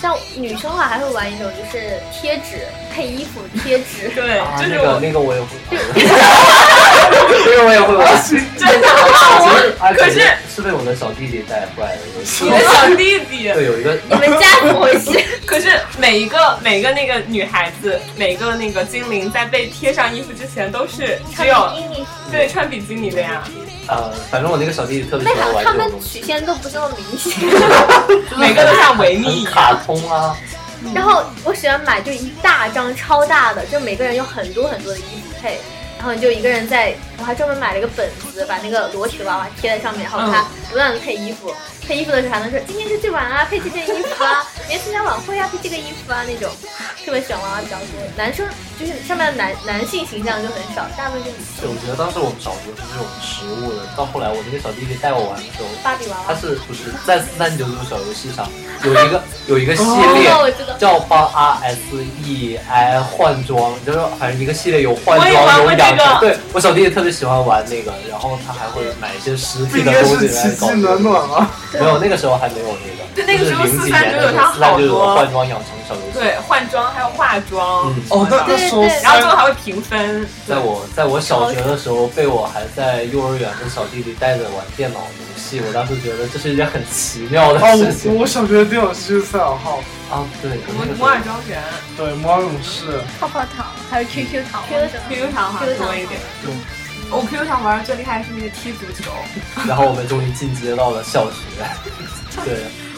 B: 像女生的话还会玩一种就是贴纸配衣服贴纸，
A: 对，
C: 啊，
A: 就是
C: 那个
A: 我
C: 那个我也 会玩，那个我也会玩。
A: 真的好玩。
C: 啊
A: 可是
C: 是被我的小弟弟带坏了。有一次
A: 你的小弟弟，
C: 对，有一个
B: 你们家怎么回 事？
A: 可是每一个每一个那个女孩子，每个那个精灵在被贴上衣服之前，都是只有
B: 比基尼
A: 对穿比基尼的 呀，
C: 呃，反正我那个小弟弟特别
B: 为
C: 喜欢
B: 啥
C: 玩
B: 他
C: 这
B: 们
C: 种东西，
B: 曲线都不是那么明显？
A: 每个都像维密一样。
C: 很卡通啊，
B: 然后我喜欢买就一大张超大的，就每个人有很多很多的衣服配，然后你就一个人在我还专门买了一个本子，把那个裸体的娃娃贴在上面，然后给它不断的配衣服。配衣服的时候还能说今天出去玩啊，配这件衣服啊；明天参加晚会啊，配这个衣服啊那种。特别喜欢娃娃比较多，男生就是上面的男男性形象就很少，大部分就是女性
C: 对，我觉得当时我们找不是这种食物的。到后来我那个小弟弟带我玩的时候，
B: 芭比娃
C: 他
B: 娃。
C: 是不是在四三九九小游戏上有一个有一个系列
B: 哦我知道
C: 叫帮 R S E I 换装，就是反正一个系列有换
A: 我也玩
C: 装有
A: 过
C: 养
A: 这个
C: 成。对我小弟弟特别喜欢玩那个，然后他还会买一些实
F: 不
C: 体
F: 应
C: 的
F: 该
C: 东
F: 是
C: 西来
F: 奇迹
C: 搞这个。
F: 暖暖吗？
C: 没有，那个时候还没有那个。
A: 对那个时候
C: 就是零几
A: 43
C: 年的
A: 就有它
C: 四三
A: 好
C: 九九
A: 多
C: 换装养成小游戏。
A: 对，换装还有化妆
C: 嗯，
F: 哦，那那
B: 对
F: 时候
B: 对
A: 然后最后还会评分。
C: 在我在我小学的时候，被我还在幼儿园的小弟弟带着玩电脑游戏，我当时觉得这是一件很奇妙的事
F: 哦，
C: 情
F: 我我小学的电脑系就是三角号，
C: 啊！对，
A: 摩
C: 那个时候
A: 摩尔庄园、
F: 对，魔法勇士，
G: 泡泡糖，还有 QQ 糖，
A: QQ 糖好像多一点。
C: 对
A: 我 QQ 糖玩的最厉害是那个踢足球，
C: 然后我们终于进阶到了小学， 对，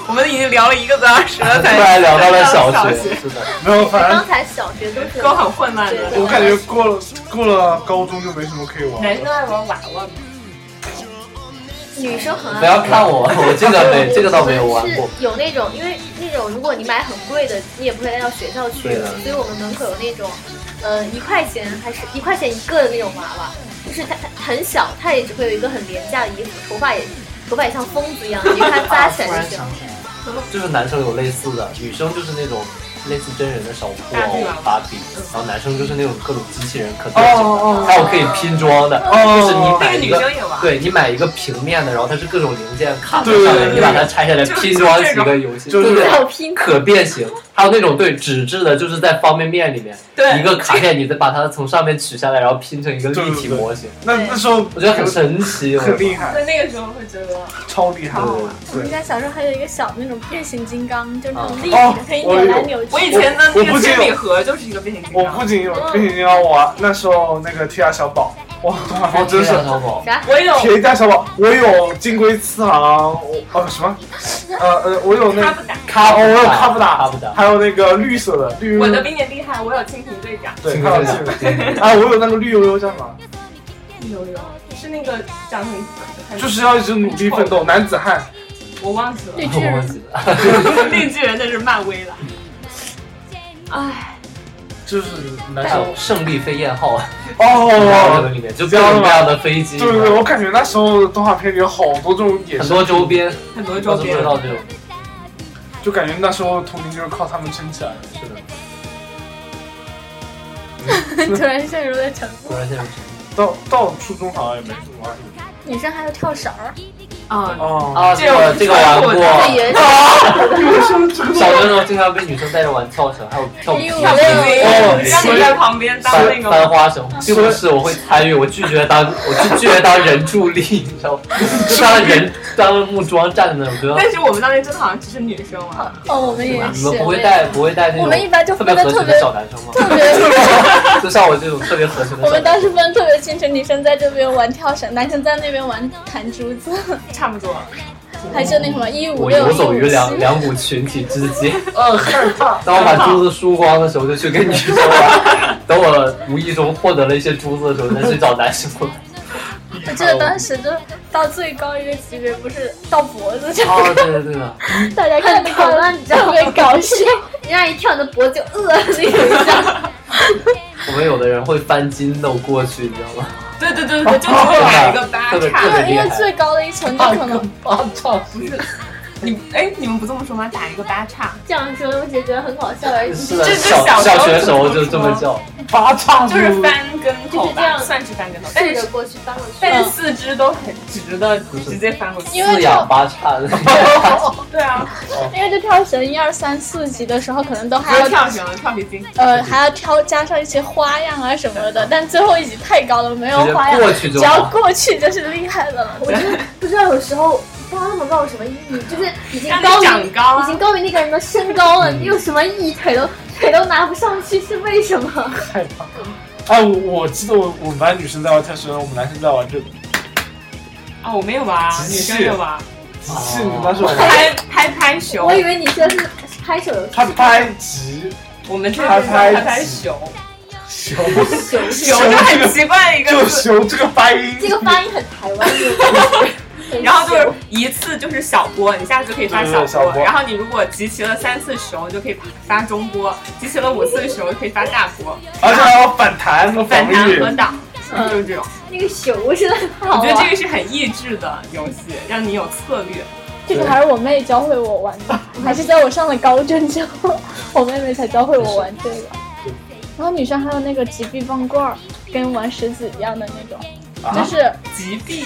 A: 我们已经聊了一个多小时了，
C: 突
A: 才
C: 然聊到了小
A: 才
C: 学，是的，
F: 没有，反
B: 刚
F: 正
B: 才小学都是
A: 都很混乱的。
F: 我感觉过了过了高中就没什么可以玩
A: 男生
F: 了。
A: 都爱玩娃娃嘛，
B: 女生很爱
C: 不要看我，我这个 没这个倒没有玩过，
B: 是有那种，因为那种如果你买很贵的，你也不会带到学校去，
C: 对的
B: 所以我们门口有那种，呃，一块钱还是一块钱一个的那种娃娃，就是它它很小，它也只会有一个很廉价的衣服，头发也头发也像疯子一样，你给它扎起
H: 突
B: 来
H: 然
B: 就行
H: 想。起来，
C: 就是男生有类似的，女生就是那种类似真人的小布
A: 芭比
C: 偶
A: 娃娃、
C: 芭比，然后男生就是那种各种机器人可多
F: 哦哦
C: 种了，还有可以拼装的，
F: 哦
C: 就是你
A: 那
C: 买
A: 个
C: 一
A: 女
C: 个
A: 生也玩。
C: 对你买一个平面的，然后它是各种零件卡在
F: 对
C: 上
F: 对
C: 面，
F: 对
C: 你把它拆下来
A: 就是
C: 拼装几个游戏，
F: 就是
C: 对对
B: 小拼
C: 可变形。还有那种对纸质的，就是在方便面里面
A: 对
C: 一个卡片，你再把它从上面取下来，然后拼成一个立
F: 对对
C: 体
F: 对
C: 模型，
F: 那那时候
C: 我觉得很神 奇，
F: 很厉
C: 害。
F: 害，
A: 在那个时候会觉得，
F: 超厉害
A: 好。
G: 我们
F: 对，
G: 家小时候还有一个小那种变形金刚，就是那种立
F: 哦
G: 体可以扭来扭去。
A: 我以前的
F: 我
A: 那
F: 不
A: 个
F: 记得
A: 铅笔盒就是一个变形金
F: 我
A: 刚
F: 不。仅有变形金刚玩，那时候那个铁甲小宝，哇，我真是
C: 天啊淘宝，
B: 啥？
A: 我有
F: 铁甲小宝，我有金龟次郎，我呃什么，呃呃，我有
A: 他
F: 那
A: 不打，
F: 卡，哦，我有卡
C: 卡
F: 布
C: 布
F: 达，
C: 达卡布达
F: 还有那个绿色的绿
A: 我
F: 油
A: 的
F: 油，
A: 比你厉害，我有蜻蜓队长。
F: 对，
C: 请
F: 还有
C: 看
F: 这
C: 看
F: 个，哎，我有那个绿油油叫什么？
A: 有有，是那个长得很，
F: 就是要一直努力奋斗，男子汉。
A: 我忘记了。
G: 绿巨
C: 我忘
G: 人，
C: 记了。
A: 绿巨人那是漫威了。哎，
F: 就是男
C: 还有胜利飞燕号，这个
F: 哦，
C: 里面就各种各样的飞机，
F: 对对对，我感觉那时候的动画片里有好多这种野
C: 很
F: 生，
C: 多周边，
A: 很多周
C: 我都不
A: 边
C: 知。道这种。
F: 就感觉那时候童年就是靠他们撑起来的。
C: 是的，
G: 突然陷入了沉默。
C: 突然现在
F: 到到初中好像也没怎么玩。
G: 女生还有跳绳儿，
A: 啊，
F: 哦，
C: 啊，这个这个玩过，
B: 最原始
C: 小的时候经常被女生带着玩跳绳，还有跳皮
G: 哎呦
A: 对哦让你在旁边当那
C: 翻翻
A: 个
C: 花绳，并不是我会参与，我拒绝当，我拒绝当人助力，你知道吗？就当人当木桩站在那，我觉得
A: 但是我们当年真的好像只是女生啊玩，
G: 哦，我们也
C: 你
G: 是，
C: 们不会带不会带那
G: 我们一
C: 种
G: 般就
C: 特
G: 分
C: 别
G: 的
C: 合
G: 特
C: 群
G: 别
C: 的小男生吗？
G: 特 别。
C: 就像我这种特别合群的
G: 我们
C: 小男
G: 当
C: 生。
G: 时分得特别清楚，女生在这边玩跳绳，男生在那边玩弹珠子，
A: 差不多。
G: 还是那什么一五
C: 我
G: 六
C: 游
G: 一
C: 走
G: 五
C: 于两
G: 七。
C: 两股群体之 间，嗯，害怕。 当我把珠子输光的时候，就去跟女生玩； 等我无意中获得了一些珠子的时候，再去找男生 玩。
G: 我记得当时就到最高一个级别，不是到脖子就
C: 哦，对的对的，
G: 大家哎看的
B: 很 疼你知道
G: 特
B: 吗
G: 别搞笑。
B: 人家一跳，你的脖子就饿了那种像。
C: 我们有的人会翻筋斗过去，你知 道吗？
A: 对对哦对对，就只会买一个八
C: 特
G: 因
C: 别
A: 叉。
G: 为因为最高的一层就可能
C: 啊，操！
A: 你哎，你们不这么说吗？打一个八叉，
B: 这样说，我只觉得很搞笑而已。
C: 是的，
A: 这这
C: 小
A: 小时候
C: 小学时候
A: 就
C: 就
A: 这
C: 这
A: 么
C: 么叫，
F: 八 叉
A: 就
F: 路
A: 是翻跟头
B: 就是这
A: 吧，
B: 样
A: 算是翻跟头，但
C: 啊
B: 对着
A: 是
B: 过去翻过去。
A: 但是四肢都很直的，直接翻过去。
G: 因为
C: 四仰八叉 的。
A: 对啊，
G: 因为就跳绳一二三四级的时候，可能都
A: 不
G: 还
A: 是
G: 要
A: 跳绳，跳皮筋。
G: 呃还要挑加上一些花样啊什么的，但最后一级太高了，没有
C: 直接
G: 花样，
C: 过去就
G: 只要过去就是厉害的了。我觉得
B: 不知道有时候不知道他们抱有什么意义，就是已经
A: 让你
B: 高于
A: 长高啊
B: 已经高于那个人的身高了，你有什么意义？腿都腿都拿不上去是为什么？
F: 害怕。哎，我我记得我我们班女生在玩跳绳，我们男生在玩这个。
A: 啊，我没有玩，女生也玩，
F: 是你们当时玩的
A: 拍拍拍熊
B: 我。以为你说的是拍手游戏，
F: 他拍集，
A: 我们这个是拍拍熊，
F: 修，
A: 有这很奇怪的一个
F: 就
A: 词，
F: 修这个发音，
B: 这个发音很台湾的感觉。
A: 然后就是一次就是小波，你下次可以发
F: 对对对嗯小波
A: 波，然后你如果集齐了三次熊，你就可以发中波；集齐了五次熊，就可以发大波，
F: 而且还要反弹和
A: 反
F: 防
A: 弹
F: 御
A: 和。挡，就是这种。
B: 那个球实在太好
A: 我觉得这
B: 玩，
A: 个是很益智的游戏，让你有策略。
G: 这个还是我妹教会我玩的，还是在我上了高中之后，我妹妹才教会我玩这个。然后女生还有那个击臂棒棍儿，跟玩石子一样的那种，
F: 啊
G: 就是
A: 击毙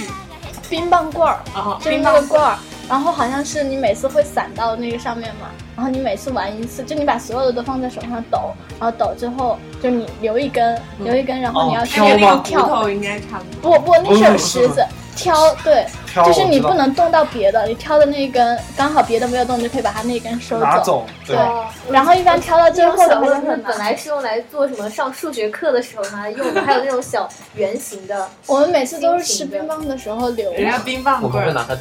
G: 冰棒棍儿，
A: 啊，
G: 就是
A: 冰
G: 那个
A: 棒
G: 棍儿。然后好像是你每次会散到那个上面嘛，然后你每次玩一次，就你把所有的都放在手上抖，然后抖之后就你留一根，留一根，然后你要
F: 哦
G: 去
A: 跟那个骨
G: 跳
A: 头应该差不多。
G: 不不，那是有
F: 不哦
G: 石子挑，对，
F: 挑
G: 就是你
F: 我知道
G: 不能动到别的，你挑的那一根刚好别的没有动，你就可以把它那一根收
F: 拿走，对，
B: 哦
G: 然后一般挑到最
B: 这
G: 后
B: 种
G: 的
B: 小
G: 话就
B: 棍
G: 很
B: 子
G: 难
B: 本。来是用来做什么上数学课的时候拿来用的，还有那种小圆形的，
G: 我们每次都是吃冰棒的时候留。
A: 人家冰棒
C: 我
A: 棍
C: 们会
A: 儿，
C: 拿它
B: 哦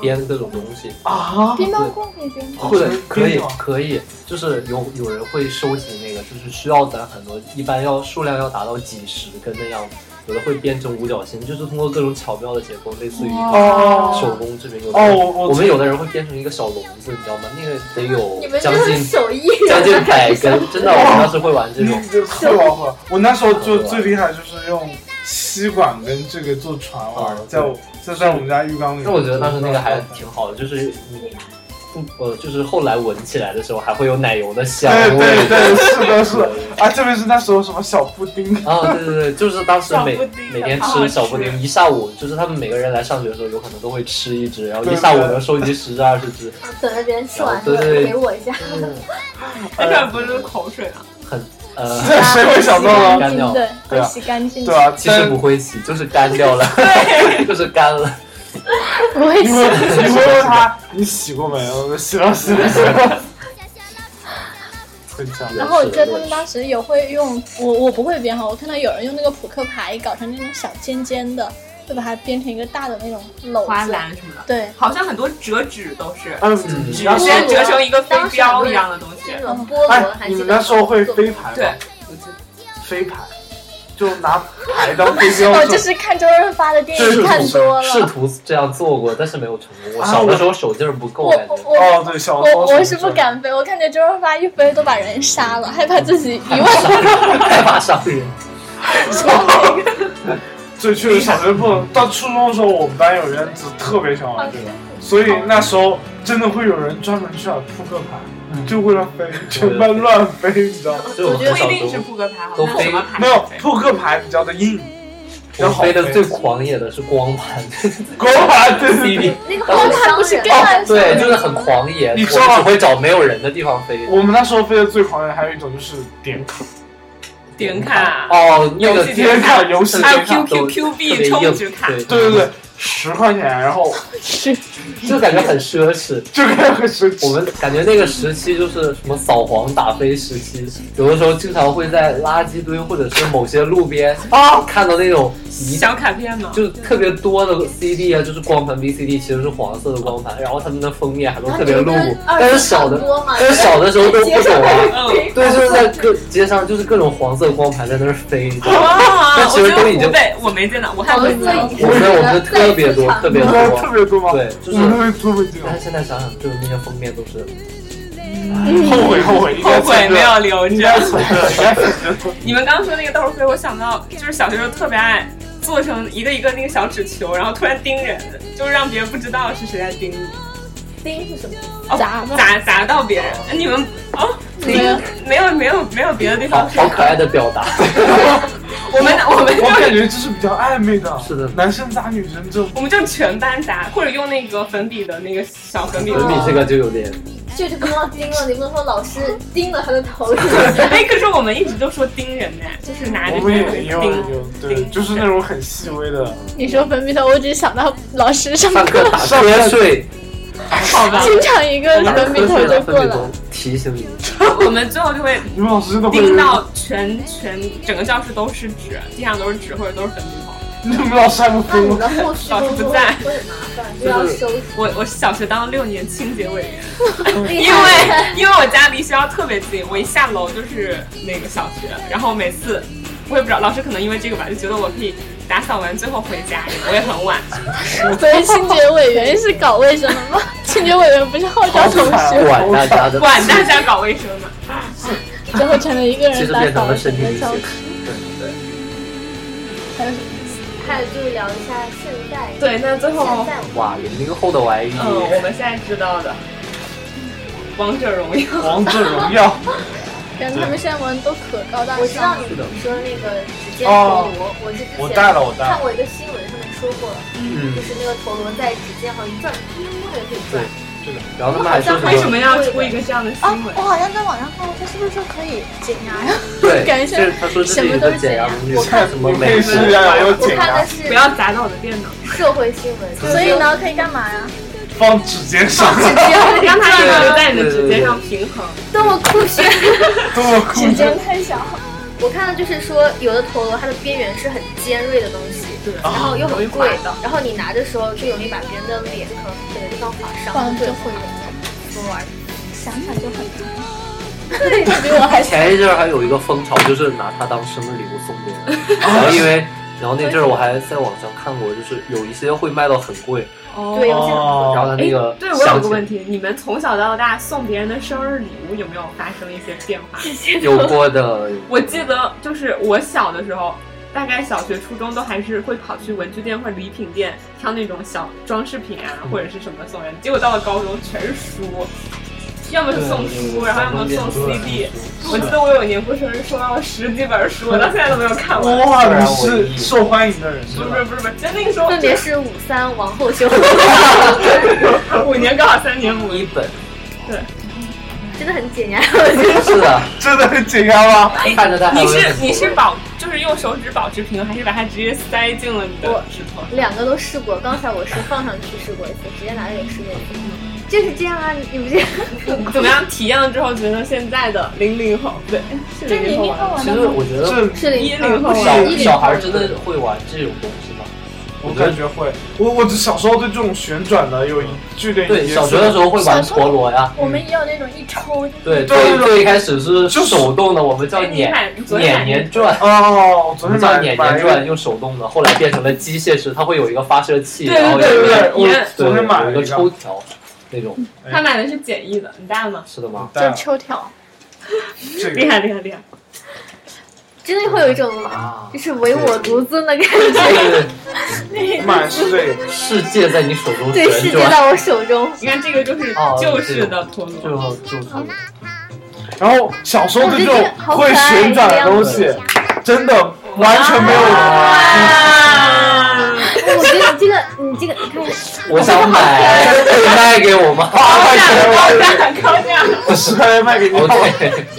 C: 颠颠各种东西，
F: 啊，
G: 冰棒棍可以冰棒。
C: 或者可以
F: 颠倒
C: 可以，就是有有人会收集那个，就是需要攒很多，一般要数量要达到几十根的样子，有的会编成五角星，就是通过各种巧妙的结构，类似于
F: 哦
C: 手工制品。有的
F: 哦
C: 人
F: 我我
C: 我们有的人会编成一个小笼子，你知道吗？那个得
B: 你
C: 有
B: 们
C: 将
B: 这是
C: 近
B: 手艺
C: 将
B: 人
C: 近
B: 的
C: 百
B: 感觉。
C: 根，真的，我们当时会玩这
F: 你
C: 种。
F: 就特玩会儿。我那时候就最厉害，就是用吸管跟这个做船玩，
C: 哦
F: 在我在在我们家浴缸里。
C: 但我觉得当时那个还挺好的，就是你不呃，就是后来闻起来的时候还会有奶油的香
F: 对
C: 味。
F: 对对，是的，是的，啊，特别是那时候什么小布丁，
C: 啊，对对对，就是当时每
A: 小布丁
C: 每天
A: 好好
C: 吃
A: 吃
C: 小布丁一下午，就是他们每个人来上学的时候，有可能都会吃一只，然后
F: 对
C: 一
F: 对
C: 下午能收集十只二十只，
B: 等着别人吃完
C: 对
B: 了
C: 对对
B: 给我一下。
C: 嗯
A: 那这不是口水啊？
C: 很呃，
F: 这谁会想到呢？
C: 干掉
G: 对，
F: 对
G: 会
F: 啊
G: 洗干净。
F: 对啊，
C: 其实不会洗，就是干掉了， 就是干了。
G: 不会
F: 你
G: 洗。
F: 会你会问他你洗过没？我说洗了洗了洗 了，很强。
G: 然后我记得他
C: 是
G: 们当时有会用，我我不会编哈，我看到有人用那个扑克牌搞成那种小尖尖的，就把它编成一个大的那种
A: 花
G: 篓子。
A: 篮什么的，
G: 对，
A: 好像很多折纸都是
F: 嗯，
A: 纸
F: 然后
A: 先折成一个飞镖一样的东西。
B: 那种菠萝
F: 哎，
B: 还
F: 你
B: 记
F: 们
B: 得
F: 那时候会飞
B: 吗
F: 盘吗
A: 对？，
F: 飞盘，就拿牌当飞镖。
G: 哦，就是看周润发的电
F: 这是
G: 影看多
C: 试
G: 了。
C: 图这样做过，但是没有成功。我
F: 啊
C: 小
F: 我
C: 的时候手劲儿不够，
G: 我
C: 感觉
G: 我我
F: 哦，对，小时
G: 我
F: 候
G: 我是不。敢飞，我看见周润发一飞都把人杀了，害怕自己一万。
C: 害怕伤人。
F: 最去小学不能，到初中的时候，我们班有人就特别喜欢玩这个，所以那时候真的会有人专门去买扑克牌，
C: 嗯
F: 就为了飞，全班乱飞，你知道吗？
C: 所以 我
A: 不
C: 很小
A: 一定是
C: 时候
A: 扑克牌，好
C: 都
A: 像什么牌
F: 没有扑克牌比较的硬，比较
C: 我
F: 好
C: 飞的最狂野的是光 盘
F: 光盘对对对。
C: CD，
B: 那个好
G: 他
B: 伤
G: 不是
B: 人
G: 跟。他
C: 哦对，就是很狂野。我
F: 你
C: 们
F: 知道吗
C: 只会找没有人的地方飞。
F: 我们那时候飞的最狂的还有一种就是点
C: 嗯
F: 卡，
A: 点卡，
C: 哦，那个
A: 游戏
F: 点卡游戏
A: 还有
F: 点卡
A: Q Q
C: 都
A: Q
C: 特别
A: B
C: 硬
A: 充值卡，
F: 对对对，十块钱，然后
C: 就感觉很奢侈。
F: 就跟很神奇。
C: 我们感觉那个时期就是什么扫黄打非时期，有的时候经常会在垃圾堆或者是某些路边啊看到那种一
A: 小卡片嘛，
C: 就特别多的 CD 啊，就是光盘 VCD 其实是黄色的光盘，然后他们的封面还都特别露骨，但是小的，
A: 啊
C: 但是小的时候都不懂啊，
A: 嗯，
C: 对， 就是在各街上就是各种黄色光盘在那儿飞，你知道吗？
A: 哇，
C: 那
A: 我
C: 其实
A: 觉
C: 都已
A: 得
C: 经
A: 湖北我没见到，武汉
B: 黄
A: 没
B: 色
A: 见到，
B: 以
C: 我们我们特别多特别
F: 你知道特
C: 多，
F: 别多吗？
C: 对，就
F: 我们特
C: 是。
F: 别多会这种
C: 但是现在想想，就是那些封面都是
F: 后悔嗯后悔，应该
A: 后悔没有留
F: 应该
A: 着。
F: 存着，应该存着。
A: 你们刚刚说那个豆儿飞，我想到就是小学时候特别爱做成一个一个那个小纸球，然后突然盯人，就是让别人不知道是谁在盯你，
B: 钉是什么？
A: 哦
G: 砸吧
A: 砸砸到别人。你们哦，你们没有没有没有别的地
C: 好
A: 方是
C: 好可爱的表 达，
A: 我们我们
F: 我
A: 就
F: 感觉这是比较暧昧的，
C: 是的
F: 男生打女生就
A: 我们就全班砸，或者用那个粉笔的那个小粉笔。
C: 所以这个就 有点
B: 这就不能钉了，你不能说老师钉了他的 头。
A: 哎，可是我们一直都说盯人呢，就是拿着
F: 我
A: 这个
F: 们
A: 人
F: 也有啊
A: 盯。
F: 有对，就是那种很细微的。
G: 你说粉笔头，我只想到老师上
C: 上
G: 课
C: 课打瞌睡，
A: 好吧，
G: 经常一个
C: 打
G: 粉笔
C: 瞌
G: 头
C: 睡
G: 就
C: 了，
G: 过
C: 分
G: 来
C: 头。提醒你，
A: 我们最后就
B: 嗯
A: 会
F: 你们老师真的会
A: 盯到全全整个教室都是纸，地上都是纸或者都是粉笔头。
F: 你们老师还不
B: 那
F: 分
B: 你
F: 吗？
B: 的后续工作会很麻烦，就要收拾。
A: 我我小学当了六年清洁委员，
B: 因
A: 因为因为我家离学校特别近，我一下楼就是那个小学，然后每次我也不知道，老师可能因为这个吧，就觉得我可以打扫完最后回家，也不会很 晚。
G: 所以清洁委员是搞卫生的吗？ 清洁委员不是号召同
C: 啊
G: 学，
C: 管大家的，
A: 管大家搞卫生嘛。
G: 最后成了一个
C: 其
G: 人
C: 实
G: 打
C: 变
G: 扫
C: 成了
G: 了整
C: 身体
G: 个
C: 力
G: 教
C: 行
G: 室。。
C: 对
G: 还有什么？
B: 还有就是聊一下现在，
A: 对，那最后
B: 现，在
C: 对，哇，零零后的 YE，
A: 嗯，我们现在知道的，王者荣耀，
F: 王者荣耀，
G: 感觉他们现在玩的都可高大
B: 我知道
G: 上了。
B: 你你说的那个指尖
C: 哦
B: 陀螺，我是之前
F: 我带了我带了
B: 看过一个新闻上面说过，
C: 嗯
B: 就，是那个陀螺在指尖好像一转，那个可以
C: 对
B: 转。，
F: 是的，
C: 然后他们
B: 好
C: 还
B: 像
C: 说
A: 为什
C: 什
A: 么
C: 么？
A: 要出一个这样的新
G: 啊，
A: 闻
B: 哦
G: 我？好像在网上看过，他是不是说可以解压呀？
C: 对，
G: 感觉
C: 就是他说这
G: 什
C: 是
G: 么
C: 一
G: 都
A: 啊
C: 个
G: 是
C: 减
G: 这
C: 压
G: 样
C: 工具，
F: 我看
C: 什么
F: 我配
C: 美国
F: 嗯试呀，有
B: 我
F: 解
B: 看 的
F: 压，
B: 是
A: 不要砸到我的电脑，
B: 社会新闻，
G: 所以呢，可以干嘛呀？
F: 放指尖上，
A: 让它一直在你的指尖上平衡。
B: 但我酷炫。
F: 这么酷，
G: 指尖太小。
B: 我看到就是说，有的陀螺它的边缘是很尖锐的东西，
A: 对
B: 然后又
A: 容易
B: 很
G: 哦
A: 划
B: 贵
A: 到，
B: 然后你拿的时候就容易把别人的脸可能哪个地方划
G: 放
B: 伤，
G: 就
B: 对，
G: 会
B: 怎么玩儿？
G: 想想就很疼。对，比我还小。
C: 前一阵儿还有一个风潮，就是拿它当生日礼物送别 人，然后因
A: 哦
C: 为，然后那阵儿我还在网上看过，就是有一些会卖到很贵，
A: 哦
B: 对，有些
C: 然
F: 哦，
C: 后它那个
A: 哎，对我有个
C: 题。
A: 问题，你们从小到大送别人的生日礼物有没有发生一些变化？
C: 有过的，
A: 我记得就是我小的时候，大概小学、初中都还是会跑去文具店或礼品店挑那种小装饰品啊，或者是什么送人。结果到了高中，全是书，要么是送书，然后要么送 CD。我记得我有一年过生日，收到了十几本书，我到现在都没有看完。
F: 哇，你是受欢迎的人，
A: 不是不是不是不是，就那个时候
B: 分别是五三王后 修，
A: 五年刚好三年五
C: 一本，
B: 真的很解压。我觉得
C: 是的，
F: 真的很解压吗？
C: 看着它还
A: 哎你
C: 会很
A: 是
C: 多
A: 你是保就是用手指保持平衡，还是把它直接塞进了你的
B: 我
A: 指头？
B: 两个都试过，刚才我是放上去试过一次，直接拿着也试过一次，就是这样啊，你你不觉得？
A: 怎么样？体验了之后，觉得现在的零零后，对，是
G: 这
A: 零
G: 零
A: 零
G: 零
A: 后啊吗。
G: 后玩的吗？
C: 其实我觉得
F: 这
B: 是
A: 一零后
B: 啊
C: 小
B: 一零
C: 小
B: 后
C: 孩真的会玩这种东西吗？
F: 我感觉会，我我小时候对这种旋转的有一剧烈
C: 对，小学的时候会玩陀螺呀。
G: 我们也有那种一抽，
F: 对
C: 对，最
F: 对
C: 最一开始是
F: 就是
C: 手动的，我们叫
A: 哎你
C: 碾
A: 买昨天
C: 碾
A: 买
C: 年转，
F: 哦，我
C: 我
F: 昨天
C: 们叫
F: 买
C: 碾
F: 买
C: 年
F: 一
C: 转，
F: 个，
C: 用手动的，后来变成了机械式，它会有一个发射器，
A: 对对
C: 然后
F: 对
C: 有
F: 对，
C: 一个
A: 我
F: 我昨天买
C: 有
F: 了
C: 一个抽条，那种
A: 他买的是简易的，你带吗？
C: 是的吗？
G: 就是抽
C: 啊
G: 条。
F: 这
A: 厉
F: 个
A: 害厉害厉害！
B: 真的会有一种
C: 啊
B: 就，是唯我独尊的感觉，
F: 买是这个，
C: 世界在你手中
B: 对世
C: 旋
B: 界
C: 转，
B: 在我手中。
A: 你看这个就是
C: 哦
A: 旧式的陀
C: 就
A: 螺，
C: 就就
F: 然后小时候对这种会旋转的东西，真的完全没有。
A: 啊，
B: 我觉得你这个你这个你看。
C: 我想买，可以卖给我吗？
F: 八块钱
A: 高
F: 卖
A: 价高价！
F: 给十块啊钱卖给你，
C: OK，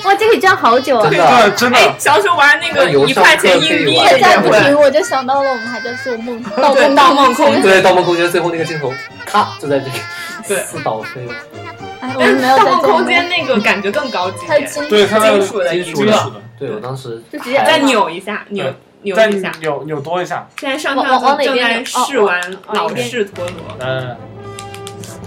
B: 哇，这可以站好久啊！
C: 真
F: 对，
C: 的，
F: 真的，
A: 哎，小时候玩那个一块钱硬币
G: 再
A: 的
G: 再
A: 那
G: 不
A: 个，
G: 行，我就想到了我们还在做梦，盗
A: 对
G: 梦
A: 盗梦空间
C: 对，《盗梦空间》最后那个镜头，咔就在这里，
A: 对
C: 四倒飞了，
G: 哎，我
A: 但
G: 们
A: 是
G: 没有
A: 《盗
G: 在
A: 梦
G: 做
A: 空
G: 梦。
A: 间》那个感觉更高级一
G: 它
A: 点，
G: 金
F: 对，它
A: 金属的一
C: 呃金属嗯
A: 个，
F: 的，
C: 对我当时哎
B: 就直接
A: 再扭一下，扭扭
F: 再
A: 一下。
F: 扭扭多一下，
A: 现在上上就正在试
B: 哦
A: 玩老式陀螺，
F: 嗯，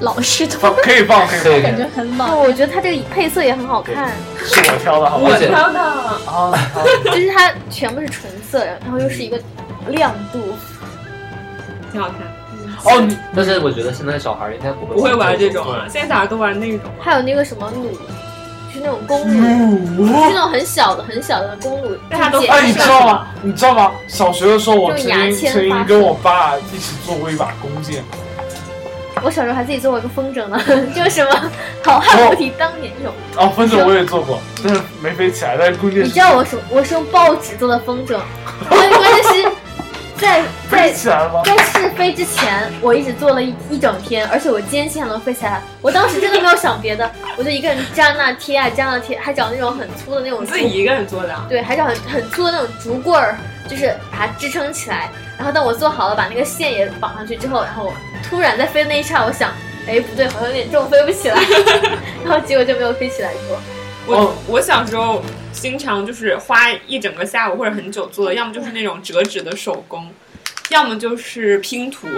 G: 老师头
F: 放可以放，可以放，
C: 对
G: 感觉很
B: 哦，
G: 老。
B: 我觉得它这个配色也很好 看，
F: 是我挑的，好吧
C: 我？
A: 挑的，
F: 啊，
B: 就是它全部是纯色，然后又是一个亮度。
A: 挺好看。
C: 哦，你但是我觉得现在小孩儿应该不会
A: 不会玩这种
C: 种，
A: 啊，现在小孩都玩那种。啊
B: 还有那个什么弩，就是那种弓
F: 嗯
B: 弩，就是那种很小的、很小的弓弩，
A: 但它都
B: 就
F: 哎，
B: 简
F: 你
B: 易
F: 知道吗？你知道吗？小学的时候，我曾
B: 用牙
F: 经
B: 签
F: 曾
B: 发射
F: 经跟我爸一起做过一把弓箭，
B: 我小时候还自己做过一个风筝呢， 就是什么“好汉不提当年勇
F: 哦，风筝我也做过，但是没飞起来，但是弓”。箭
B: 你
F: 是
B: 知道我是我是用报纸做的风筝，关关键是在
F: 飞
B: 在
F: 起来了吗？
B: 在试飞之前，我一直做了一一整天，而且我坚信它能飞起来。我当时真的没有想别的，我就一个人粘那贴啊粘那贴，还找那种很粗的那种
A: 我
B: 竹
A: 自己一个人做的啊，
B: 对，还找很很粗的那种竹棍儿，就是把它支撑起来。然后当我做好了，把那个线也绑上去之后，然后我突然在飞的那一刹，我想，哎，不对，好像有点重，飞不起来。 然后结果就没有飞起来过。
C: 哦
A: 我我小时候经常就是花一整个下午或者很久做的，要么就是那种折纸的手工，要么就是拼图，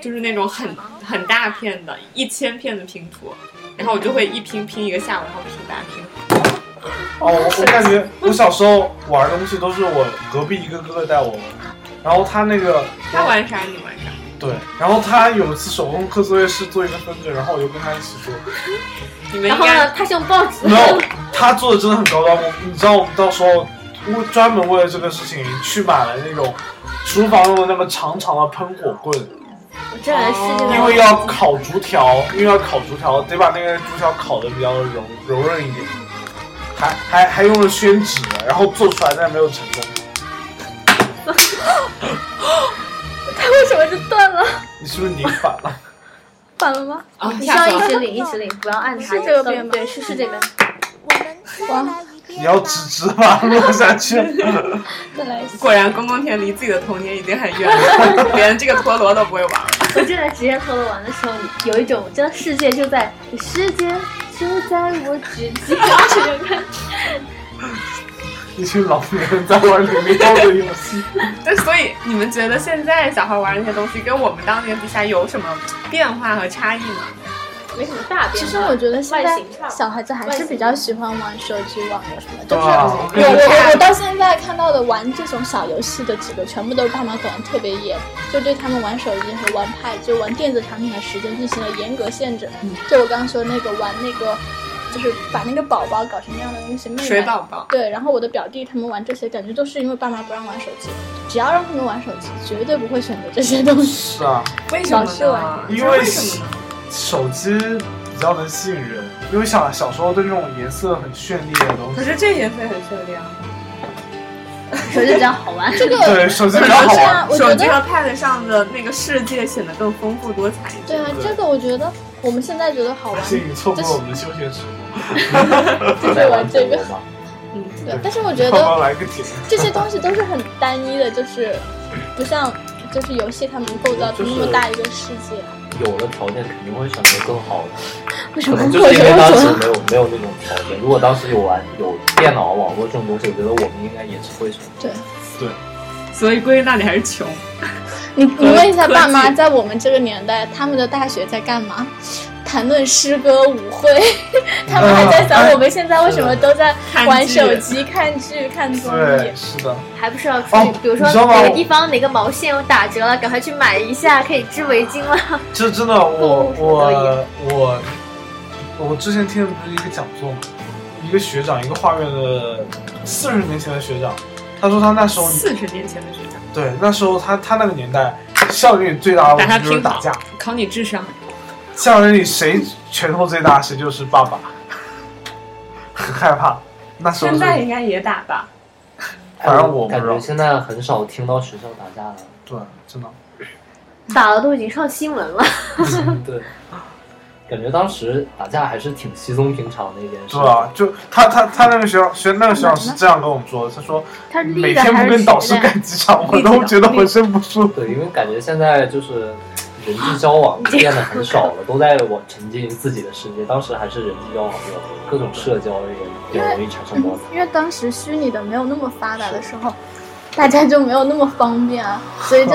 A: 就是那种很很大片的，一千片的拼图，然后我就会一拼拼一个下午，然后拼把它拼好。
F: 哦，我我感觉我小时候玩的东西都是我隔壁一个哥哥带我玩，然后他那个
A: 他玩啥你玩啥。
F: 对，然后他有一次手工课作业是做一个分割，然后我就跟他一起做。
A: 你们
B: 然
A: 应
B: 后
A: 该
B: 呢，他是用报纸，
F: no，他做的真的很高端，我你知道我们到时候我专门为了这个事情去买了那种厨房用的那么长长的喷火棍，
B: 我真的是那个，
F: 因为要烤竹条，因为要烤竹条，得把那个竹条烤的比较柔柔韧一点，还还还用了宣纸，然后做出来但是没有成功。
B: 他为什么就断了？
F: 你是不是拧反了？
G: 反了吗？
A: 啊，
B: 你需
A: 吓
B: 要
A: 死了！
B: 一直领，一直领，不要按它。
G: 是这个边吗嗯
B: 对，是是这边。
G: 哇，
F: 你要直直把它落下去。
G: 再来一次。
A: 果然，公公田离自己的童年已经很远了， 连这个陀螺都不会玩了。
B: 我记得职业陀螺玩的时候，有一种真的世界就在世界就在我指 尖，这种感觉
F: 一群老年人在玩零零后的游戏，
A: 对，所以你们觉得现在小孩玩那些东西跟我们当年比起来有什么变化和差异吗？
B: 没什么大变化。
G: 其实我觉得现
B: 外
G: 在
B: 形差不多
G: 小孩子还是比较喜欢玩手机网游什么的，
F: 对
C: 啊
G: 就是
F: 吧？
G: 我
A: 嗯
G: 我我到现在看到的玩这种小游戏的几个，全部都是爸妈管得特别严，就对他们玩手机和玩派，就玩电子产品的时间进行了严格限制。
A: 嗯
G: 就我刚刚说那个玩那个，就是把那个宝宝搞成那样的那些妹妹
A: 水宝宝
G: 对，然后我的表弟他们玩这些，感觉都是因为爸妈不让玩手机，只要让他们玩手机，绝对不会选择这些东西。
F: 是啊，
A: 为什么
G: 老是玩
A: 呢？
F: 因
A: 这
F: 为
A: 为什么呢？
F: 手机比较能吸引人，因为小小时候对那种颜色很绚丽的东
A: 可
F: 西，
A: 是这些会很秀丽啊，
B: 手机比较好玩。
G: 这个
F: 对手机比较好
G: 是
F: 玩
G: 啊，。我觉
A: 手
G: 得
A: 机和 Pad 上的那个世界显得更丰富多彩一
G: 对
A: 些。
G: 啊，
F: 对
G: 这个我觉得我们现在觉得好玩
F: 而，且你错过了我们的休闲时光，
G: 就是玩这个。
C: 吧。
A: 嗯，
G: 对，但是我觉
F: 帮
G: 得
F: 忙来个点。
G: 这些东西都是很单一的，就是不像就是游戏他们构造出那么大一个世界。
C: 有了条件肯定会选择更好的，
G: 为什
C: 可
G: 么我
C: 能
G: 觉
C: 就是因为
G: 得
C: 当
G: 为
C: 时
G: 什么？
C: 没有没有那种条件。如果当时有玩有电脑、网络这种东西，我觉得我们应该也是会选择。
G: 对
A: 所以归纳你还是穷。
G: 你，你问一下
A: 科技
G: 爸妈，在我们这个年代，他们的大学在干嘛？谈论诗歌、舞会， 他们还在
C: 啊
G: 想我们现在为什么都在玩手机、看剧、看综艺
F: 对，。是的，
B: 还不是要出去，
F: 哦
B: 比如说
F: 你知道吗
B: 哪个地方哪个毛线又打折了，赶快去买一下，可以织围巾 了。
F: 这真的，我
B: 不不得
F: 我我我之前听的不是一个讲座吗？一个学长，一个画院的四十年前的学长，他说他那时候
A: 四十年前的学长，
F: 对那时候他他那个年代，校园里最大
A: 打
F: 的问
A: 他
F: 题就是
A: 拼
F: 打架，
A: 考你智商。
F: 校园里谁拳头最大，谁就是爸 爸，很害怕。那时候
A: 现
F: 是
A: 在应该也打吧？
F: 反正我不知
C: 哎感
F: 道
C: 觉现在很少听到学校打架了。
F: 对，真的。
B: 打了都已经上新闻了，
C: 对，感觉当时打架还是挺稀松平常的一件事。
F: 是啊，就他他他那个学校学那个学校是这样跟我们说的，他说
B: 他是
F: 每
B: 立的
F: 天
B: 还
F: 不
B: 是
F: 跟导师
B: 谁的？
F: 干几场，我
B: 立的
F: 都觉得浑身不舒服。
C: 对，因为感觉现在就是人际交往变得很少了，都在往沉浸于自己的世界。当时还是人际交往比较多，各种社交也也容易产生摩擦。
G: 因为当时虚拟的没有那么发达的时候，大家就没有那么方便啊，所以就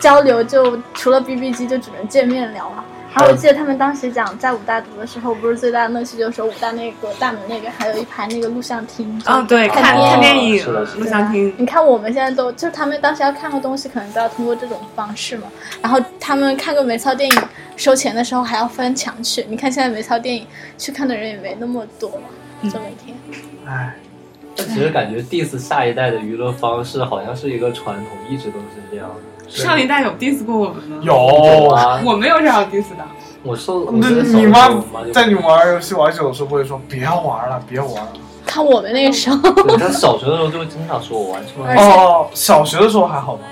G: 交流就除了 BB 机就只能见面聊啊。然后我记得他们当时讲在武大读的时候，不是最大的乐趣就是说武大那个大门那边还有一排那个录像厅。
A: 啊，对，
G: 看
A: 看
G: 电影
A: 看电影
C: 是的是、的
A: 录像厅。
G: 你看我们现在都就是他们当时要看个东西，可能都要通过这种方式嘛。然后他们看个梅超电影收钱的时候还要翻墙去，你看现在梅超电影去看的人也没那么多嘛，
A: 嗯
G: 这每天。
F: 唉，
C: 但其实感觉 diss 下一代的娱乐方式好像是一个传统，一直都是这样的。
A: 上一代有 diss 过我们吗？
F: 有
C: 啊，
A: 我没有这样 diss 的。
C: 我受我
F: 哦那
C: 觉得小
F: 你
C: 时
F: 妈
C: 候我妈就
F: 在你玩游戏玩久的时候不会说别玩了，别玩了。
G: 看我们那个时候，
C: 对她小学的时候就会经常说我玩什么
G: 而且
F: 哦，小学的时候还好吧？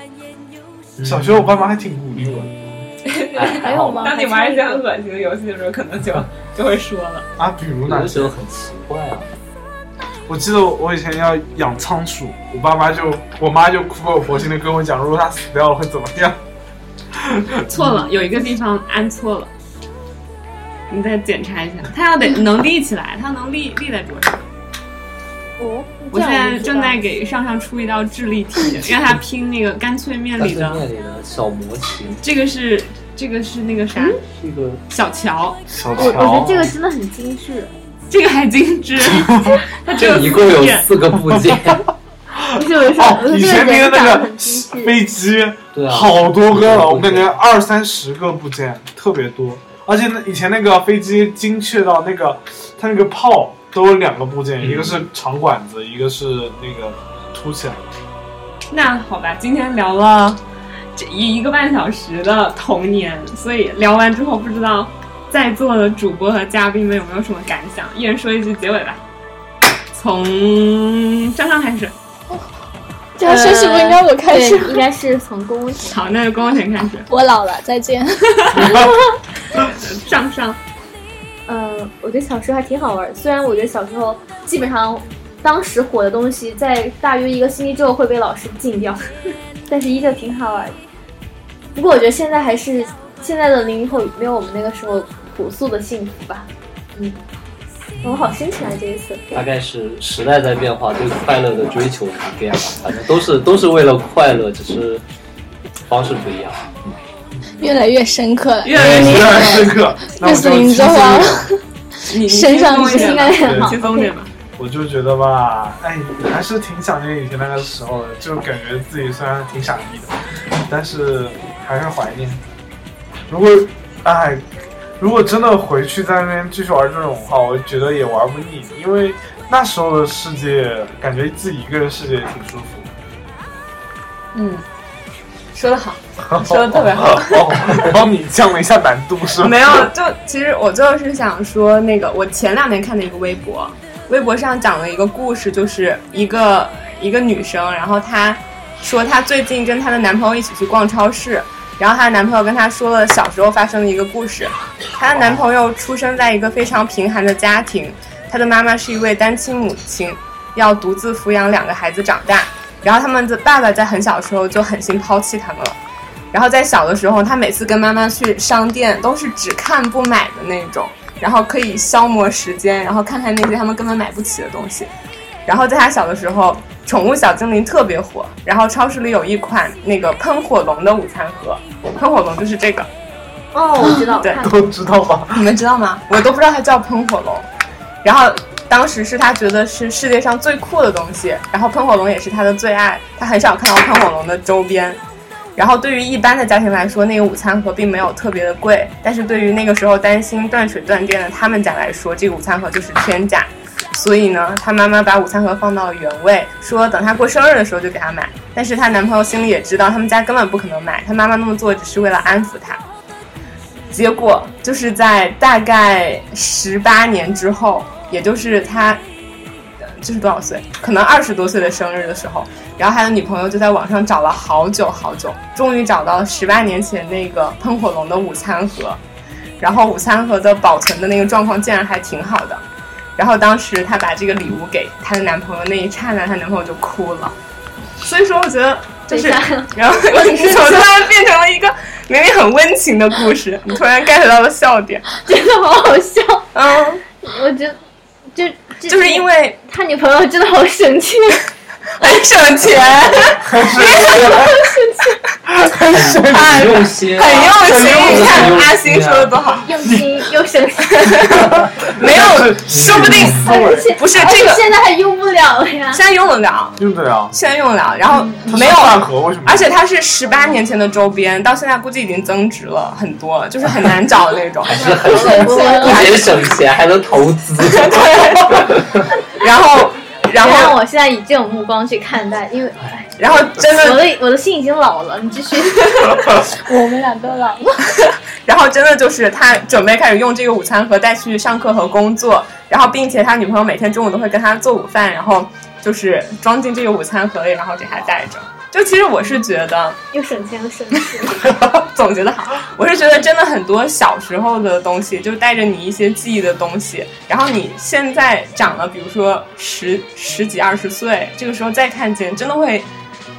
C: 嗯
F: 小学我爸妈还挺鼓励我的
C: 哎还好吧
A: 当你玩一些很恶心的游戏的时候，可能就就会说了。
F: 啊，比如
C: 我
F: 呢
C: 就，觉得很奇怪啊。
F: 我记得我以前要养仓鼠，我爸妈就我妈就苦口婆心的跟我讲，如果它死掉了会怎么样。
A: 错了，有一个地方按错了，你再检查一下。它要得能立起来，它能立立在桌上。
G: 哦，
A: 我现在正在给上上出一道智力 题，让他拼那个干脆面
C: 但
A: 里
C: 是那
A: 的。
C: 里的小模型
A: 这个是这个是那个啥
C: 是一个
A: 小乔，
F: 小
B: 我我觉得这个真的很精致，
H: 这个还精 致，它只有
C: 这一共有
H: 四件
C: 四个部 件，
B: 不是我就说，我
F: 哦，
B: 说
F: 以
B: 这
F: 前
B: 个
F: 那
B: 人
F: 个
B: 长
F: 那
B: 得
F: 个
B: 很精致。
F: 飞机，
C: 对啊
F: 好多个了，我感觉
C: 对
F: 二三十个部件特别多，而且那以前那个飞机精确到那个它那个炮都有两个部件，
C: 嗯
F: 一个是长管子，一个是那个凸起来。
H: 那好吧，今天聊了这一一个半小时的童年，所以聊完之后，不知道在座的主播和嘉宾们有没有什么感想？一人说一句结尾吧。从张张开始，
G: 这样顺序不应该我开始
B: 嗯对，应该是从公公
H: 好，那就跟我先开始。
G: 我老了，再见。
H: 上上，
B: 嗯，我觉得小时候还挺好玩儿。虽然我觉得小时候基本上当时火的东西，在大约一个星期之后会被老师禁掉， 但是依旧挺好玩儿的。不过我觉得现在还是现在的零零后没有我们那个时候朴素的幸福吧。嗯，我好深情啊这一次。
C: 大概是时代在变化，对快乐的追求也变了，反正都是都是为了快乐，只是方式不一样。
G: 越来越深刻了。
H: 越来越
F: 印象深刻，那我
G: 啊那
F: 就是
G: 林
F: 轻
G: 州
F: 松
G: 啊
F: 一
H: 你
F: 点，
H: 你
G: 身上
H: 轻松一
B: 应
H: 点吧
B: 该很好
A: 啊
H: 轻。松点吧。
F: 我就觉得吧，哎，还是挺想念以前那个时候的，就感觉自己虽然挺傻逼的，但是还是怀念。如果，哎，如果真的回去在那边继续玩这种的话，我觉得也玩不腻，因为那时候的世界，感觉自己一个人世界也挺舒服。
H: 嗯，说的好，说的特别
A: 啊
H: 好。
F: 哦，帮你降了一下难度是吗？
A: 没有，就其实我就是想说，那个我前两天看的一个微博，微博上讲了一个故事，就是一个一个女生，然后她说她最近跟她的男朋友一起去逛超市，然后她的男朋友跟她说了小时候发生的一个故事，她的男朋友出生在一个非常贫寒的家庭，她的妈妈是一位单亲母亲，要独自抚养两个孩子长大，然后他们的爸爸在很小的时候就狠心抛弃他们了。然后在小的时候，他每次跟妈妈去商店都是只看不买的那种，然后可以消磨时间，然后看看那些他们根本买不起的东西。然后在他小的时候，宠物小精灵特别火，然后超市里有一款那个喷火龙的午餐盒，喷火龙就是这个，
B: 哦，我知道，
A: 对
B: 看
F: 都知道吧？
A: 你们知道吗？我都不知道它叫喷火龙。然后当时是他觉得是世界上最酷的东西，然后喷火龙也是他的最爱，他很少看到喷火龙的周边。然后对于一般的家庭来说，那个午餐盒并没有特别的贵，但是对于那个时候担心断水断电的他们家来说，这个午餐盒就是天价。所以呢，她妈妈把午餐盒放到了原位，说等她过生日的时候就给她买。但是她男朋友心里也知道，他们家根本不可能买，她妈妈那么做只是为了安抚她。结果就是在大概十八年之后，也就是她，呃就是多少岁？可能二十多岁的生日的时候，然后他的女朋友就在网上找了好久好久，终于找到了十八年前那个喷火龙的午餐盒，然后午餐盒的保存的那个状况竟然还挺好的。然后当时她把这个礼物给她的男朋友那一刹那，她男朋友就哭了。所以说，我觉得 就是
B: 等一下，
A: 然后你 怎么突然变成了一个明明很温情的故事，你突然 get 到了笑点。
B: 真的好好笑。
A: 嗯，
B: 我觉得，就就
A: 就是因为
B: 他女朋友真的好生气，
A: 很省钱，
C: 很用心啊，
A: 很用心。你看
C: 很用心啊
A: 阿星说的多好，
B: 又亲又生气。
C: 啊
A: 没有，说不定
B: 而且
A: 不是
B: 而且
A: 这个
B: 现在还用不了了呀。
A: 现在用得了，
F: 对不对啊？
A: 现在用得了。然后没有，
F: 饭盒为什么？
A: 而且它是十八年前的周边，到现在估计已经增值了很多，就是很难找的那种。
C: 还是很省，
B: 我
C: 不仅省钱，还能投资。
A: 然后， 然
B: 别让
A: 后，
B: 我现在以这种目光去看待，因为哎
A: 然后真的
B: 我的我的心已经老了。你继 续，
G: 我们俩都老了，
A: 然后真的就是他准备开始用这个午餐盒带去上课和工作，然后并且他女朋友每天中午都会跟他做午饭，然后就是装进这个午餐盒里，然后给他带着。就其实我是觉得，
B: 又省钱又生气。
A: 总结的好，我是觉得真的很多小时候的东西，就带着你一些记忆的东西，然后你现在长了，比如说十十几二十岁，这个时候再看见，真的会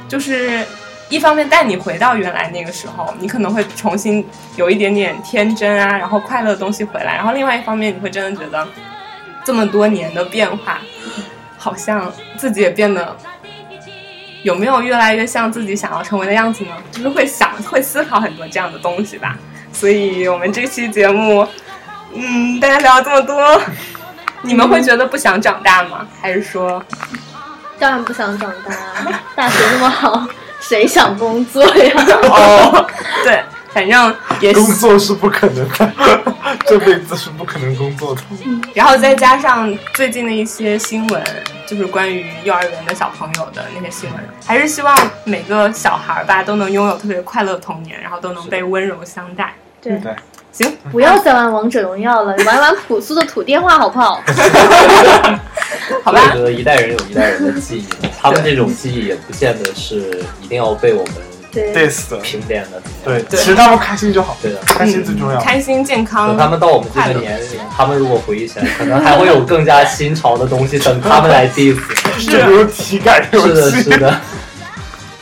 A: 就是一方面带你回到原来那个时候，你可能会重新有一点点天真啊，然后快乐的东西回来，然后另外一方面你会真的觉得这么多年的变化，好像自己也变得。有没有越来越像自己想要成为的样子呢？就是会想、会思考很多这样的东西吧。所以我们这期节目，嗯，大家聊了这么多，你们会觉得不想长大吗？还是说
B: 当然不想长大，啊大学那么好，谁想工作呀？
A: 哦，对，反正也
F: 工作是不可能的， 这辈子是不可能工 作的。
A: 然后再加上最近的一些新闻，就是关于幼儿园的小朋友的那些新闻，还是希望每个小孩儿吧都能拥有特别快乐的童年，然后都能被温柔相待。
B: 对，
F: 对，
A: 行，
B: 不要再玩王者荣耀了，玩玩朴素的土电话好不好？
A: 好
C: 我
A: 吧
C: 觉，得一代人有一代人的记忆，他们这种记忆也不见得是一定要被我们
F: 对死的，
C: 评点的。怎么样
F: 对，其实他们开心就好，
C: 对的。
F: 开心最重要。
A: 嗯开心健康
C: 等，他们到我们这个年龄，他们如果回忆起来，可能还会有更加新潮的东西等他们来 diss。
F: 就比如体感游
C: 是的，
F: 戏，
C: 是的。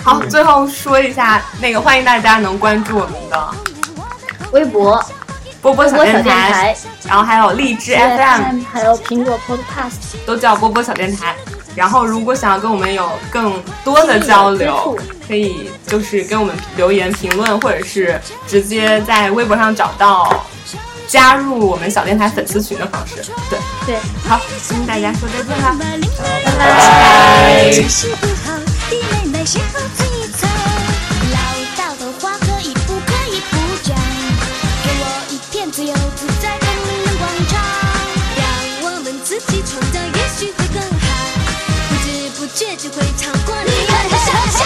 A: 好，最后说一下，那个欢迎大家能关注我们的
B: 微博、
A: 波波
B: 微
A: 小
B: 博小
A: 电
B: 电台，
A: 然后还有荔枝 FM，
G: 还有苹果 Podcast
A: 都叫波波小电台。然后如果想要跟我们有更多的交流，可以就是给我们留言评论，或者是直接在微博上找到加入我们小电台粉丝群的方式。对，
B: 对，
A: 好，跟大家说再见啦。
B: 拜拜。
I: 这是不好，弟妹妹是否自己猜？老道的话可以不可以不讲？给我一片自由自在的名人广场，让我们自己创造，也许会更好。不知不觉就会超过你的想象。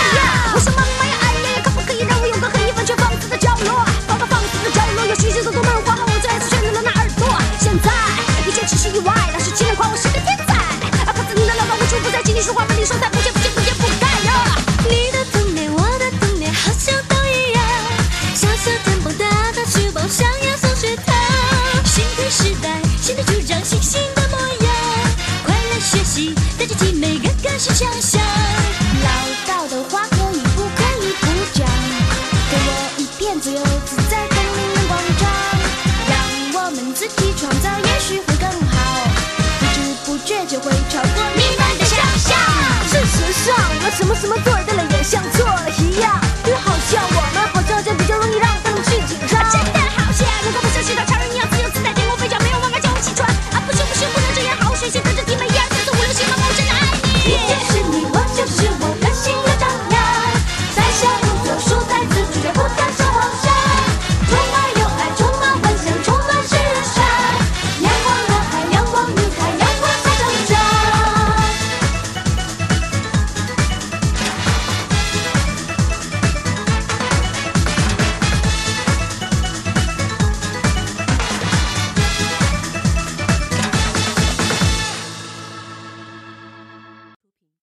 I: 我说妈妈呀，哎呀呀，可不可以让我有个很完全放肆的角落？放到放肆的角落，有许许多多漫画和我最爱的旋律的那耳朵。现在一切只是意外，老师竟然夸我是个天才。啊，可是你的老板无处不在，请你说话吧，你说再不见不见不见不该呀。你的童年，我的童年，好像都一样。小小肩膀，大大书包，上呀上学堂。新的时代，新的主张，新新的模样。快乐学习，带着体美，个个是强项。老道的话可以不可以不讲？给我一片自由自在的名人广场，让我们自己创造，也许会更好。不知不觉就会超过你们的想象。事实上，我什么什么对的了，也像错了一样。因为好像我们好像就比较容易让他们去紧张。真的好险，如果不相信到常人一样。啊